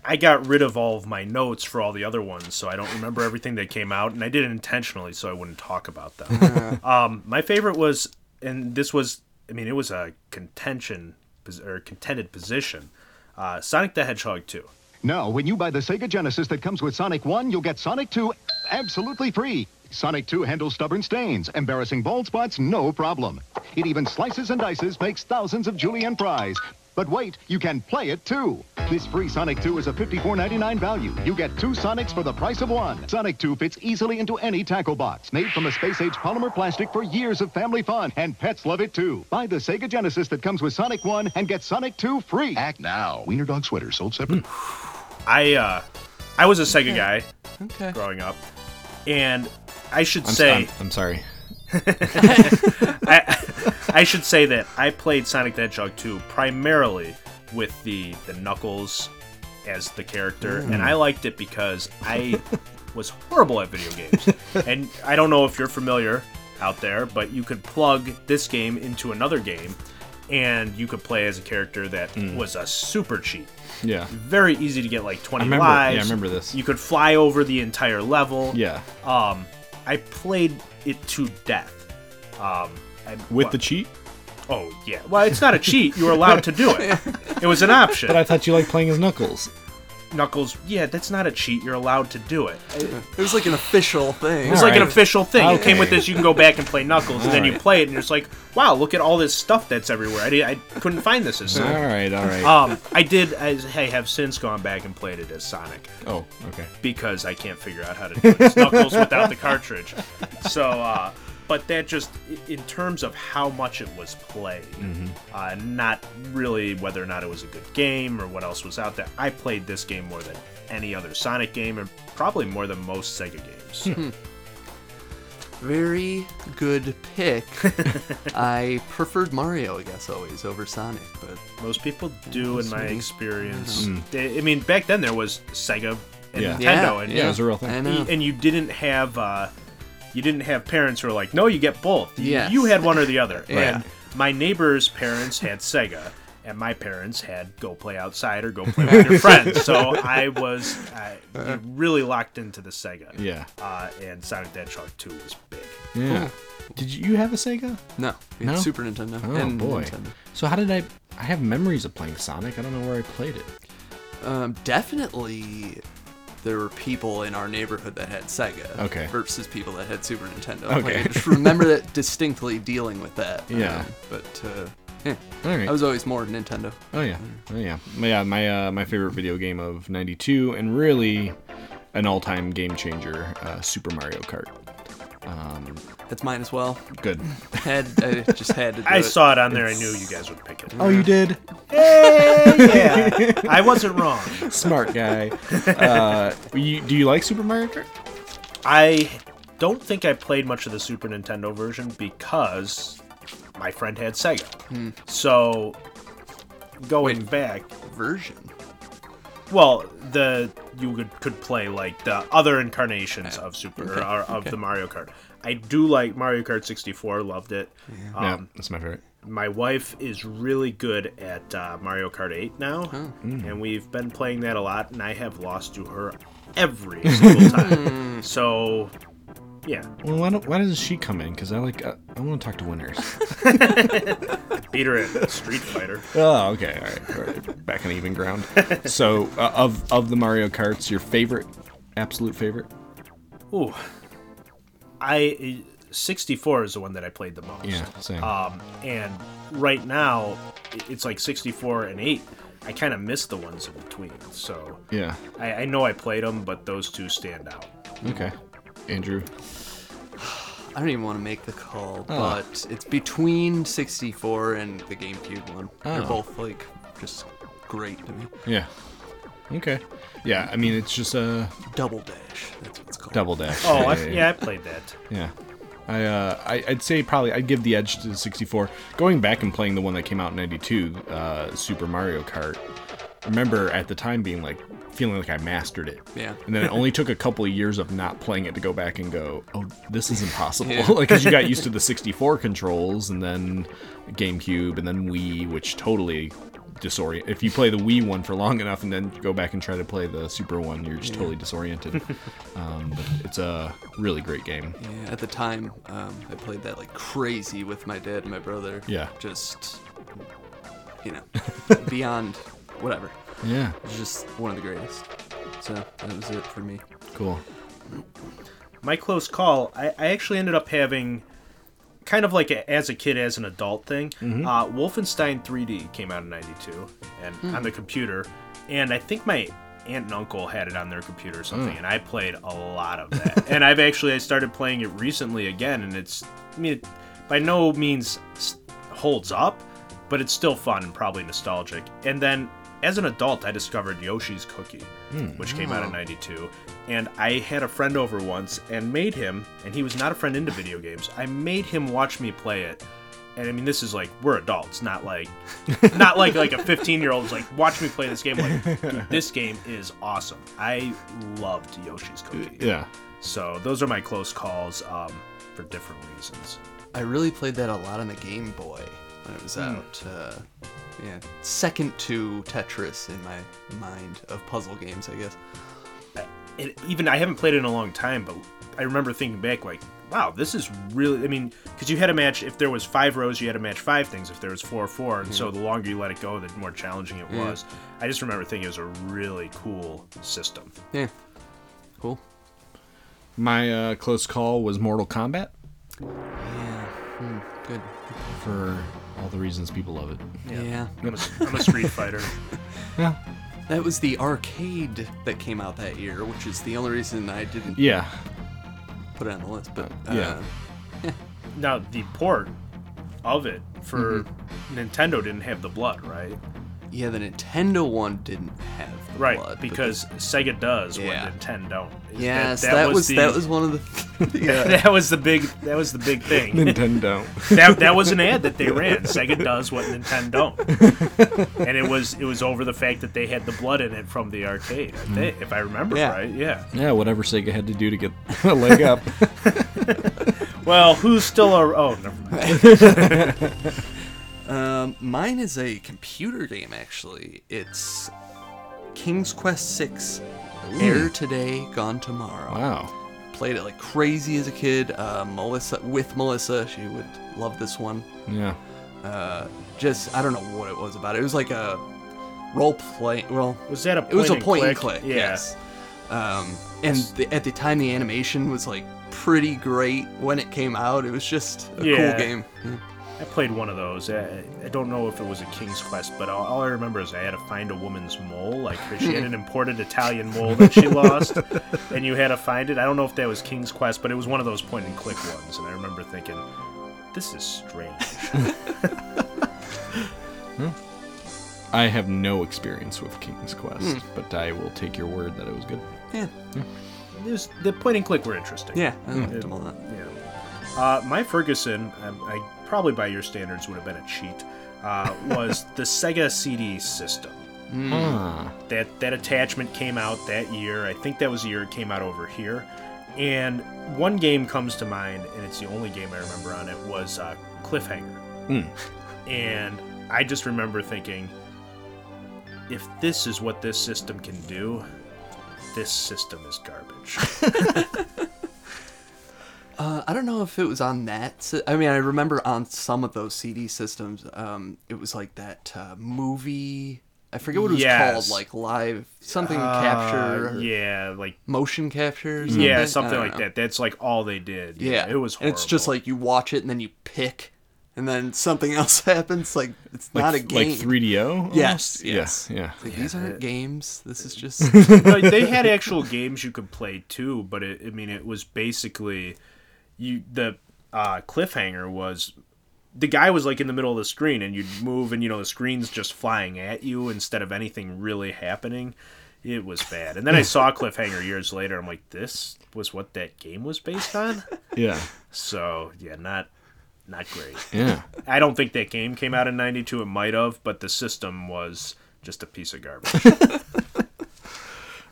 Speaker 6: I got rid of all of my notes for all the other ones, so I don't remember everything that came out, and I did it intentionally so I wouldn't talk about them. um, my favorite was, and this was, I mean, it was a contention pos- or contended position. Uh, Sonic the Hedgehog 2.
Speaker 14: No, when you buy the Sega Genesis that comes with Sonic 1, you'll get Sonic 2 absolutely free. Sonic 2 handles stubborn stains, embarrassing bald spots, no problem. It even slices and dices, makes thousands of julienne fries. But wait, you can play it too. This free Sonic 2 is a $54.99 value. You get two Sonics for the price of one. Sonic 2 fits easily into any tackle box, made from a space-age polymer plastic for years of family fun, and pets love it too. Buy the Sega Genesis that comes with Sonic 1 and get Sonic 2 free. Act now. Wiener Dog Sweater sold separate.
Speaker 6: I uh, I was a Sega guy
Speaker 5: Okay.
Speaker 6: growing up, and I should
Speaker 4: I'm,
Speaker 6: say
Speaker 4: I'm, I'm sorry.
Speaker 6: I, I should say that I played Sonic the Hedgehog 2 primarily with the, the Knuckles as the character,
Speaker 4: Mm.
Speaker 6: and I liked it because I was horrible at video games. And I don't know if you're familiar out there, but you could plug this game into another game, and you could play as a character that
Speaker 4: Mm.
Speaker 6: was a super cheat.
Speaker 4: Yeah.
Speaker 6: Very easy to get like 20
Speaker 4: I remember- yeah, I
Speaker 6: lives.
Speaker 4: remember this.
Speaker 6: You could fly over the entire level.
Speaker 4: Yeah.
Speaker 6: Um, I played it to death. Um, I-
Speaker 4: With
Speaker 6: wha-
Speaker 4: the cheat?
Speaker 6: Oh yeah. Well, it's not a cheat. You were allowed to do it. It was an option.
Speaker 4: But I thought you liked playing as Knuckles.
Speaker 6: Knuckles, yeah, that's not a cheat. You're allowed to do it.
Speaker 5: It was like an official thing.
Speaker 6: It was like an
Speaker 5: Right.
Speaker 6: official thing. You came
Speaker 5: Okay.
Speaker 6: with this, you can go back and play Knuckles, and then you
Speaker 5: Alright.
Speaker 6: play it, and it's like, wow, look at all this stuff that's everywhere. I, did, I couldn't find this as Sonic.
Speaker 4: Alright, alright.
Speaker 6: Um, I did. I, I have since gone back and played it as Sonic.
Speaker 4: Oh, okay.
Speaker 6: Because I can't figure out how to do it as Knuckles without the cartridge. So, uh, but that just i- in terms of how much it was played,
Speaker 4: Mhm.
Speaker 6: uh, not really whether or not it was a good game or what else was out there. I played this game more than any other Sonic game, and probably more than most Sega games.
Speaker 5: Hmm. Very good pick. I preferred Mario, I guess, always over Sonic, but
Speaker 6: most people do in my experience.
Speaker 5: Mm.
Speaker 6: They- I mean, back then there was Sega and
Speaker 5: Yeah.
Speaker 6: Nintendo,
Speaker 5: Yeah,
Speaker 6: and
Speaker 5: yeah, it was a real thing. I know.
Speaker 6: And you didn't have uh, you didn't have parents who were like, "No, you get both." You,
Speaker 5: Yes.
Speaker 6: you had one or the other.
Speaker 5: Yeah.
Speaker 6: And my neighbor's parents had Sega. And my parents had go play outside or go play with your friends, so I was I, really locked into the Sega.
Speaker 4: Yeah.
Speaker 6: uh, and Sonic the Hedgehog 2 was big.
Speaker 4: Yeah.
Speaker 6: hmm.
Speaker 4: Did you you have a Sega?
Speaker 5: No, we had Super Nintendo
Speaker 4: Oh
Speaker 5: and
Speaker 4: boy.
Speaker 5: Nintendo.
Speaker 4: So how did I? I have memories of playing Sonic. I don't know where I played it.
Speaker 5: Um, definitely, there were people in our neighborhood that had Sega.
Speaker 4: Okay.
Speaker 5: Versus people that had Super Nintendo.
Speaker 4: Okay.
Speaker 5: Like, I just remember that distinctly dealing with that.
Speaker 4: Yeah.
Speaker 5: Um, but uh, yeah,
Speaker 4: All right.
Speaker 5: I was always more Nintendo.
Speaker 4: Oh yeah, oh yeah, yeah. My uh, my favorite video game of '92, and really an all-time game changer, uh, Super Mario Kart. Um,
Speaker 5: That's mine as well.
Speaker 4: Good.
Speaker 5: Had I just had to. Do
Speaker 6: I
Speaker 5: it.
Speaker 6: saw it on there. I knew you guys would pick it.
Speaker 4: Oh, you did.
Speaker 6: yeah. I wasn't wrong.
Speaker 4: Smart guy. Uh, you, do you like Super Mario Kart?
Speaker 6: I don't think I played much of the Super Nintendo version because my friend had Sega.
Speaker 5: Hmm.
Speaker 6: So going back,
Speaker 5: version.
Speaker 6: Well, the you could, could play like the other incarnations of Super
Speaker 4: Okay,
Speaker 6: or of
Speaker 4: okay.
Speaker 6: the Mario Kart. I do like Mario Kart 64. Loved it. Um,
Speaker 4: Yeah, that's my favorite.
Speaker 6: My wife is really good at uh, Mario Kart 8 now,
Speaker 4: Mm.
Speaker 6: and we've been playing that a lot. And I have lost to her every single time. so, yeah,
Speaker 4: Well, why, don't, why doesn't she come in? Because I like uh, I want to talk to winners.
Speaker 6: beat her at Street Fighter.
Speaker 4: Oh, okay, all right, all right. back on even ground. So, uh, of of the Mario Karts, your favorite, absolute favorite?
Speaker 6: Ooh, I 64 is the one that I played the most.
Speaker 4: Yeah, same.
Speaker 6: Um, and right now, i- it's like 64 and 8. I kind of miss the ones in between. So
Speaker 4: Yeah.
Speaker 6: I, I know I played them, but those two stand out.
Speaker 4: Okay, Andrew.
Speaker 5: I don't even want to make the call,
Speaker 4: Oh.
Speaker 5: but it's between 64 and the GameCube one. They're
Speaker 4: Oh.
Speaker 5: both like just great to me.
Speaker 4: Yeah. Okay. Yeah, I mean it's just a
Speaker 5: double dash. That's what it's called.
Speaker 4: Double dash.
Speaker 6: Oh, I- yeah, I played that.
Speaker 4: Yeah. I, uh, I I'd say probably I'd give the edge to the 64. Going back and playing the one that came out in '92, uh, Super Mario Kart. I remember at the time being like feeling like I mastered it.
Speaker 5: Yeah.
Speaker 4: And then it only took a couple of years of not playing it to go back and go, oh, this is impossible.
Speaker 5: Yeah.
Speaker 4: like, because you got used to the 64 controls and then GameCube and then Wii, which totally disorient. If you play the Wii one for long enough and then go back and try to play the Super one, you're just
Speaker 5: Yeah.
Speaker 4: totally disoriented. um, but it's a really great game.
Speaker 5: Yeah, at the time, um, I played that like crazy with my dad and my brother.
Speaker 4: Yeah.
Speaker 5: Just, you know, beyond whatever.
Speaker 4: Yeah.
Speaker 5: It was just one of the greatest. So that was it for me.
Speaker 4: Cool.
Speaker 6: my close call, I, I actually ended up having kind of like a, as a kid, as an adult thing.
Speaker 4: Mhm.
Speaker 6: Uh, Wolfenstein 3D came out in 92 and on the computer. And I think my aunt and uncle had it on their computer or something.
Speaker 4: Mm.
Speaker 6: And I played a lot of that. and I've actually I started playing it recently again. And it's, I mean, it by no means s- holds up, but it's still fun and probably nostalgic. And then as an adult, I discovered Yoshi's Cookie,
Speaker 4: Mm.
Speaker 6: which came out in
Speaker 4: Oh.
Speaker 6: 92 and i had a friend over once and made him and he was not a friend into video games i made him watch me play it and i mean this is like we're adults not like not like like a 15 year old is like watch me play this game like dude this game is awesome i loved yoshi's cookie
Speaker 4: Yeah.
Speaker 6: so those are my close calls um, for different reasons
Speaker 5: I really played that a lot on the Game Boy when it was
Speaker 6: Hmm.
Speaker 5: out. Uh, yeah, second to Tetris in my mind of puzzle games, I guess.
Speaker 6: it, even I haven't played it in a long time, but I remember thinking back like, wow, this is really. I mean, because you had a match. If there was five rows, you had to match five things. If there was four, four. And so
Speaker 5: Mhm.
Speaker 6: the longer you let it go, the more challenging it
Speaker 5: Yeah.
Speaker 6: was. I just remember thinking it was a really cool system.
Speaker 5: Yeah. Cool.
Speaker 4: My uh, close call was Mortal Kombat
Speaker 5: Good.
Speaker 4: for all the reasons people love it.
Speaker 5: Yeah.
Speaker 6: I'm a- I'm a Street Fighter.
Speaker 4: Yeah.
Speaker 5: That was the arcade that came out that year, which is the only reason I didn't
Speaker 4: Yeah.
Speaker 5: put it on the list. But uh,
Speaker 4: yeah.
Speaker 6: Now the port of it for
Speaker 5: Mm-hmm.
Speaker 6: Nintendo didn't have the blood, right?
Speaker 5: yeah, the Nintendo one didn't have the
Speaker 6: Right,
Speaker 5: blood, but
Speaker 6: because Sega does
Speaker 5: Yeah.
Speaker 6: what Nintendo don't. Is
Speaker 5: Yes, that was- that was one of the- Yeah.
Speaker 6: that was the big that was the big thing.
Speaker 4: Nintendo.
Speaker 6: that that was an ad that they ran. Sega does what Nintendo don't, and it was it was over the fact that they had the blood in it from the arcade. I think, if I remember right, yeah.
Speaker 4: Yeah, whatever Sega had to do to get a leg up.
Speaker 6: Well, who's still a oh never mind.
Speaker 5: Um, mine is a computer game, actually. It's King's Quest VI Air Today, Gone Tomorrow.
Speaker 4: Wow.
Speaker 5: Played it like crazy as a kid. Uh, Melissa, with Melissa, she would love this one.
Speaker 4: Yeah.
Speaker 5: Uh, just, I don't know what it was about. It was like a role play. Well,
Speaker 6: was that a
Speaker 5: It was a
Speaker 6: point and click?
Speaker 5: point and click,
Speaker 6: Yeah.
Speaker 5: yes. Um, and the, at the time, the animation was like pretty great when it came out. It was just a
Speaker 6: Yeah.
Speaker 5: cool game.
Speaker 6: I played one of those. I, I don't know if it was a King's Quest, but all, all I remember is I had to find a woman's mole. Like she had an imported Italian mole that she lost, and you had to find it. I don't know if that was King's Quest, but it was one of those point and click ones. And I remember thinking, this is strange.
Speaker 4: I have no experience with King's Quest,
Speaker 6: Hmm.
Speaker 4: but I will take your word that it was good.
Speaker 5: Yeah.
Speaker 6: It was, the point and click were interesting.
Speaker 5: Yeah, I liked
Speaker 6: It-
Speaker 5: them a lot.
Speaker 6: Yeah. Uh, my Ferguson, I, I probably by your standards would have been a cheat, uh, was the Sega CD system.
Speaker 4: Mm. Ah.
Speaker 6: That that attachment came out that year. I think that was the year it came out over here. And one game comes to mind, and it's the only game I remember on it was uh, Cliffhanger.
Speaker 4: Mm.
Speaker 6: And I just remember thinking, if this is what this system can do, this system is garbage.
Speaker 5: Uh, I don't know if it was on that. sy- I mean, I remember on some of those CD systems, um, it was like that uh, movie. I forget what it was
Speaker 6: Yes.
Speaker 5: called, like live something
Speaker 6: Uh,
Speaker 5: capture. or
Speaker 6: yeah, like
Speaker 5: motion capture. Or something.
Speaker 6: yeah,
Speaker 5: I
Speaker 6: something
Speaker 5: don't
Speaker 6: like
Speaker 5: know.
Speaker 6: that. That's like all they did.
Speaker 5: Hmm. uh, Yeah,
Speaker 6: it was
Speaker 5: And
Speaker 6: horrible.
Speaker 5: It's just like you watch it and then you pick, and then something else happens. Like it's
Speaker 4: Like-
Speaker 5: not a
Speaker 4: like
Speaker 5: game.
Speaker 4: 3DO almost?
Speaker 5: Yes.
Speaker 4: Yeah,
Speaker 5: Yes.
Speaker 4: yeah.
Speaker 5: It's like, These aren't games. This is just.
Speaker 6: Like, they had actual games you could play too, but it, I mean, it was basically you. The uh, cliffhanger was the guy was like in the middle of the screen, and you'd move, and you know the screen's just flying at you instead of anything really happening. It was bad. And then I saw Cliffhanger years later. I'm like, this was what that game was based on.
Speaker 4: Yeah.
Speaker 6: So yeah, not not great.
Speaker 4: Yeah.
Speaker 6: I don't think that game came out in '92. It might have, but the system was just a piece of garbage.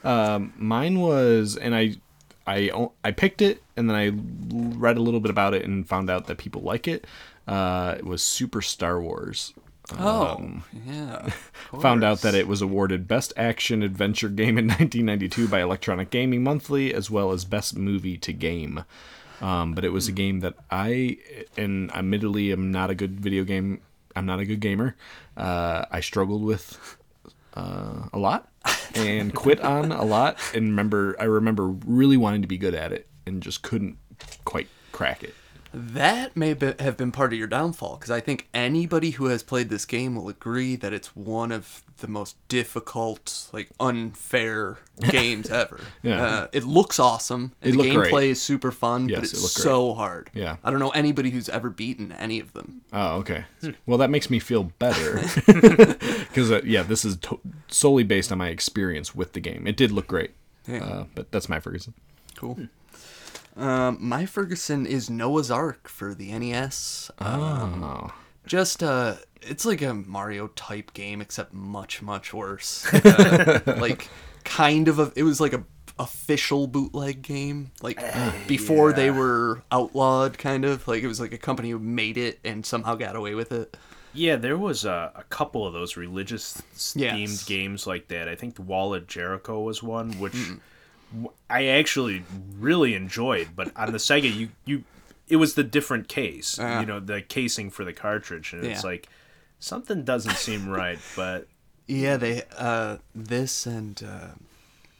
Speaker 4: Um, mine was, and I, I, o- I picked it, and then I l- read a little bit about it and found out that people like it. Uh, it was Super Star Wars.
Speaker 5: Oh,
Speaker 4: Um,
Speaker 5: yeah. of
Speaker 4: Found out
Speaker 5: course.
Speaker 4: that it was awarded Best Action Adventure Game in 1992 by Electronic Gaming Monthly, as well as Best Movie to Game. Um, but it was a game that I, and admittedly, am not a good video game. I'm not a good gamer. Uh, I struggled with uh, a lot and quit on a lot. And remember, I remember really wanting to be good at it and just couldn't quite crack it.
Speaker 5: That may be, have been part of your downfall because I think anybody who has played this game will agree that it's one of the most difficult, like unfair games ever.
Speaker 4: Yeah.
Speaker 5: Uh, it looks awesome.
Speaker 4: It
Speaker 5: and the
Speaker 4: looked
Speaker 5: gameplay
Speaker 4: great.
Speaker 5: is super fun,
Speaker 4: Yes,
Speaker 5: but
Speaker 4: it looked
Speaker 5: it's
Speaker 4: great.
Speaker 5: so hard.
Speaker 4: Yeah.
Speaker 5: I don't know anybody who's ever beaten any of them.
Speaker 4: Oh, okay.
Speaker 6: Hmm.
Speaker 4: Well, that makes me feel better because uh, yeah, this is to- solely based on my experience with the game. It did look great,
Speaker 5: Yeah.
Speaker 4: uh, but that's my Ferguson.
Speaker 5: Cool. Um, my Ferguson is Noah's Ark for the NES. Um,
Speaker 4: Oh.
Speaker 5: Just uh, it's like a Mario type game, except much much worse. Uh, like kind of a, it was like a official bootleg game, like before they were outlawed, kind of like it was like a company who made it and somehow got away with it.
Speaker 6: Yeah, there was a, a couple of those religious s-
Speaker 5: Yes.
Speaker 6: themed games like that. I think the Wall of Jericho was one, which w I I actually really enjoyed, but on the Sega, you you it was the different case,
Speaker 5: Ah.
Speaker 6: you know, the casing for the cartridge, and it's
Speaker 5: Yeah.
Speaker 6: like something doesn't seem right. But
Speaker 5: Yeah, they uh this and uh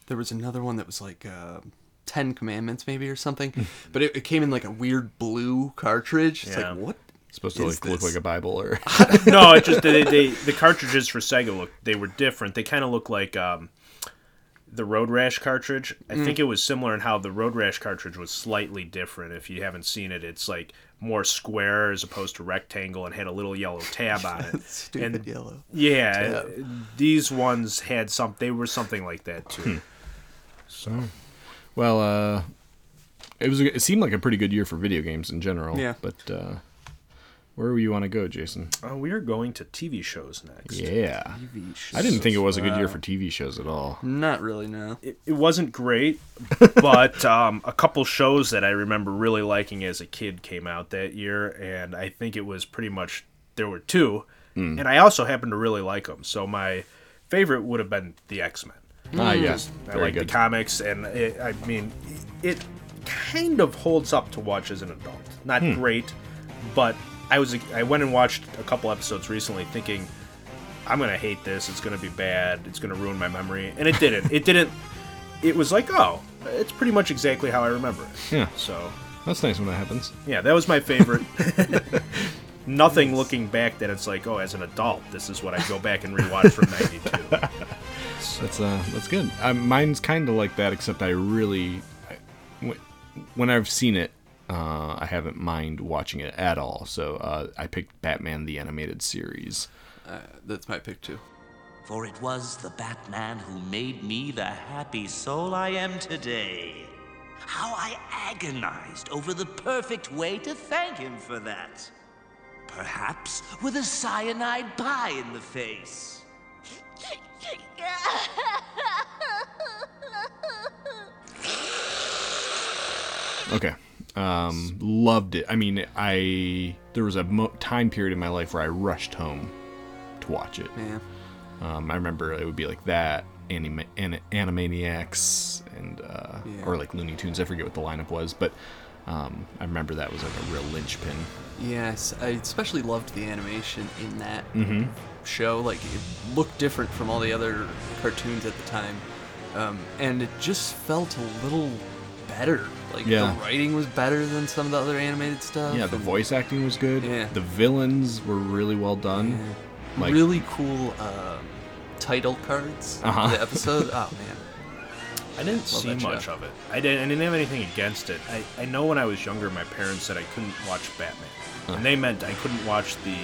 Speaker 5: there was another one that was like uh Ten Commandments maybe or
Speaker 4: Hmm.
Speaker 5: something. but it, it came in like a weird blue cartridge. It's
Speaker 6: Yeah.
Speaker 5: like what?
Speaker 4: supposed to
Speaker 5: is
Speaker 4: like, look
Speaker 5: this?
Speaker 4: like a Bible or
Speaker 6: no, it just they, they the cartridges for Sega look they were different. They kind of look like um, the Road Rash cartridge. I
Speaker 5: Mm.
Speaker 6: think it was similar in how the Road Rash cartridge was slightly different. If you haven't seen it, it's like more square as opposed to rectangle and had a little yellow tab on it.
Speaker 5: Stupid
Speaker 6: and
Speaker 5: yellow
Speaker 6: Yeah,
Speaker 5: tab.
Speaker 6: these ones had some. They were something like that too.
Speaker 4: So, well, uh, it was. a- It seemed like a pretty good year for video games in general.
Speaker 6: Yeah.
Speaker 4: But uh, where do you want to go, Jason?
Speaker 5: Hmm.
Speaker 6: Uh, we are going to TV shows next.
Speaker 4: Yeah. I didn't think it was a good
Speaker 6: Uh,
Speaker 4: year for TV shows at all.
Speaker 6: mm-hmm.
Speaker 5: Not really, no.
Speaker 6: It, it wasn't great, but um, a couple shows that I remember really liking as a kid came out that year, and I think it was pretty much there were two,
Speaker 4: Mm.
Speaker 6: and I also happened to really like them. So my favorite would have been the X Men.
Speaker 4: Ah, yeah.
Speaker 6: I
Speaker 4: Very
Speaker 6: like the
Speaker 4: good.
Speaker 6: comics, and it, I mean, it kind of holds up to watch as an adult. Not
Speaker 4: Hmm.
Speaker 6: great, but I was I went and watched a couple episodes recently, thinking I'm gonna hate this. It's gonna be bad. It's gonna ruin my memory, and it didn't. it didn't. It was like, oh, it's pretty much exactly how I remember it.
Speaker 4: Yeah.
Speaker 6: So
Speaker 4: That's nice when that happens.
Speaker 6: yeah, that was my favorite. Nothing looking back that it's like, oh, as an adult, this is what I go back and rewatch from '92.
Speaker 4: That's uh, that's good. Um, mine's kind of like that, except I really, I, wh- when I've seen it, uh, I haven't mind watching it at all. So uh, I picked Batman the Animated Series.
Speaker 5: Uh, that's my pick too.
Speaker 15: For it was the Batman who made me the happy soul I am today. How I agonized over the perfect way to thank him for that. Perhaps with a cyanide pie in the face.
Speaker 4: Okay. Um, loved it. I mean, I there was a mo- time period in my life where I rushed home to watch it.
Speaker 5: Yeah.
Speaker 4: Um, I remember it would be like that anime, an, Animaniacs and uh,
Speaker 5: Yeah.
Speaker 4: or like Looney Tunes. I forget what the lineup was, but um, I remember that was like a real linchpin.
Speaker 5: Yes, I especially loved the animation in that
Speaker 4: Mhm.
Speaker 5: show. Like it looked different from all the other cartoons at the time, um, and it just felt a little better. Like
Speaker 4: Yeah.
Speaker 5: the writing was better than some of the other animated stuff.
Speaker 4: Yeah, the
Speaker 5: and
Speaker 4: voice acting was good. Yeah. The villains were really well done. Like
Speaker 5: really cool um, title cards. for
Speaker 4: Uh-huh.
Speaker 5: The episode. Oh man,
Speaker 6: I didn't
Speaker 5: Love
Speaker 6: see
Speaker 5: that show.
Speaker 6: much of it. I didn't, I didn't have anything against it. I, I know when I was younger, my parents said I couldn't watch Batman.
Speaker 4: Huh.
Speaker 6: And they meant I couldn't watch the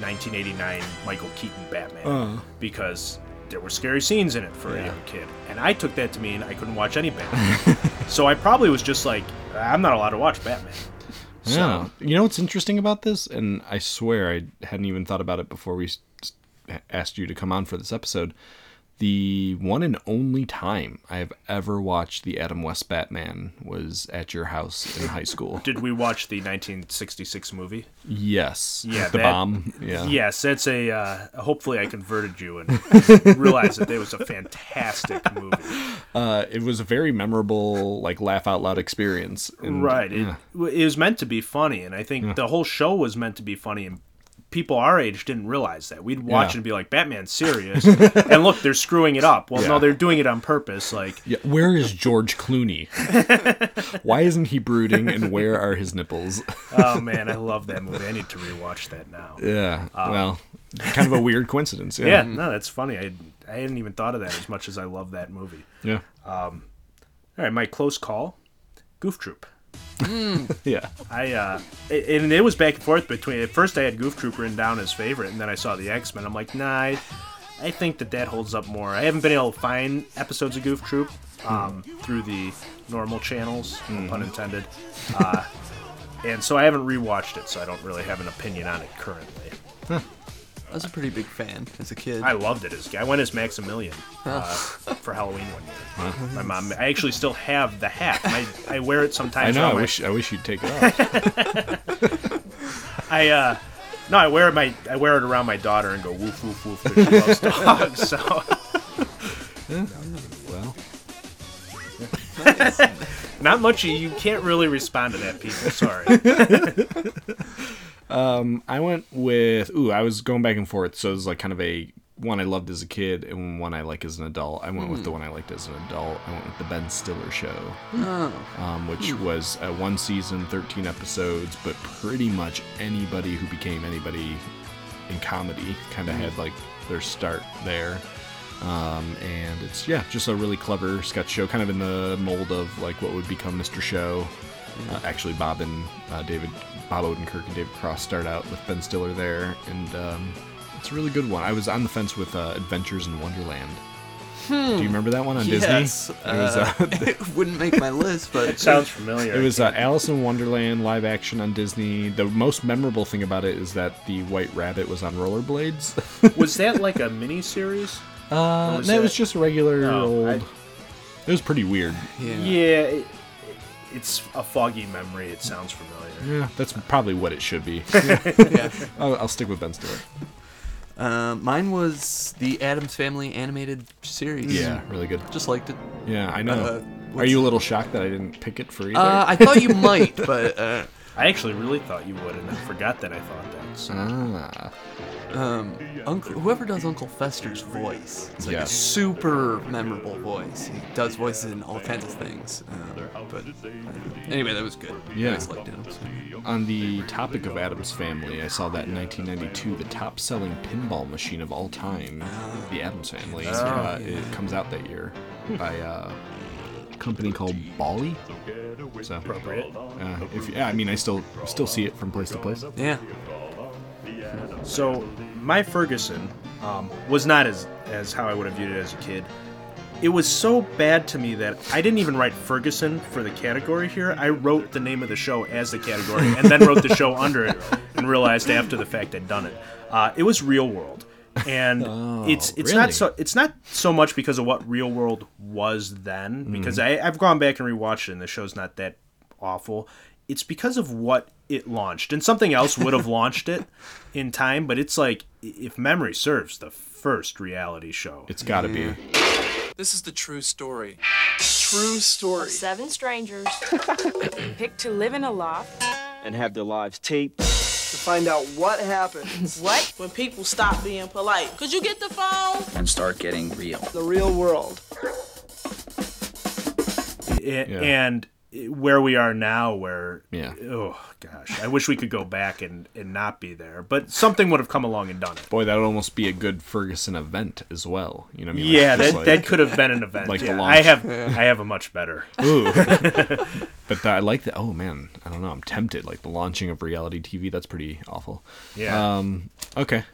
Speaker 6: 1989 Michael Keaton Batman
Speaker 4: Uh.
Speaker 6: because there were scary scenes in it for a
Speaker 4: Yeah.
Speaker 6: young kid. And I took that to mean I couldn't watch any Batman. so I probably was just like, I'm not allowed to watch Batman.
Speaker 4: Yeah. You know what's interesting about this? And I swear I hadn't even thought about it before we s- s- asked you to come on for this episode. The one and only time I have ever watched the Adam West Batman was at your house in high school.
Speaker 6: Did we watch the 1966 movie?
Speaker 4: Yes.
Speaker 6: Yeah,
Speaker 4: The
Speaker 6: that-
Speaker 4: bomb. Yeah.
Speaker 6: Yes, that's a. Uh, hopefully, I converted you and realized that that was a fantastic movie.
Speaker 4: Uh, it was a very memorable, like, laugh out loud experience. And,
Speaker 6: right.
Speaker 4: yeah.
Speaker 6: It, w- it was meant to be funny, and I think
Speaker 4: Yeah.
Speaker 6: the whole show was meant to be funny, and people our age didn't realize that. We'd watch
Speaker 4: Yeah.
Speaker 6: it and be like, "Batman's serious," and look, they're screwing it up. Well,
Speaker 4: Yeah.
Speaker 6: no, they're doing it on purpose. Like,
Speaker 4: Yeah, where is George Clooney? Why isn't he brooding and where are his nipples?
Speaker 6: oh man, I love that movie. I need to rewatch that now.
Speaker 4: Yeah. Mm-hmm.
Speaker 6: Um,
Speaker 4: well, kind of a weird coincidence.
Speaker 6: yeah.
Speaker 4: Yeah.
Speaker 6: no, that's funny. I I hadn't even thought of that as much as I love that movie.
Speaker 4: Yeah.
Speaker 6: Um, all right, my close call, Goof Troop.
Speaker 4: yeah.
Speaker 6: I uh, a- and it was back and forth between. At first, I had Goof Troop written down as favorite, and then I saw the X Men. I'm like, nah, I, I think that that holds up more. I haven't been able to find episodes of Goof Troop um, through the normal channels, no pun intended. Uh, and so I haven't rewatched it, so I don't really have an opinion on it currently.
Speaker 5: I was a pretty big fan as a kid.
Speaker 6: I loved it as I went as Maximilian uh, for Halloween one year. My mom, I actually still have the hat. I, I wear it
Speaker 4: I
Speaker 6: sometimes.
Speaker 4: know.
Speaker 6: around
Speaker 4: I
Speaker 6: my-
Speaker 4: wish. I wish you'd take it off.
Speaker 6: I uh no, I wear my I wear it around my daughter and go woof woof woof because she loves dogs. So
Speaker 4: well,
Speaker 6: Not much. You can't really respond to that, people. Sorry.
Speaker 4: Um, I went with ooh, I was going back and forth, so it was like kind of a one I loved as a kid and one I like as an adult. I went
Speaker 5: Hmm.
Speaker 4: with the one I liked as an adult. I went with the Ben Stiller show,
Speaker 5: Oh.
Speaker 4: um, which
Speaker 5: Hmm.
Speaker 4: was uh, one season, thirteen episodes, but pretty much anybody who became anybody in comedy kind of
Speaker 5: Hmm.
Speaker 4: had like their start there. Um, and it's yeah, just a really clever sketch show, kind of in the mold of like what would become Mr. Show.
Speaker 5: Hmm.
Speaker 4: Uh, actually, Bob and uh, David, Bob Odenkirk and David Cross start out with Ben Stiller there, and um, it's a really good one. I was on the fence with uh, Adventures in Wonderland. Do you remember that one on
Speaker 5: Hmm. Yes,
Speaker 4: Disney?
Speaker 5: uh, it wouldn't make my list, but- It sounds familiar.
Speaker 4: It was uh, Alice in Wonderland live action on Disney. The most memorable thing about it is that the White Rabbit was on rollerblades.
Speaker 6: was that like a mini series?
Speaker 4: Uh, no, it was just a regular old. It was pretty weird.
Speaker 6: Yeah, it, it's a foggy memory. It sounds familiar.
Speaker 4: Yeah, that's probably what it should be. I'll, I'll stick with Ben Stiller.
Speaker 5: Uh, mine was the Adams Family animated series.
Speaker 4: Yeah, really good.
Speaker 5: Just liked it.
Speaker 4: Yeah, I know.
Speaker 5: Uh,
Speaker 4: Are you a little shocked that I didn't pick it for either?
Speaker 5: Uh, I thought you might, but uh,
Speaker 6: I actually really thought you would, and I forgot that I thought that. So.
Speaker 4: Ah.
Speaker 5: Um, Uncle, whoever does Uncle Fester's voice, it's like
Speaker 4: Yeah.
Speaker 5: a super memorable voice. He does voices in all kinds of things. Um, but uh, anyway, that was good. I
Speaker 4: Yeah.
Speaker 5: just liked Adams.
Speaker 4: On the topic of Adam's family, I saw that in 1992, the top-selling pinball machine of all time, the Adams Family,
Speaker 5: Oh,
Speaker 4: uh,
Speaker 5: yeah.
Speaker 4: it comes out that year by uh, a company called Bally. So,
Speaker 6: Appropriate.
Speaker 4: Uh, if, yeah, I mean, I still still see it from place to place.
Speaker 5: Yeah.
Speaker 6: So my Ferguson um, was not as as how I would have viewed it as a kid. It was so bad to me that I didn't even write Ferguson for the category here. I wrote the name of the show as the category and then wrote the show under it and realized after the fact I'd done it. Uh, it was Real World. And it's it's
Speaker 4: really?
Speaker 6: not so it's not so much because of what Real World was then because I, I've gone back and rewatched it and the show's not that awful. It's because of what it launched, and something else would have launched it in time. But it's like, i- if memory serves, the first reality show.
Speaker 4: It's got to be.
Speaker 16: This is the true story. True story.
Speaker 17: Seven strangers picked to live in a loft.
Speaker 16: And have their lives taped.
Speaker 18: to find out what happens.
Speaker 17: What?
Speaker 18: When people stop being polite.
Speaker 17: Could you get the phone?
Speaker 16: And start getting real.
Speaker 18: The real world.
Speaker 6: I- and i- where we are now, where
Speaker 4: Yeah.
Speaker 6: oh gosh, I wish we could go back and and not be there, but something would have come along and done it.
Speaker 4: Boy, that would almost be a good Ferguson event as well. You know what I mean? Like,
Speaker 6: yeah,
Speaker 4: just
Speaker 6: that,
Speaker 4: like-
Speaker 6: that could have been an event.
Speaker 4: Like
Speaker 6: yeah.
Speaker 4: the launch.
Speaker 6: I have I have a much better.
Speaker 4: Ooh. but I like that. Oh man, I don't know. I'm tempted. Like the launching of reality TV. That's pretty awful.
Speaker 6: Yeah.
Speaker 4: Um. Okay.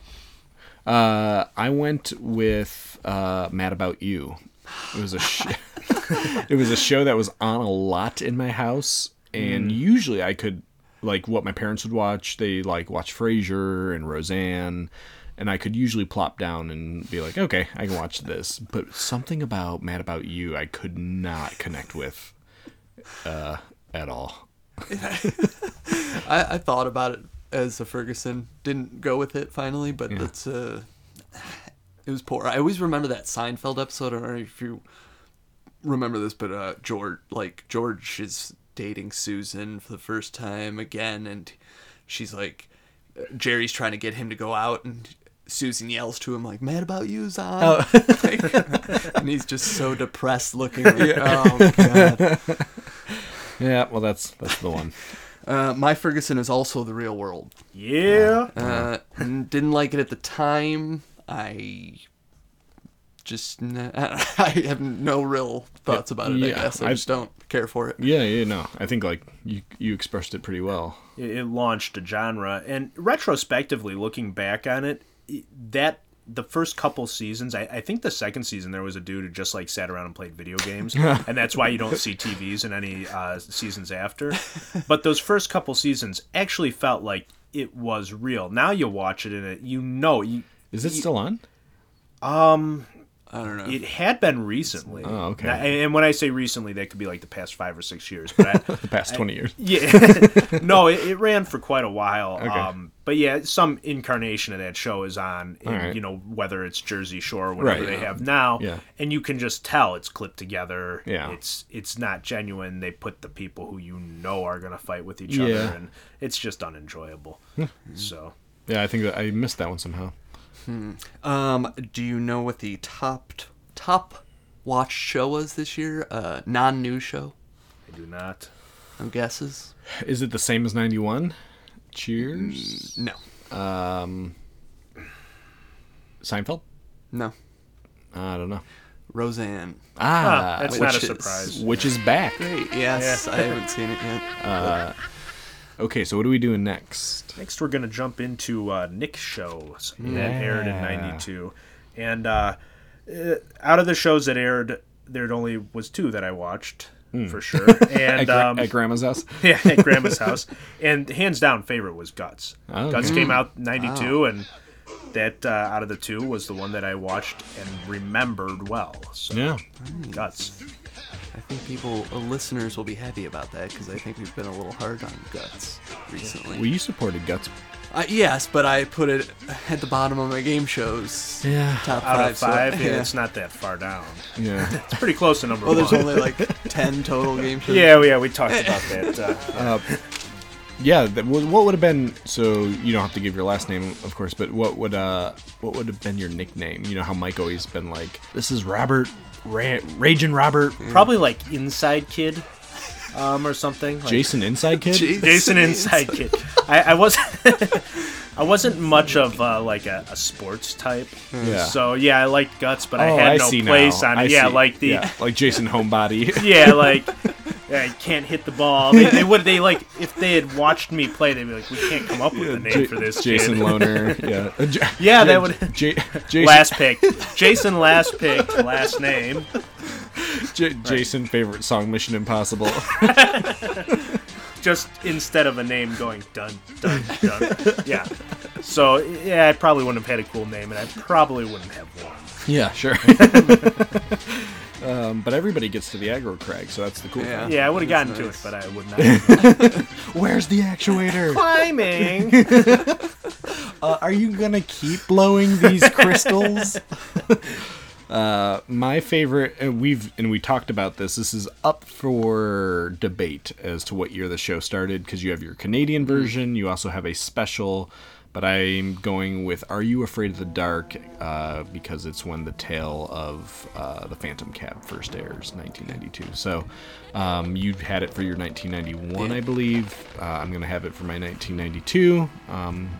Speaker 4: Uh, I went with uh, Mad About You. It was a sh- it was a show that was on a lot in my house, and
Speaker 6: Mm.
Speaker 4: usually I could like what my parents would watch. They like watch Frasier and Roseanne. And I could usually plop down and be like, okay, I can watch this. But something about Mad About You, I could not connect with uh, at all.
Speaker 5: I, I thought about it as a Ferguson. Didn't go with it finally, but
Speaker 4: Yeah.
Speaker 5: that's uh, it was poor. I always remember that Seinfeld episode. I don't know if you remember this, but uh, George, like George, is dating Susan for the first time again, and she's like, Jerry's trying to get him to go out, and Susan yells to him like, "Mad about you, Zon,"
Speaker 4: Oh.
Speaker 5: Like, and he's just so depressed looking. Like,
Speaker 4: Yeah.
Speaker 5: Oh god.
Speaker 4: Yeah, well, that's that's the one.
Speaker 5: Uh, my Ferguson is also the real world.
Speaker 6: Yeah.
Speaker 5: Uh, n- didn't like it at the time. I just n- I have no real thoughts about it. I
Speaker 4: Yeah,
Speaker 5: guess I
Speaker 4: I've-
Speaker 5: just don't care for it.
Speaker 4: Yeah, yeah, no. I think like you you expressed it pretty well.
Speaker 6: it, it launched a genre and retrospectively looking back on it i- that the first couple seasons I, I think the second season there was a dude who just like sat around and played video games and that's why you don't see tvs in any uh, seasons after but those first couple seasons actually felt like it was real now you watch it and it you know you
Speaker 4: Is it still on
Speaker 6: um
Speaker 5: I don't know.
Speaker 6: It had been recently.
Speaker 4: Oh, okay.
Speaker 6: And, I- and when I say recently, that could be like the past five or six years. But I,
Speaker 4: The past
Speaker 6: I-
Speaker 4: 20 years.
Speaker 6: Yeah. no, it, it ran for quite a while.
Speaker 4: Okay.
Speaker 6: Um, but yeah, some incarnation of that show is on. in,
Speaker 4: All right.
Speaker 6: You know, whether it's Jersey Shore or whatever
Speaker 4: Right.
Speaker 6: they have now.
Speaker 4: Yeah.
Speaker 6: And you can just tell it's clipped together.
Speaker 4: Yeah.
Speaker 6: It's it's not genuine. They put the people who you know are gonna fight with each
Speaker 4: Yeah. Hmm.
Speaker 6: other, and it's just unenjoyable. so.
Speaker 4: Yeah, I think that I missed that one somehow.
Speaker 5: Hmm. Um, do you know what the top top watch show was this year? Uh, non new show.
Speaker 6: I do not.
Speaker 5: No guesses.
Speaker 4: Is it the same as 91? Cheers?
Speaker 5: no.
Speaker 4: Um, Seinfeld?
Speaker 5: No.
Speaker 4: I don't know.
Speaker 5: Roseanne.
Speaker 4: Ah,
Speaker 5: Ah, that's
Speaker 4: which
Speaker 5: not a
Speaker 4: is-
Speaker 5: surprise.
Speaker 4: Which is back.
Speaker 5: Great, yes, Yeah. I haven't seen it yet.
Speaker 4: Uh, okay, so what are we doing next?
Speaker 6: Next, we're going to jump into uh, Nick's shows that
Speaker 4: Yeah.
Speaker 6: aired in 92. And uh, uh, out of the shows that aired, there only was two that I watched.
Speaker 4: Mm.
Speaker 6: For sure, and
Speaker 4: At gra-
Speaker 6: um,
Speaker 4: at Grandma's house?
Speaker 6: yeah, at Grandma's house, and hands down favorite was Guts.
Speaker 4: Oh,
Speaker 6: Guts
Speaker 4: okay.
Speaker 6: came
Speaker 4: Mm.
Speaker 6: out '92, and that uh, out of the two was the one that I watched and remembered well. So,
Speaker 4: Yeah.
Speaker 5: Hmm.
Speaker 6: Guts.
Speaker 5: I think people, uh, listeners, will be happy about that because I think we've been a little hard on guts recently.
Speaker 4: Well, you supported Guts.
Speaker 5: Uh, yes, but I put it at the bottom of my game shows.
Speaker 4: Yeah.
Speaker 5: Top
Speaker 6: out
Speaker 5: five.
Speaker 6: of five,
Speaker 5: so,
Speaker 6: yeah, it's not that far down.
Speaker 4: Yeah.
Speaker 6: it's pretty close to number
Speaker 5: Well,
Speaker 6: one.
Speaker 5: there's only like ten total game shows.
Speaker 6: Yeah, yeah, we talked about that. Uh,
Speaker 4: Uh, yeah, that, wa- what would have been? So you don't have to give your last name, of course, but what would uh, what would have been your nickname? You know how Mike always been like, "This is Robert, Ra- Raging Robert."
Speaker 6: Probably like Inside Kid, um, or something. Like,
Speaker 4: Jason Inside Kid.
Speaker 6: Jason, Inside Kid. I, I was, I wasn't much of uh, like a, a sports type.
Speaker 4: Yeah.
Speaker 6: So yeah, I liked guts, but
Speaker 4: Oh,
Speaker 6: I had
Speaker 4: see
Speaker 6: no place
Speaker 4: now.
Speaker 6: on
Speaker 4: I
Speaker 6: it. Yeah,
Speaker 4: see.
Speaker 6: like the
Speaker 4: Yeah, like Jason Homebody.
Speaker 6: yeah, like yeah, you can't hit the ball. They, they would they like if they had watched me play, they'd be like, we can't come up with a name
Speaker 4: J-
Speaker 6: for this.
Speaker 4: Jason
Speaker 6: kid.
Speaker 4: Loner. Yeah. Uh, J-
Speaker 6: yeah,
Speaker 4: yeah,
Speaker 6: that would
Speaker 4: J- Jason-
Speaker 6: last pick. Jason last pick, last name.
Speaker 4: J- Jason favorite song Mission Impossible.
Speaker 6: Just instead of a name going dun dun dun. Yeah. So yeah, I probably wouldn't have had a cool name, and I probably wouldn't have won.
Speaker 4: yeah, sure. um, but everybody gets to the aggro crag, so that's the cool
Speaker 6: Yeah,
Speaker 4: thing.
Speaker 6: I would have gotten to it, but I would not.
Speaker 4: Where's the actuator?
Speaker 6: Climbing.
Speaker 4: uh, are you gonna keep blowing these crystals? uh, my favorite, and we've and we talked about this. This is up for debate as to what year the show started because you have your Canadian version. You also have a special. But I'm going with "Are You Afraid of the Dark" uh, because it's when the tale of uh, the Phantom Cab first airs, 1992. So um, you had it for your 1991, I believe. Uh, I'm going to have it for my 1992. Um,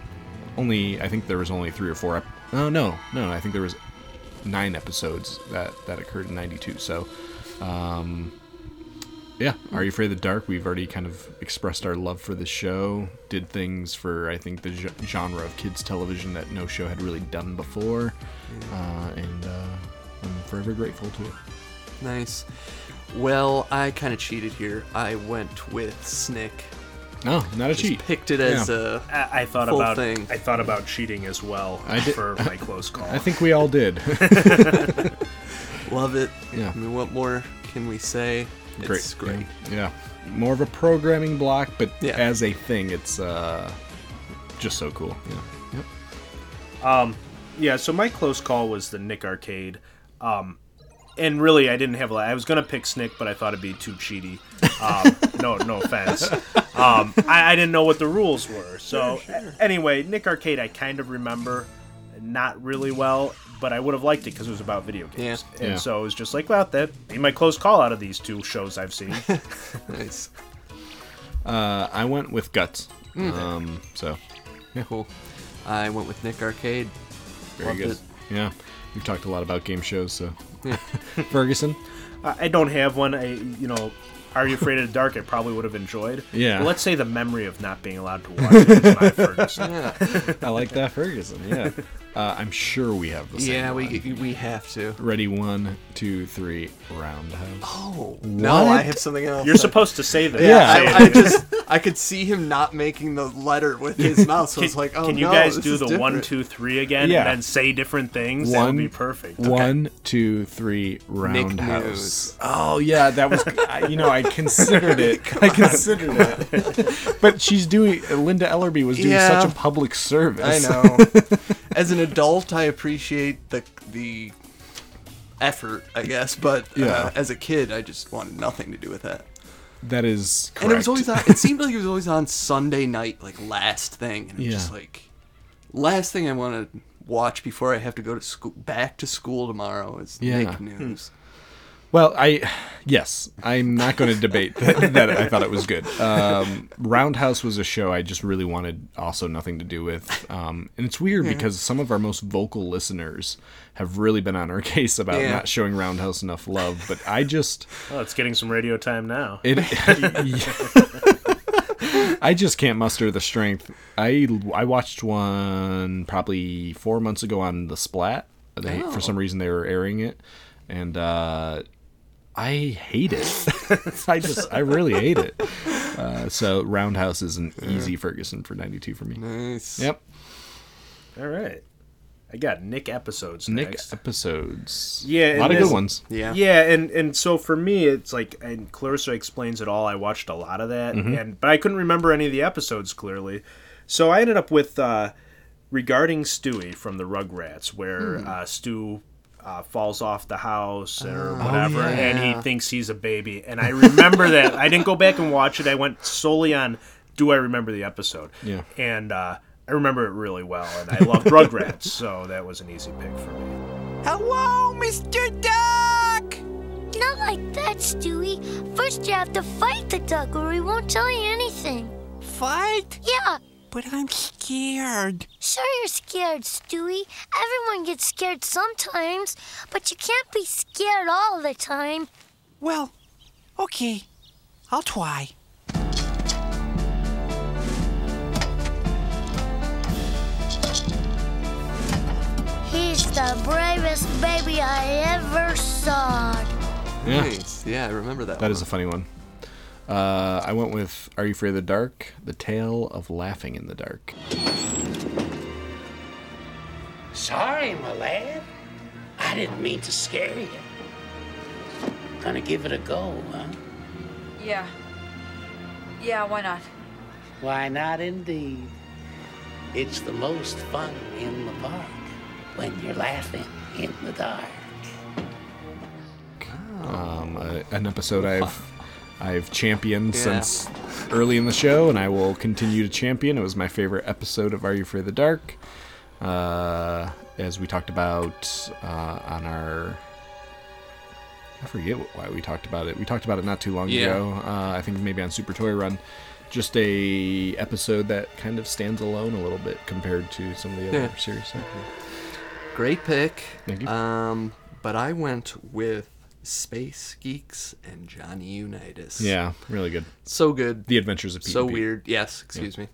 Speaker 4: only I think there was only three or four. Ep- oh no, no, I think there was nine episodes that that occurred in '92. So, um, yeah, Are You Afraid of the Dark? We've already kind of expressed our love for the show. Did things for I think the ge- genre of kids television that no show had really done before, uh, and uh, I'm forever grateful to it.
Speaker 5: Nice. Well, I kind of cheated here. I went with Snick.
Speaker 4: No, not a
Speaker 5: Just
Speaker 4: cheat.
Speaker 5: Picked it as uh,
Speaker 4: Yeah.
Speaker 5: a
Speaker 6: I, I thought
Speaker 5: full
Speaker 6: about
Speaker 5: thing.
Speaker 6: I thought about cheating as well
Speaker 4: I did-
Speaker 6: for my close call.
Speaker 4: I think we all did.
Speaker 5: Love it.
Speaker 4: Yeah.
Speaker 5: I mean, what more can we say?
Speaker 4: great.
Speaker 5: It's great.
Speaker 4: Yeah. Yeah. More of a programming block, but as a thing, it's uh, just so cool. Yeah. Yep.
Speaker 6: Um, yeah, so my close call was the Nick Arcade. Um, and really, I didn't have a lot. I was going to pick Snick, but I thought it'd be too cheaty. Um, no, no offense. Um, I, I didn't know what the rules were. So, a- anyway, Nick Arcade, I kind of remember not really well, but I would have liked it because it was about video games.
Speaker 5: Yeah.
Speaker 6: And
Speaker 5: Yeah.
Speaker 6: so it was just like, well, that'd be my close call out of these two shows I've seen.
Speaker 5: nice.
Speaker 4: Uh, I went with guts.
Speaker 5: Mm.
Speaker 4: Um, so
Speaker 5: Cool. I went with Nick Arcade.
Speaker 4: very
Speaker 5: Loved
Speaker 4: good.
Speaker 5: it.
Speaker 4: Yeah. We've talked a lot about game shows, so Ferguson.
Speaker 6: I I don't have one. I, you know, Are You Afraid of the Dark? I probably would have enjoyed.
Speaker 4: Yeah.
Speaker 6: But let's say the memory of not being allowed to watch it is my Ferguson.
Speaker 4: I like that Ferguson. Yeah. Uh, I'm sure we have the same.
Speaker 5: Yeah, we-
Speaker 4: we
Speaker 5: have to.
Speaker 4: Ready? One, two, three. Roundhouse.
Speaker 5: Oh No, I have something else.
Speaker 6: You're supposed to say that.
Speaker 5: Yeah,
Speaker 6: Say it.
Speaker 5: I, I just I could see him not making the letter with his mouth, so
Speaker 6: can,
Speaker 5: it's like, oh
Speaker 6: can you
Speaker 5: no,
Speaker 6: guys
Speaker 5: this
Speaker 6: do
Speaker 5: is
Speaker 6: the
Speaker 5: different.
Speaker 6: one, two, three again,
Speaker 4: Yeah.
Speaker 6: and then say different things? that
Speaker 4: One,
Speaker 6: would be perfect.
Speaker 4: One, two, three, roundhouse. Oh yeah, that was. I, you know, I considered it. I considered it. But she's doing. Linda Ellerby was doing
Speaker 5: Yeah.
Speaker 4: such a public service.
Speaker 5: I know. As an adult, I appreciate the the effort, I guess, but
Speaker 4: Yeah.
Speaker 5: uh, as a kid, I just wanted nothing to do with that.
Speaker 4: that is correct.
Speaker 5: And it was always on, it seemed like it was always on Sunday night, like last thing, and it was
Speaker 4: Yeah.
Speaker 5: just like last thing I want to watch before I have to go to school back to school tomorrow is
Speaker 4: Yeah. Hmm.
Speaker 5: Nick News.
Speaker 4: Well, I yes, I'm not going to debate that, that I thought it was good. Um, Roundhouse was a show I just really wanted also nothing to do with, um, and it's weird
Speaker 5: Yeah.
Speaker 4: because some of our most vocal listeners have really been on our case about
Speaker 6: Yeah.
Speaker 4: not showing Roundhouse enough love, but I just
Speaker 6: Oh, it's getting some radio time now.
Speaker 4: it, I just can't muster the strength. I I watched one probably four months ago on the Splat. They,
Speaker 5: Oh.
Speaker 4: For some reason, they were airing it, and uh, I hate it. I just I really hate it. Uh, so Roundhouse is an easy Ferguson for ninety two for me.
Speaker 5: Nice.
Speaker 4: Yep.
Speaker 6: All right. I got Nick episodes
Speaker 4: Nick
Speaker 6: next.
Speaker 4: episodes.
Speaker 6: Yeah,
Speaker 4: a lot
Speaker 6: and
Speaker 4: of good
Speaker 6: this-
Speaker 4: ones.
Speaker 6: yeah, and and so for me, it's like, and Clarissa explains it all. I watched a lot of that,
Speaker 4: Mhm.
Speaker 6: and but I couldn't remember any of the episodes clearly, so I ended up with uh, regarding Stewie from the Rugrats, where
Speaker 4: Hmm.
Speaker 6: uh, Stu. Uh, falls off the house or
Speaker 4: Oh,
Speaker 6: whatever, and
Speaker 4: yeah.
Speaker 6: he thinks he's a baby. And I remember that. I didn't go back and watch it. I went solely on, do I remember the episode?
Speaker 4: Yeah.
Speaker 6: And uh, I remember it really well. And I loved Rugrats, so that was an easy pick for me.
Speaker 19: Hello, Mr. Duck!
Speaker 20: Not like that, Stewie. First, you have to fight the duck, or he won't tell you anything. Fight? Yeah. But I'm scared. Sure, you're scared, Stewie. Everyone gets scared sometimes, but you can't be scared all the time. Well, okay.
Speaker 19: I'll try.
Speaker 20: He's the bravest baby I ever saw.
Speaker 4: Yeah.
Speaker 5: Nice. Yeah, I remember that.
Speaker 4: That is a funny one. Uh, I went with Are You Afraid of the Dark? The Tale of Laughing in the Dark.
Speaker 21: Sorry, my lad. I didn't mean to scare you. Gonna give it a go, huh?
Speaker 22: Yeah. Yeah, why not?
Speaker 21: Why not, indeed? It's the most fun in the park when you're laughing in the dark.
Speaker 4: um, a, an episode I've I've championed
Speaker 21: Yeah.
Speaker 4: since early in the show, and I will continue to champion. It was my favorite episode of Are You Afraid of the Dark, uh, as we talked about uh, on our. I forget wh- why we talked about it. We talked about it not too long
Speaker 5: Yeah.
Speaker 4: ago. Uh, I think maybe on Super Toy Run. Just a episode that kind of stands alone a little bit compared to some of the other
Speaker 5: Yeah.
Speaker 4: series. So,
Speaker 5: Great pick.
Speaker 4: Thank you.
Speaker 5: Um, but I went with Space Geeks and Johnny Unitas.
Speaker 4: Yeah, really good.
Speaker 5: So good.
Speaker 4: The Adventures of Pete
Speaker 5: So
Speaker 4: and Pete.
Speaker 5: weird. Yes,
Speaker 4: Yeah.
Speaker 5: excuse me.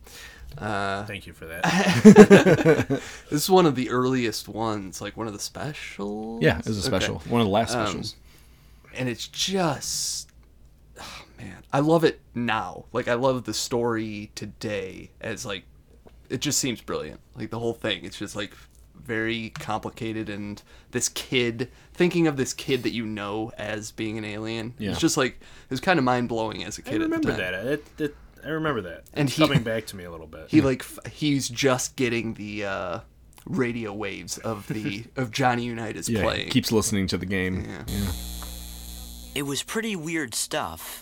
Speaker 5: Uh,
Speaker 6: Thank you for that.
Speaker 5: this is one of the earliest ones, like one of the specials.
Speaker 4: Yeah, it was a special. One of the last
Speaker 5: Um,
Speaker 4: specials.
Speaker 5: and it's just oh, I love it now. Like I love the story today as like it just seems brilliant. Like the whole thing. It's just like very complicated and this kid thinking of this kid that you know as being an alien.
Speaker 6: Yeah.
Speaker 5: It's just like it was kind of mind blowing as a
Speaker 6: I
Speaker 5: kid.
Speaker 6: remember
Speaker 5: at the time.
Speaker 6: that. It, it, I remember that.
Speaker 5: And
Speaker 6: it's
Speaker 5: he-
Speaker 6: coming back to me a little bit.
Speaker 5: He like f- he's just getting the uh, radio waves of the of Johnny Unitas
Speaker 4: Yeah,
Speaker 5: playing.
Speaker 4: keeps listening to the game. yeah.
Speaker 23: It was pretty weird stuff.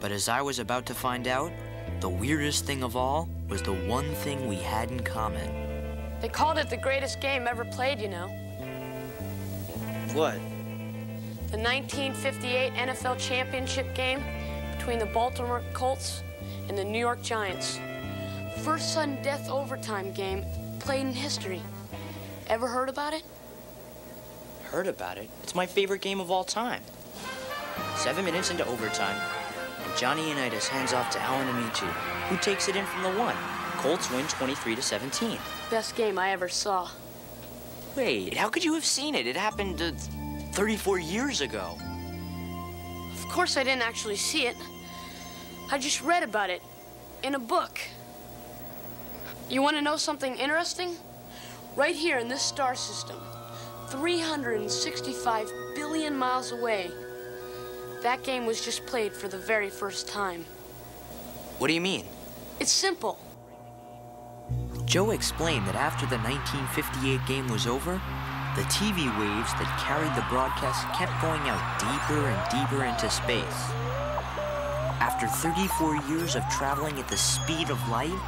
Speaker 23: But as I was about to find out, the weirdest thing of all was the one thing we had in common.
Speaker 17: They called it the greatest game ever played, you know.
Speaker 23: What?
Speaker 17: The 1958 NFL Championship game between the Baltimore Colts and the New York Giants. First sudden death overtime game played in history. Ever heard about it?
Speaker 23: Heard about it. It's my favorite game of all time. Seven minutes into overtime, and Johnny Unitas hands off to Alan Amici, who takes it in from the one, Colts win 23 to 17.
Speaker 17: Best game I ever saw.
Speaker 23: Wait, how could you have seen it? It happened uh, 34 years ago.
Speaker 17: Of course, I didn't actually see it. I just read about it in a book. You want to know something interesting? Right here in this star system, 365 billion miles away, that game was just played for the very first time.
Speaker 23: What do you mean?
Speaker 17: It's simple.
Speaker 23: Joe explained that after the 1958 game was over, the TV waves that carried the broadcast kept going out deeper and deeper into space. After 34 years of traveling at the speed of light,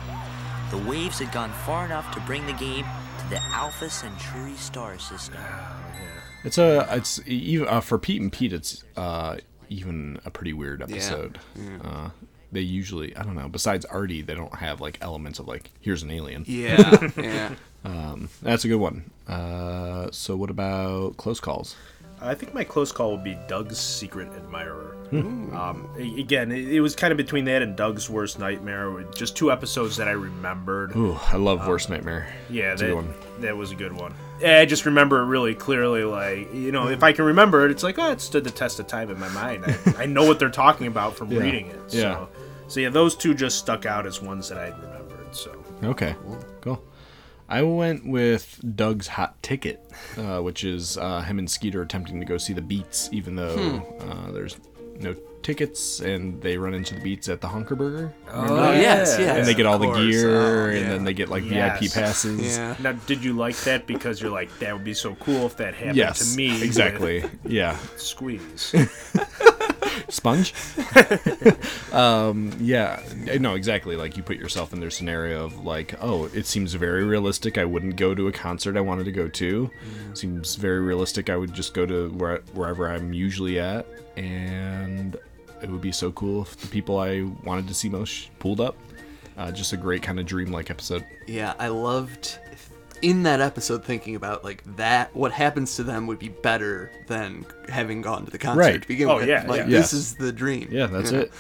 Speaker 23: the waves had gone far enough to bring the game to the Alpha Centauri star system.
Speaker 4: It's a it's even uh, for Pete and Pete. It's uh, even a pretty weird episode. Uh, they usually I don't know. Besides Artie, they don't have like elements of like here's an alien.
Speaker 5: Yeah, yeah.
Speaker 4: Um, that's a good one. Uh, so what about close calls?
Speaker 6: I think my close call would be Doug's Secret Admirer.
Speaker 4: Hmm.
Speaker 6: Um, a- again, it, it was kind of between that and Doug's Worst Nightmare. with Just two episodes that I remembered.
Speaker 4: Ooh, I love Worst Nightmare.
Speaker 6: Yeah,
Speaker 4: It's Hmm. a
Speaker 6: that,
Speaker 4: good one.
Speaker 6: that was a good one. Yeah, I just remember it really clearly. Like, you know, if I can remember it, it's like, oh, it stood the test of time in my mind. I, I know what they're talking about from
Speaker 4: Yeah.
Speaker 6: reading it. So.
Speaker 4: Yeah.
Speaker 6: so, yeah, those two just stuck out as ones that I remembered. So,
Speaker 4: Okay, cool. I went with Doug's Hot Ticket, uh, which is uh, him and Skeeter attempting to go see the Beats, even though
Speaker 5: Hmm.
Speaker 4: uh, there's no tickets, and they run into the Beats at the Hunker Burger. Remember
Speaker 5: Oh,
Speaker 4: that?
Speaker 5: yes, yes,
Speaker 4: And they get
Speaker 5: of
Speaker 4: all the
Speaker 5: course.
Speaker 4: gear,
Speaker 5: Oh,
Speaker 4: and
Speaker 5: yeah.
Speaker 4: then they get like VIP
Speaker 6: Yes.
Speaker 4: passes.
Speaker 6: Now, did you like that because you're like, that would be so cool if that happened
Speaker 4: Yes,
Speaker 6: to me?
Speaker 4: exactly. Yeah.
Speaker 6: Squeeze.
Speaker 4: sponge um yeah no exactly like you put yourself in their scenario of like oh it seems very realistic i wouldn't go to a concert i wanted to go to seems very realistic i would just go to where, wherever i'm usually at and it would be so cool if the people i wanted to see most pulled up uh, just a great kind of dreamlike episode
Speaker 5: Yeah, I loved in that episode thinking about like that what happens to them would be better than having gone to the concert
Speaker 4: Right.
Speaker 5: to begin
Speaker 4: Oh,
Speaker 5: with.
Speaker 4: yeah,
Speaker 5: like
Speaker 4: yeah.
Speaker 5: this
Speaker 4: Yes.
Speaker 5: is the dream.
Speaker 4: Yeah, that's it.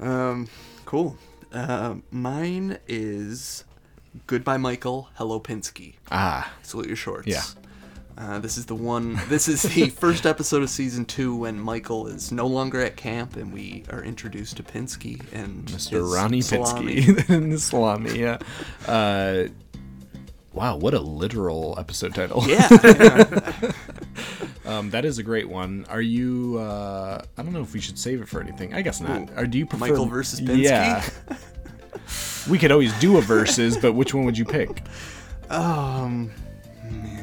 Speaker 5: Um, cool. Um, mine is Goodbye Michael, Hello Pinsky.
Speaker 4: Ah.
Speaker 5: Salute your shorts.
Speaker 4: Yeah.
Speaker 5: Uh, this is the one. This is the first episode of season two when Michael is no longer at camp, and we are introduced to Pinsky and
Speaker 4: Mr.
Speaker 5: his
Speaker 4: Ronnie
Speaker 5: salami.
Speaker 4: Pitsky and the salami. Yeah. Uh, wow, what a literal episode title.
Speaker 5: Yeah.
Speaker 4: um, that is a great one. Are you? Uh, I don't know if we should save it for anything. I guess not.
Speaker 5: Ooh,
Speaker 4: Or do you prefer
Speaker 5: Michael versus Pinsky?
Speaker 4: Yeah. we could always do a versus, but which one would you pick?
Speaker 5: Um,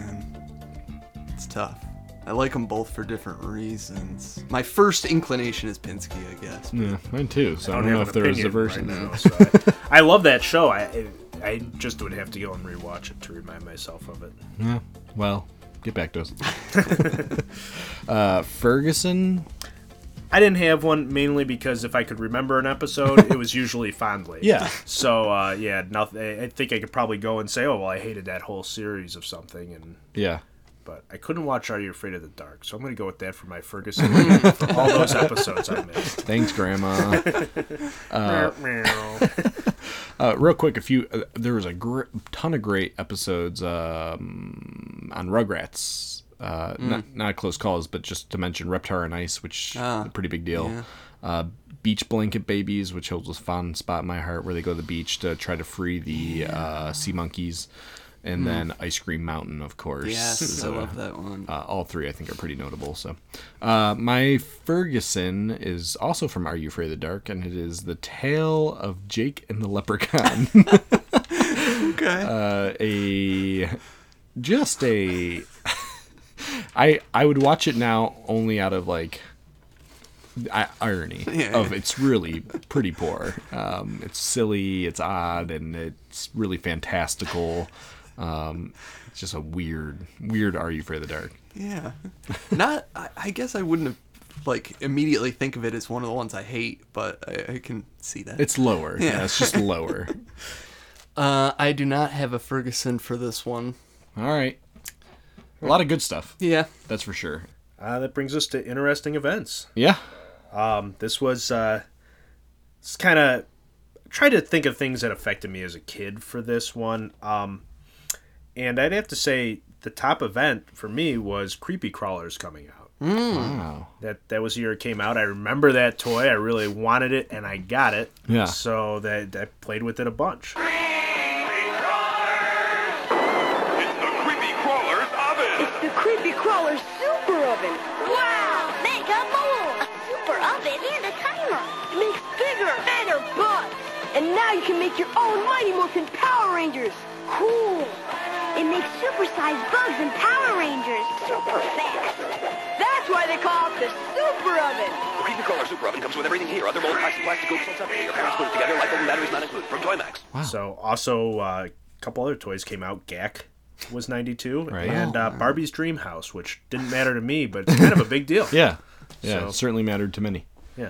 Speaker 5: man, it's tough. I like them both for different reasons. My first inclination is Pinsky, I guess.
Speaker 4: Yeah, mine too. So I don't, know
Speaker 6: have
Speaker 4: if
Speaker 6: an
Speaker 4: there is a
Speaker 6: opinion
Speaker 4: versus.
Speaker 6: right now, so I, I love that show. I I- I just would have to go and rewatch it to remind myself of it.
Speaker 4: Yeah. Well, get back to us. uh, Ferguson.
Speaker 6: I didn't have one mainly because if I could remember an episode, it was usually fondly.
Speaker 4: Yeah.
Speaker 6: So uh, yeah, nothing. I I think I could probably go and say, "Oh well, I hated that whole series of something," and
Speaker 4: Yeah.
Speaker 6: but I couldn't watch Are You Afraid of the Dark, so I'm going to go with that for my Ferguson review for all those episodes I missed.
Speaker 4: Thanks, Grandma. Uh, uh, real quick, a few. Uh, there was a gr- ton of great episodes um, on Rugrats. Uh,
Speaker 5: Hmm.
Speaker 4: Not not close calls, but just to mention Reptar and Ice, which
Speaker 5: Ah,
Speaker 4: is a pretty big deal.
Speaker 5: yeah.
Speaker 4: Uh, beach Blanket Babies, which holds a fond spot in my heart, where they go to the beach to try to free the uh, sea monkeys. And
Speaker 5: Mm.
Speaker 4: then Ice Cream Mountain, of course.
Speaker 5: Yes,
Speaker 4: is
Speaker 5: I
Speaker 4: a-
Speaker 5: love that one.
Speaker 4: uh, all three, I think, are pretty notable. So, uh, my Ferguson is also from Are You Afraid of the Dark, and it is the tale of Jake and the Leprechaun.
Speaker 5: okay.
Speaker 4: Uh, a just a. I I would watch it now only out of like I- irony
Speaker 5: Yeah.
Speaker 4: of it's really pretty poor. Um, it's silly, it's odd, and it's really fantastical. Um, it's just a weird, weird. Are you afraid of the dark?
Speaker 5: Yeah. Not. I, I guess I wouldn't have like immediately think of it as one of the ones I hate, but I, I can see that.
Speaker 4: It's lower. Yeah, it's just lower.
Speaker 5: uh, I do not have a Ferguson for this one.
Speaker 4: All right. A lot of good stuff.
Speaker 5: Yeah.
Speaker 4: That's for sure.
Speaker 6: Uh, that brings us to interesting events.
Speaker 4: Yeah.
Speaker 6: Um, this was uh, it's kind of tried to think of things that affected me as a kid for this one. Um, and I'd have to say the top event for me was Creepy Crawlers coming out. Um,
Speaker 4: Mm. Wow.
Speaker 6: That that was the year it came out. I remember that toy. I really wanted it, and I got it.
Speaker 4: Yeah.
Speaker 6: So that I played with it a bunch.
Speaker 1: It's the Creepy Crawler Super Oven. Wow! Mega more! A super oven and a timer. Makes bigger, better butts. And now you can make your own Mighty Molten Power Rangers. Cool! It makes supersized bugs and Power Rangers. Super fast. That's why they call it the Super Oven.
Speaker 2: The Creepy Crawler Super Oven comes with everything here. Other mold packs and plastic goods, separate. Your parents put it together. Life and batteries not included. From Toymax.
Speaker 6: So also uh, a couple other toys came out. Gak was ninety two,
Speaker 4: Right.
Speaker 6: and uh, Barbie's Dream House, which didn't matter to me, but it's kind of a big deal.
Speaker 4: Yeah. Yeah.
Speaker 6: So-
Speaker 4: It certainly mattered to many.
Speaker 6: Yeah.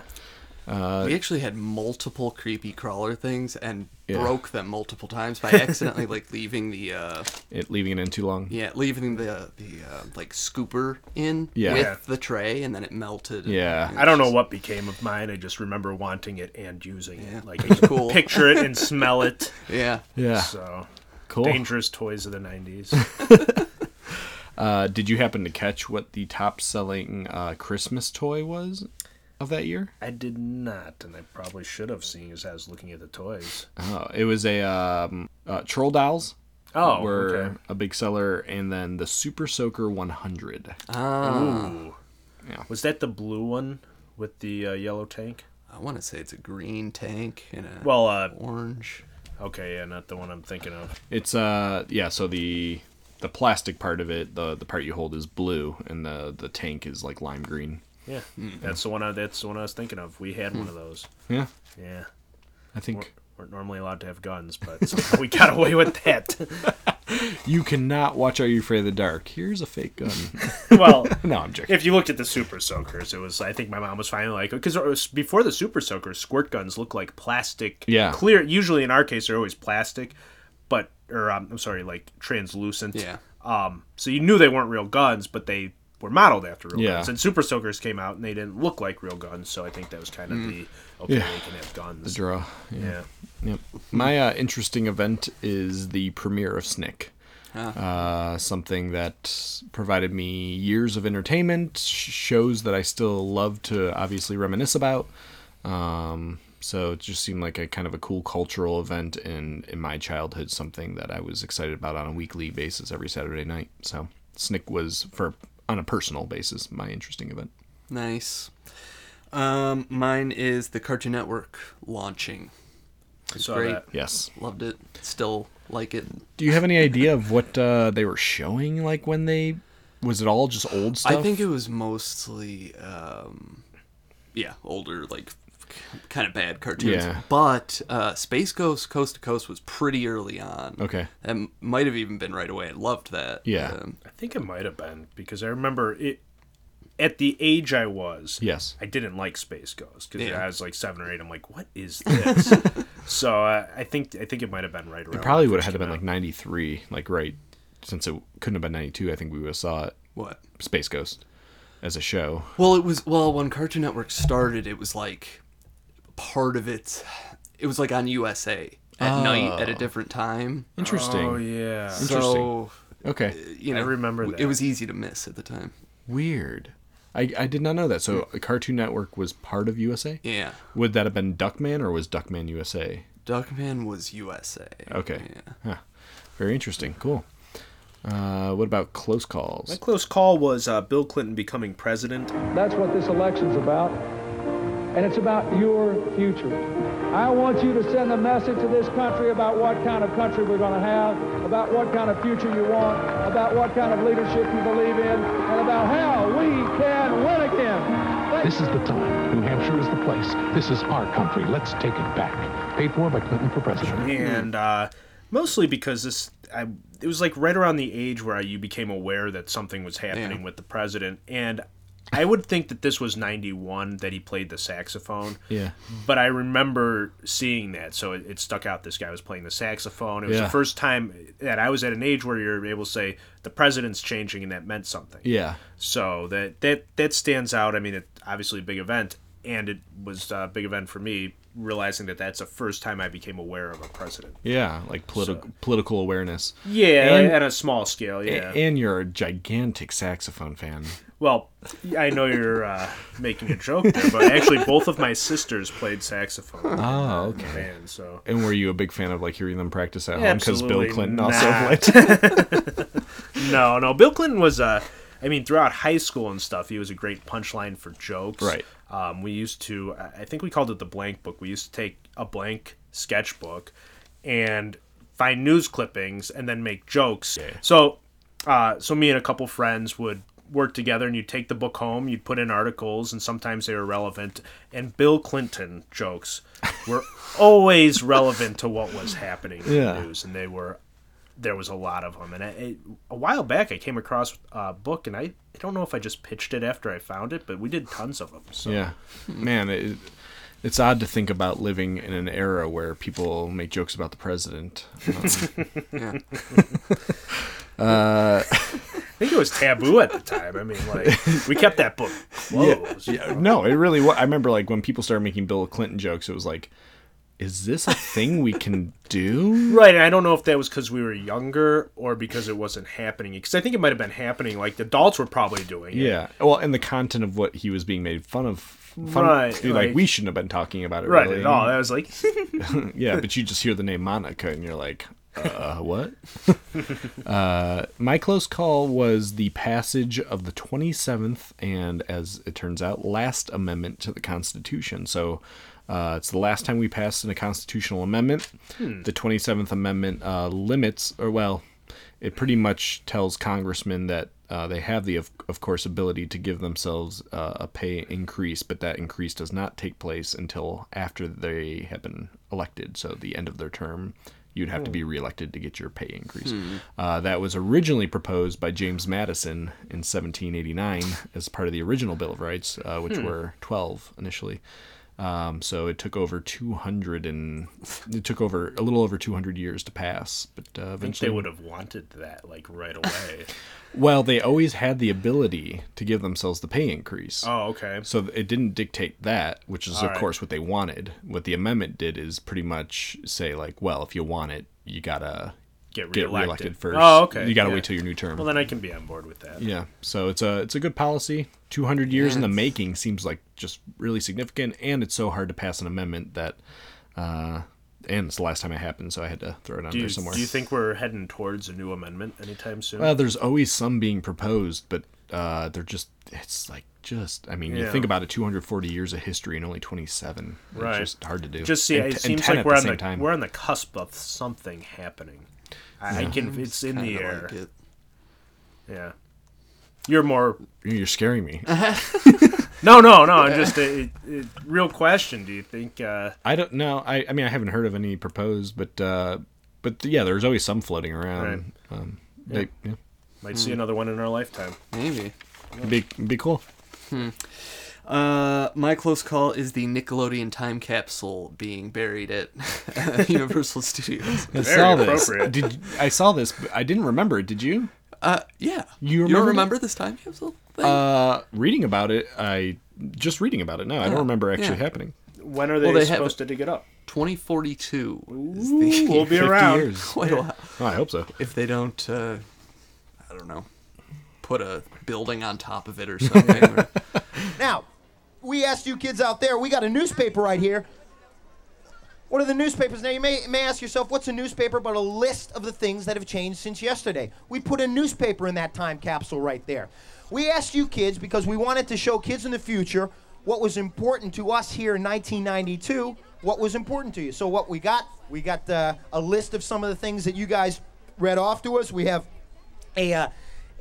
Speaker 4: Uh,
Speaker 5: we actually had multiple creepy crawler things and
Speaker 4: Yeah.
Speaker 5: broke them multiple times by accidentally like leaving the uh
Speaker 4: it leaving it in too long.
Speaker 5: yeah leaving the the uh, like scooper in
Speaker 4: Yeah.
Speaker 5: with
Speaker 4: Yeah.
Speaker 5: the tray and then it melted.
Speaker 6: I don't know what became of mine. I just remember wanting it and using it. Like I
Speaker 5: It's
Speaker 6: can
Speaker 5: cool.
Speaker 6: picture it and smell it.
Speaker 5: Yeah.
Speaker 4: Yeah.
Speaker 6: So
Speaker 4: Cool.
Speaker 6: Dangerous toys of the nineties.
Speaker 4: Uh, did you happen to catch what the top selling uh, Christmas toy was of that year?
Speaker 6: I did not, and I probably should have seen as I was looking at the toys.
Speaker 4: Oh, it was a um, uh, Troll Dolls.
Speaker 6: Oh,
Speaker 4: were
Speaker 6: okay.
Speaker 4: a big seller, and then the Super Soaker 100.
Speaker 6: Ooh. Was that the blue one with the uh, yellow tank?
Speaker 5: I want to say it's a green tank and a
Speaker 6: well uh,
Speaker 5: orange.
Speaker 6: Okay, yeah, not the one I'm thinking of.
Speaker 4: It's uh yeah, so the the plastic part of it, the the part you hold is blue, and the the tank is like lime green.
Speaker 6: Yeah,
Speaker 4: Mm-hmm.
Speaker 6: that's the one. I, that's the one I was thinking of. We had one of those.
Speaker 4: Yeah.
Speaker 6: Yeah.
Speaker 4: I think-
Speaker 6: we're, we're normally allowed to have guns, but somehow we got away with that.
Speaker 4: You cannot watch Are You Afraid of the Dark? Here's a fake gun.
Speaker 6: well,
Speaker 4: no, I'm joking.
Speaker 6: If you looked at the Super Soakers, it was. I think my mom was finally like, because it was before the Super Soakers, squirt guns look like plastic.
Speaker 4: Yeah.
Speaker 6: Clear. Usually, in our case, they're always plastic, but or um, I'm sorry, like translucent.
Speaker 5: Yeah.
Speaker 6: Um. So you knew they weren't real guns, but they were modeled after real
Speaker 4: Yeah.
Speaker 6: guns. And Super Soakers came out, and they didn't look like real guns. So I think that was kind of
Speaker 4: Mm.
Speaker 6: the okay,
Speaker 4: Yeah.
Speaker 6: they can have guns.
Speaker 4: The draw.
Speaker 6: Yeah.
Speaker 4: Yep. My uh, interesting event is the premiere of Snick. Uh, something that provided me years of entertainment, sh- shows that I still love to obviously reminisce about. Um, so it just seemed like a kind of a cool cultural event in, in my childhood, something that I was excited about on a weekly basis every Saturday night. So Snick was, for on a personal basis, my interesting event.
Speaker 5: Nice. Um, mine is the Cartoon Network launching. It's
Speaker 6: saw that.
Speaker 4: Yes.
Speaker 5: Loved it. Still like it.
Speaker 4: Do you have any idea of what uh, they were showing? Like when they was it all just old stuff?
Speaker 5: I think it was mostly, um, yeah, older, like kind of bad cartoons.
Speaker 4: Yeah.
Speaker 5: But uh, Space Ghost Coast to Coast was pretty early on.
Speaker 4: Okay.
Speaker 5: That m- might have even been right away. I loved that.
Speaker 4: Yeah.
Speaker 5: Um,
Speaker 6: I think it might have been because I remember it at the age I was.
Speaker 4: Yes.
Speaker 6: I didn't like Space Ghost because
Speaker 4: Yeah.
Speaker 6: I was like seven or eight. I'm like, what is this? so uh, I think I think it might have been right around.
Speaker 4: it probably
Speaker 6: when
Speaker 4: would
Speaker 6: first
Speaker 4: have had to
Speaker 6: came
Speaker 4: been like ninety three, like right since it couldn't have been ninety two. I think we would have saw it.
Speaker 5: What
Speaker 4: Space Ghost as a show?
Speaker 5: Well, it was well when Cartoon Network started, it was like part of it. It was like on USA at
Speaker 4: Oh.
Speaker 5: night at a different time.
Speaker 4: Interesting. Oh, yeah.
Speaker 5: So,
Speaker 4: Interesting.
Speaker 5: uh,
Speaker 4: Okay.
Speaker 5: You know,
Speaker 4: I remember
Speaker 5: w- It
Speaker 4: that.
Speaker 5: was easy to miss at the time.
Speaker 4: Weird. I, I did not know that. So uh, Cartoon Network was part of USA.
Speaker 5: Yeah.
Speaker 4: Would that have been Duckman or was Duckman USA?
Speaker 5: Duckman was USA.
Speaker 4: Okay. Huh. Very interesting. Cool. Uh, what about close
Speaker 6: My
Speaker 4: calls?
Speaker 6: close call was uh, Bill Clinton becoming president.
Speaker 3: That's what this election's about. And it's about your future. I want you to send a message to this country about what kind of country we're going to have, about what kind of future you want, about what kind of leadership you believe in, and about how we can win again.
Speaker 24: This is the time. New Hampshire is the place. This is our country. Let's take it back. Paid for by Clinton for president.
Speaker 6: and uh, mostly because this I, it was like right around the age where you became aware that something was happening
Speaker 4: Yeah.
Speaker 6: with the president and i would think that this was 91 that he played the saxophone
Speaker 4: Yeah.
Speaker 6: but i remember seeing that so it, it stuck out this guy was playing the saxophone it was
Speaker 4: Yeah.
Speaker 6: the first time that i was at an age where you're able to say the president's changing and that meant something
Speaker 4: Yeah.
Speaker 6: so that that that stands out. I mean, it obviously a big event, and it was a big event for me realizing that that's the first time I became aware of a president.
Speaker 4: Yeah, like politi- political awareness.
Speaker 6: Yeah,
Speaker 4: And-
Speaker 6: at a small scale. Yeah.
Speaker 4: a- and you're a gigantic saxophone fan.
Speaker 6: well, I know you're uh, making a joke there, but actually, both of my sisters played saxophone.
Speaker 4: Oh,
Speaker 6: in the
Speaker 4: okay.
Speaker 6: Band, so
Speaker 4: And were you a big fan of like hearing them practice at home? Because Bill
Speaker 6: Absolutely
Speaker 4: Clinton
Speaker 6: not.
Speaker 4: also played.
Speaker 6: no, no. Bill Clinton was Uh, I mean, throughout high school and stuff, he was a great punchline for jokes.
Speaker 4: Right.
Speaker 6: Um, we used to. I- I think we called it the blank book. We used to take a blank sketchbook and find news clippings and then make jokes. So, uh, so me and a couple friends would work together and you'd take the book home you'd put in articles and sometimes they were relevant and bill clinton jokes were always relevant to what was happening in
Speaker 4: Yeah.
Speaker 6: the news and they were there was a lot of them and I, I, a while back i came across a book and I, I don't know if i just pitched it after i found it but we did tons of them so
Speaker 4: Yeah, man, it, it's odd to think about living in an era where people make jokes about the president. Um, uh,
Speaker 6: i think it was taboo at the time i mean like we kept that book closed
Speaker 4: Yeah, yeah, no, it really was. I remember like when people started making Bill Clinton jokes, it was like, is this a thing we can do?
Speaker 6: Right, and I don't know if that was because we were younger or because it wasn't happening. Because I think it might have been happening. Like the adults were probably doing it.
Speaker 4: Yeah. Well, and the content of what he was being made fun of. Fun,
Speaker 6: Right,
Speaker 4: Like,
Speaker 6: like-
Speaker 4: we shouldn't have been talking about it
Speaker 6: right
Speaker 4: really.
Speaker 6: at all. I was like,
Speaker 4: yeah, but you just hear the name Monica and you're like, uh, what? uh, my close call was the passage of the 27th and, as it turns out, last amendment to the Constitution. So uh, it's the last time we passed in a constitutional amendment.
Speaker 6: Hmm.
Speaker 4: The 27th Amendment uh, limits, or well, it pretty much tells congressmen that uh, they have the, of, of course, ability to give themselves uh, a pay increase, but that increase does not take place until after they have been elected. So the end of their term, you'd have to
Speaker 6: Hmm.
Speaker 4: be reelected to get your pay increase.
Speaker 6: Hmm.
Speaker 4: Uh, that was originally proposed by James Madison in 1789 as part of the original Bill of Rights, uh, which
Speaker 6: Hmm.
Speaker 4: were 12 initially. Um, so it took over 200 and it took over a little over 200 years to pass, but uh,
Speaker 6: I think they
Speaker 4: eventually
Speaker 6: would have wanted that like right away.
Speaker 4: well, they always had the ability to give themselves the pay increase.
Speaker 6: Oh, okay.
Speaker 4: So it didn't dictate that, which is,
Speaker 6: All
Speaker 4: of
Speaker 6: right.
Speaker 4: course, what they wanted. What the amendment did is pretty much say, like, well, if you want it, you gotta
Speaker 6: Get
Speaker 4: reelected
Speaker 6: reelected.
Speaker 4: first.
Speaker 6: Oh, okay,
Speaker 4: You gotta
Speaker 6: yeah.
Speaker 4: wait till your new term.
Speaker 6: well, then I can be on board with that.
Speaker 4: Yeah, so it's a it's a good policy. Two hundred years in the
Speaker 6: Yes.
Speaker 4: making seems like just really significant, and it's so hard to pass an amendment that, uh, and it's the last time it happened, so I had to throw it on
Speaker 6: Do you,
Speaker 4: there somewhere.
Speaker 6: do you think we're heading towards a new amendment anytime soon?
Speaker 4: Well, there's always some being proposed, but uh, they're just it's like just I mean, you
Speaker 6: Yeah.
Speaker 4: think about it, 240 years of history and only 27.
Speaker 6: right.
Speaker 4: It's just hard to do.
Speaker 6: Just see,
Speaker 4: And
Speaker 6: it
Speaker 4: t- and
Speaker 6: seems
Speaker 4: 10
Speaker 6: like
Speaker 4: at
Speaker 6: we're on
Speaker 4: same
Speaker 6: the we're on the cusp of something happening. I, I
Speaker 4: Yeah.
Speaker 6: can. It's in the
Speaker 5: Kinda
Speaker 6: air.
Speaker 5: like it.
Speaker 6: Yeah. You're more.
Speaker 4: You're scaring me.
Speaker 6: No, no, no. I'm just a, it, it, real question. Do you think? Uh,
Speaker 4: I don't know. I, I mean, I haven't heard of any proposed, but uh, but yeah, there's always some floating around. Um,
Speaker 6: Yeah.
Speaker 4: they- yeah.
Speaker 6: Might
Speaker 4: Hmm.
Speaker 6: see another one in our lifetime.
Speaker 5: Maybe.
Speaker 4: Be, be cool.
Speaker 5: Hmm. Uh, my close call is the Nickelodeon time capsule being buried at Universal Studios.
Speaker 4: I saw this. Did you- I saw this? but I didn't remember it. Did you?
Speaker 5: Uh, yeah.
Speaker 4: You
Speaker 5: you don't
Speaker 4: remembered it?
Speaker 5: remember this time capsule?
Speaker 4: Uh, reading about it, I just reading about it. No, I
Speaker 5: Yeah,
Speaker 4: don't remember actually
Speaker 5: yeah.
Speaker 4: happening.
Speaker 6: When are they,
Speaker 5: Well, they have-
Speaker 6: supposed to dig it up?
Speaker 5: 2042. is
Speaker 6: Ooh, we'll be
Speaker 5: 50
Speaker 6: around.
Speaker 5: years. Quite a
Speaker 6: Yeah.
Speaker 5: while.
Speaker 4: Oh, I hope so.
Speaker 5: If they don't, uh, I don't know, put a building on top of it or something. or-
Speaker 7: Now, we asked you kids out there, we got a newspaper right here. What are the newspapers? Now, you may, may ask yourself, what's a newspaper but a list of the things that have changed since yesterday? We put a newspaper in that time capsule right there. We asked you kids because we wanted to show kids in the future what was important to us here in 1992, what was important to you. So, what we got, we got uh, a list of some of the things that you guys read off to us. We have a uh,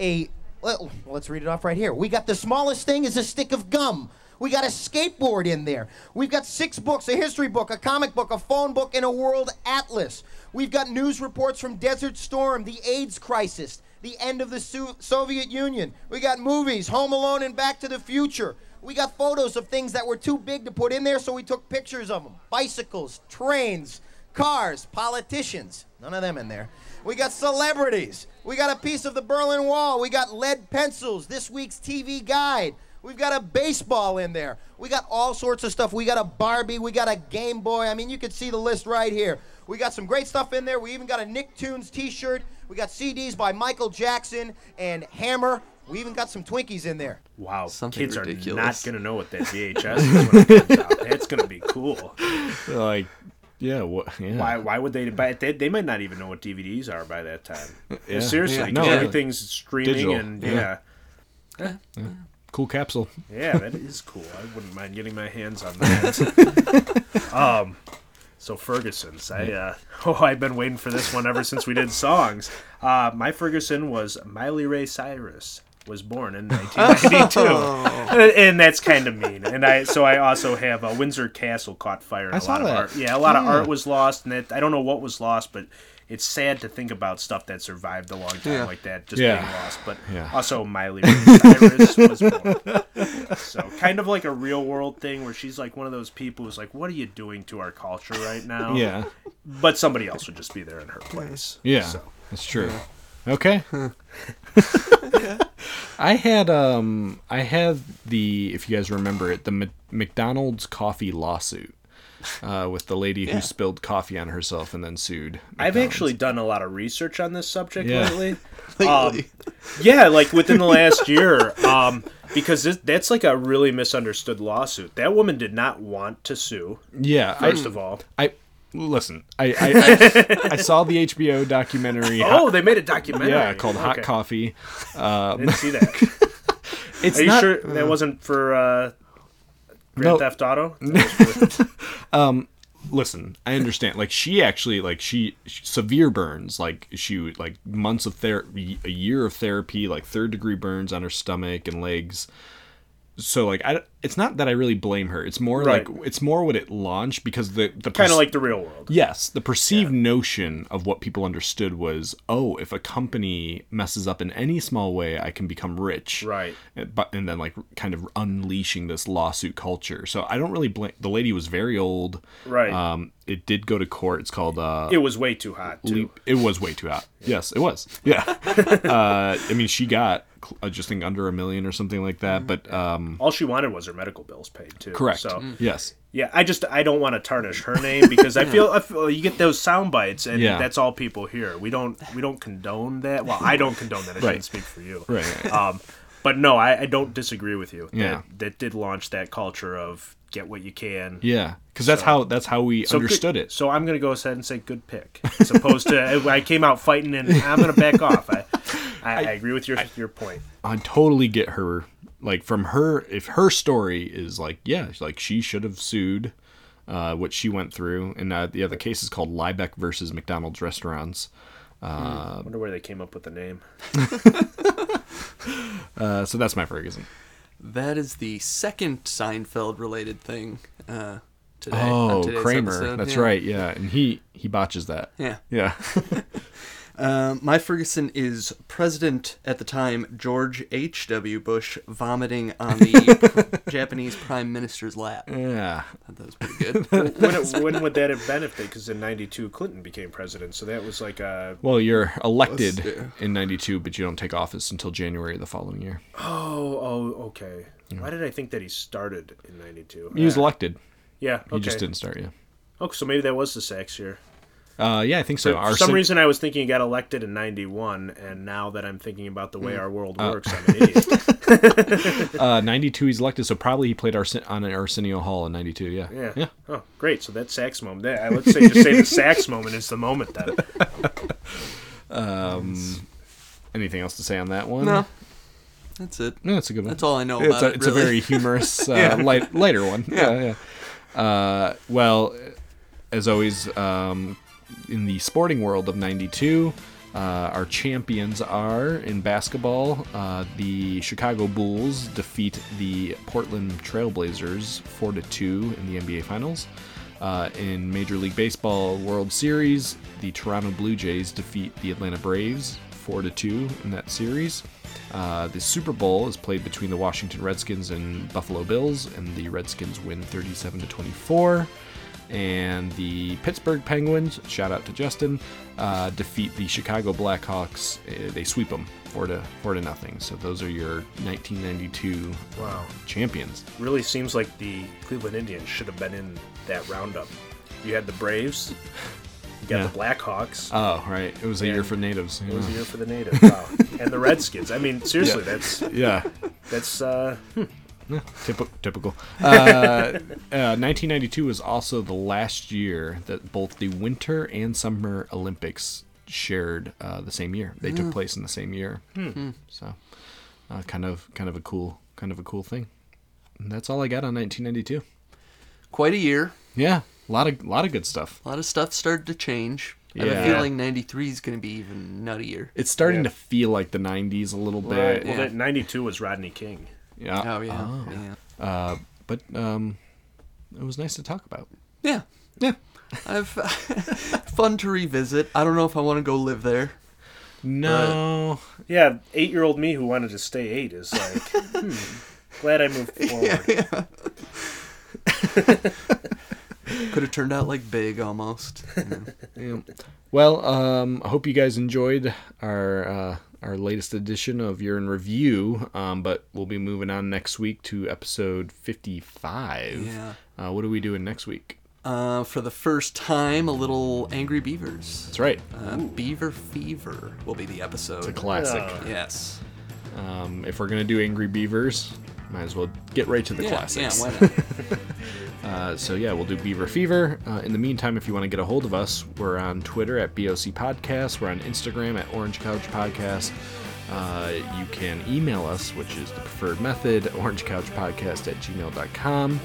Speaker 7: a well, let's read it off right here. We got the smallest thing is a stick of gum. We got a skateboard in there. We've got six books, a history book, a comic book, a phone book, and a world atlas. We've got news reports from Desert Storm, the AIDS crisis, the end of the Su- Soviet Union. We got movies, Home Alone and Back to the Future. We got photos of things that were too big to put in there, so we took pictures of them. Bicycles, trains, cars, politicians. None of them in there. We got celebrities. We got a piece of the Berlin Wall. We got lead pencils, this week's TV guide. We've got a baseball in there. We got all sorts of stuff. We got a Barbie. We got a Game Boy. I mean, you can see the list right here. We got some great stuff in there. We even got a Nicktoons t shirt. We got CDs by Michael Jackson and Hammer. We even got some Twinkies in there.
Speaker 6: Wow,
Speaker 5: Something
Speaker 6: kids are not
Speaker 5: ridiculous.
Speaker 6: gonna know what that VHS is when it comes out. That's gonna be cool.
Speaker 4: Like, yeah, what? Yeah.
Speaker 6: Why? Why would they? But they, they might not even know what DVDs are by that time.
Speaker 4: Yeah.
Speaker 6: Seriously,
Speaker 4: Yeah.
Speaker 6: 'cause
Speaker 4: No, yeah.
Speaker 6: everything's streaming
Speaker 4: Digital.
Speaker 6: and
Speaker 4: Yeah.
Speaker 6: yeah. yeah,
Speaker 4: Yeah. Cool capsule.
Speaker 6: that is cool. I wouldn't mind getting my hands on that. um, so Ferguson's. I uh, oh, I've been waiting for this one ever since we did songs. Uh, my Ferguson was Miley Ray Cyrus. Was born in 1992,
Speaker 4: Oh.
Speaker 6: and that's kind of mean. And I so I also have uh, Windsor Castle caught fire. and
Speaker 4: I
Speaker 6: a
Speaker 4: saw
Speaker 6: lot
Speaker 4: that.
Speaker 6: of art. Yeah, a lot of
Speaker 4: Yeah.
Speaker 6: art was lost, and that I don't know what was lost, but it's sad to think about stuff that survived a long time
Speaker 4: Yeah.
Speaker 6: like that just
Speaker 4: Yeah.
Speaker 6: being lost. But
Speaker 4: Yeah.
Speaker 6: also Miley Ray Cyrus was born. So kind of like a real world thing where she's like one of those people who's like, "What are you doing to our culture right now?"
Speaker 4: Yeah.
Speaker 6: But somebody else would just be there in her place.
Speaker 4: Yeah,
Speaker 6: So,
Speaker 4: that's true. Okay. I had um I had the if you guys remember it the Mc- McDonald's coffee lawsuit uh, with the lady
Speaker 6: Yeah.
Speaker 4: who spilled coffee on herself and then sued.
Speaker 6: I've actually done a lot of research on this subject
Speaker 4: Yeah.
Speaker 6: lately. Um,
Speaker 4: Lately.
Speaker 6: yeah, like within the last year, um, because this, that's like a really misunderstood lawsuit. That woman did not want to sue.
Speaker 4: Yeah.
Speaker 6: first of all,
Speaker 4: I listen. I I, I, I saw the HBO documentary.
Speaker 6: Oh, they made a documentary.
Speaker 4: Yeah, called Hot
Speaker 6: Okay.
Speaker 4: Coffee. Um,
Speaker 6: Didn't see that.
Speaker 4: It's
Speaker 6: Are you
Speaker 4: not-
Speaker 6: sure that wasn't for uh, Grand
Speaker 4: No.
Speaker 6: Theft Auto?
Speaker 4: um listen i understand like she actually like she, she- severe burns like she like months of therapy a year of therapy like third degree burns on her stomach and legs so like i it's not that i really blame her it's more
Speaker 6: Right.
Speaker 4: like it's more what it launched because the the
Speaker 6: Kind
Speaker 4: perce-
Speaker 6: of like the real world.
Speaker 4: Yes, the perceived notion of what people understood was, oh, if a company messes up in any small way, I can become rich.
Speaker 6: Right.
Speaker 4: And- But and then like kind of unleashing this lawsuit culture. So I don't really blame. The lady was very old.
Speaker 6: Right.
Speaker 4: Um, it did go to court. It's called. Uh,
Speaker 6: It was way too hot, too.
Speaker 4: Leap- It was way too hot. Yes, it was. Yeah. uh, I mean, she got cl- uh, just think under a million or something like that.
Speaker 5: Mm-hmm.
Speaker 4: But um,
Speaker 6: All she wanted was her medical bills paid too.
Speaker 4: Correct.
Speaker 6: So
Speaker 4: Mm. Yes.
Speaker 6: Yeah, I just I don't want to tarnish her name because I
Speaker 4: Yeah.
Speaker 6: feel, I feel you get those sound bites and
Speaker 4: Yeah.
Speaker 6: that's all people hear. We don't we don't condone that. Well, I don't condone that. I
Speaker 4: Right.
Speaker 6: shouldn't speak for you.
Speaker 4: Right, right.
Speaker 6: Um, but no, I, I don't disagree with you.
Speaker 4: Yeah.
Speaker 6: That, that did launch that culture of get what you can.
Speaker 4: yeah, because that's
Speaker 6: So-
Speaker 4: how that's how we
Speaker 6: So good-
Speaker 4: understood it.
Speaker 6: So I'm gonna go ahead and say good pick, as opposed to I came out fighting and I'm gonna back off. I, I, I agree with your your point.
Speaker 4: I totally get her. Like from her, if her story is like, yeah, like she should have sued, uh, what she went through, and uh, yeah, the case is called Liebeck versus McDonald's restaurants.
Speaker 6: I
Speaker 4: Uh,
Speaker 6: wonder where they came up with the name.
Speaker 4: uh, so that's my Ferguson.
Speaker 5: That is the second Seinfeld related thing uh, today. on
Speaker 4: oh,
Speaker 5: today's
Speaker 4: Kramer,
Speaker 5: episode,
Speaker 4: that's
Speaker 5: yeah.
Speaker 4: right, yeah, and he he botches that.
Speaker 5: Yeah.
Speaker 4: yeah.
Speaker 5: Um, my Ferguson is President at the time George H.W. Bush vomiting on the Japanese Prime Minister's lap.
Speaker 4: Yeah.
Speaker 5: That was pretty good.
Speaker 6: when, it- when would that have benefited? Because in '92, Clinton became president, so that was like a
Speaker 4: Well, you're elected
Speaker 6: Let's
Speaker 4: in '92, but you don't take office until January of the following year.
Speaker 6: oh oh okay. Why did I think that he started in '92?
Speaker 4: He was elected.
Speaker 6: Yeah,
Speaker 4: he just
Speaker 6: okay.
Speaker 4: didn't start. Yeah,
Speaker 6: Oh, so maybe that was the sex year.
Speaker 4: uh, yeah, I think so.
Speaker 6: For
Speaker 4: Our
Speaker 6: some
Speaker 4: sig-
Speaker 6: reason, I was thinking he got elected in '91, and now that I'm thinking about the way
Speaker 4: Mm.
Speaker 6: our world
Speaker 4: Oh.
Speaker 6: works, I'm an idiot.
Speaker 4: uh, 92 he's elected so probably he played Arsen- on arsenio hall in 92 yeah
Speaker 6: Yeah. Oh, great. So that sax moment. That, I- let's say just say the sax moment is the moment then.
Speaker 4: um anything else to say on that one
Speaker 5: No. That's it.
Speaker 4: no it's a good one
Speaker 5: That's all I know
Speaker 4: it's
Speaker 5: about
Speaker 4: a,
Speaker 5: it,
Speaker 4: it's
Speaker 5: really.
Speaker 4: a very humorous uh,
Speaker 5: Yeah.
Speaker 4: light, lighter one
Speaker 5: Yeah.
Speaker 4: yeah, yeah. Uh, well as always um, in the sporting world of 92 uh, our champions are in basketball. Uh, the Chicago Bulls defeat the Portland Trailblazers 4 to 2 in the NBA Finals. Uh, in Major League Baseball World Series, the Toronto Blue Jays defeat the Atlanta Braves 4 to 2 in that series. Uh, the Super Bowl is played between the Washington Redskins and Buffalo Bills, and the Redskins win 37 to 24. And the Pittsburgh Penguins, shout out to Justin, uh, defeat the Chicago Blackhawks. Uh, They sweep them four to four to nothing. So those are your 1992
Speaker 6: Wow.
Speaker 4: champions.
Speaker 6: Really seems like the Cleveland Indians should have been in that roundup. You had the Braves, you got
Speaker 4: Yeah.
Speaker 6: the Blackhawks.
Speaker 4: Oh, right. It was a year for natives.
Speaker 6: It was a
Speaker 4: yeah.
Speaker 6: year for the natives. Wow. and the Redskins. I mean, seriously,
Speaker 4: Mm. Yeah.
Speaker 6: that's
Speaker 4: yeah.
Speaker 6: That's uh, hmm.
Speaker 4: Yeah, typi- typical. Uh, uh, 1992 was also the last year that both the Winter and Summer Olympics shared uh, the same year. They
Speaker 6: Oh.
Speaker 4: took place in the same year.
Speaker 6: Hmm. Hmm.
Speaker 4: So, uh, kind of, kind of a cool, kind of a cool thing. And that's all I got on 1992.
Speaker 5: Quite a year.
Speaker 4: Yeah, a lot of, lot of good stuff.
Speaker 5: A lot of stuff started to change. I have
Speaker 4: Yeah.
Speaker 5: a feeling 93 is going to be even nuttier.
Speaker 4: It's starting
Speaker 5: Yeah.
Speaker 4: to feel like the 90s a little bit.
Speaker 5: Right,
Speaker 6: well, that '92 was Rodney King.
Speaker 4: Yeah.
Speaker 5: Oh, yeah.
Speaker 4: Uh, but um, it was nice to talk about.
Speaker 5: Yeah. Yeah. I've fun to revisit. I don't know if I want to go live there.
Speaker 4: No.
Speaker 6: yeah, eight-year-old me who wanted to stay eight is like, hmm, glad I moved forward.
Speaker 5: Could have turned out like big almost. you know.
Speaker 4: Yeah. Well, um, I hope you guys enjoyed our uh, our latest edition of Year in Review. Um, but we'll be moving on next week to episode fifty five.
Speaker 5: Yeah.
Speaker 4: Uh, what are we doing next week?
Speaker 5: Uh, for the first time, a little Angry Beavers. That's
Speaker 4: right.
Speaker 5: Uh, Beaver Fever will be the episode.
Speaker 4: It's a classic.
Speaker 5: Uh. Yes.
Speaker 4: Um, if we're gonna do Angry Beavers, might as well get right to the
Speaker 5: Yeah,
Speaker 4: classics.
Speaker 5: yeah, why
Speaker 4: Uh, so yeah, we'll do Beaver Fever. Uh, in the meantime, if you want to get a hold of us, we're on Twitter at BOC Podcast. We're on Instagram at Orange Couch Podcast. Uh, you can email us, which is the preferred method, orangecouchpodcast at gmail.com.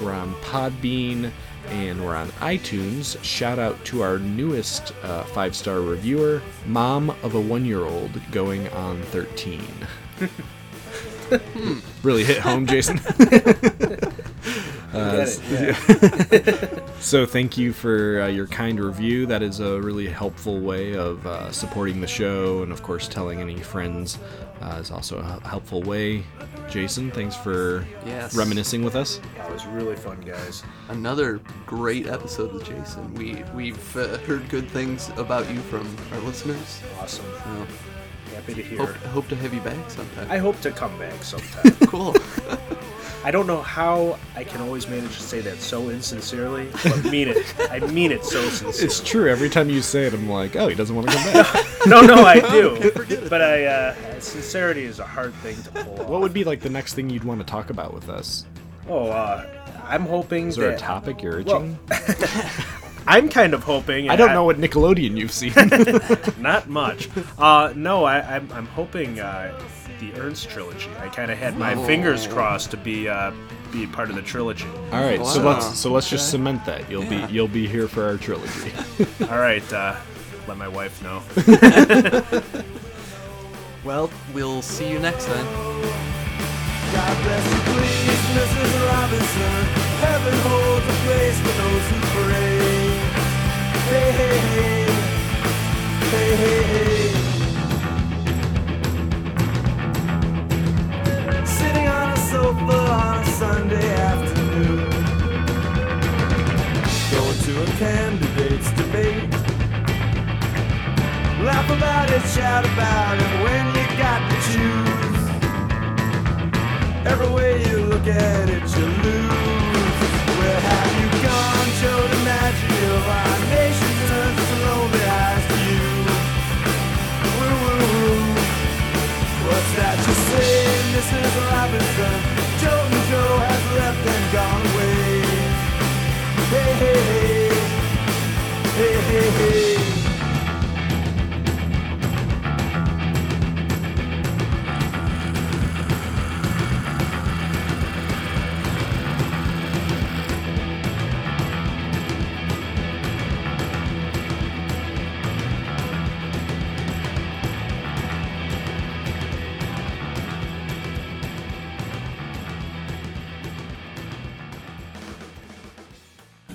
Speaker 4: We're on Podbean and we're on iTunes. Shout out to our newest uh, five star reviewer, mom of a one year old going on 13. Really hit home, Jason. Uh,
Speaker 6: Get it,
Speaker 4: yeah. so thank you for uh, your kind review. That is a really helpful way of uh, supporting the show, and of course, telling any friends uh, is also a helpful way. Jason, thanks for
Speaker 5: Yes.
Speaker 4: reminiscing with us.
Speaker 6: That was really fun, guys.
Speaker 5: Another great episode with Jason. We we've uh, heard good things about you from our listeners.
Speaker 6: Awesome. Happy to hear.
Speaker 5: Hope, hope to have you back sometime.
Speaker 6: I hope to come back sometime.
Speaker 5: cool.
Speaker 6: I don't know how I can always manage to say that so insincerely, but mean it. I mean it so sincerely.
Speaker 4: It's true. Every time you say it, I'm like, oh, he doesn't want to come back.
Speaker 6: no, no, I do. But I, uh, sincerity is a hard thing to pull off.
Speaker 4: What would be like the next thing you'd want to talk about with us?
Speaker 6: Oh, uh, I'm hoping.
Speaker 4: Is there a
Speaker 6: that-
Speaker 4: topic you're
Speaker 6: Well,
Speaker 4: itching?
Speaker 6: I'm kind of hoping.
Speaker 4: I don't know what Nickelodeon you've seen.
Speaker 6: Not much. Uh, no, I, I'm, I'm hoping uh, the Ernst trilogy. I kind of had my
Speaker 4: Oh.
Speaker 6: fingers crossed to be uh, be part of the trilogy.
Speaker 4: All right, so let's so let's just cement that. You'll
Speaker 6: Yeah.
Speaker 4: be you'll be here for our trilogy.
Speaker 6: All right, uh, let my wife know.
Speaker 5: well, we'll see you next time.
Speaker 12: God bless you, please, Mrs. Robinson. Heaven holds a place for those who pray. Hey, hey, hey. Hey, hey, hey. Sitting on a sofa on a Sunday afternoon. Going to a candidate's debate. Laugh about it, shout about it when you got to choose. Every way you look at it, you lose. Where have you gone? Show the magic of our nation turns its lonely eyes to you. Woo woo woo. What's that you say, Mrs. Robinson? Joe and Joe has left and gone away. Hey hey hey, hey hey hey.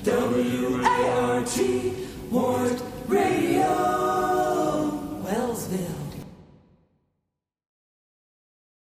Speaker 12: W A R T Ward Radio.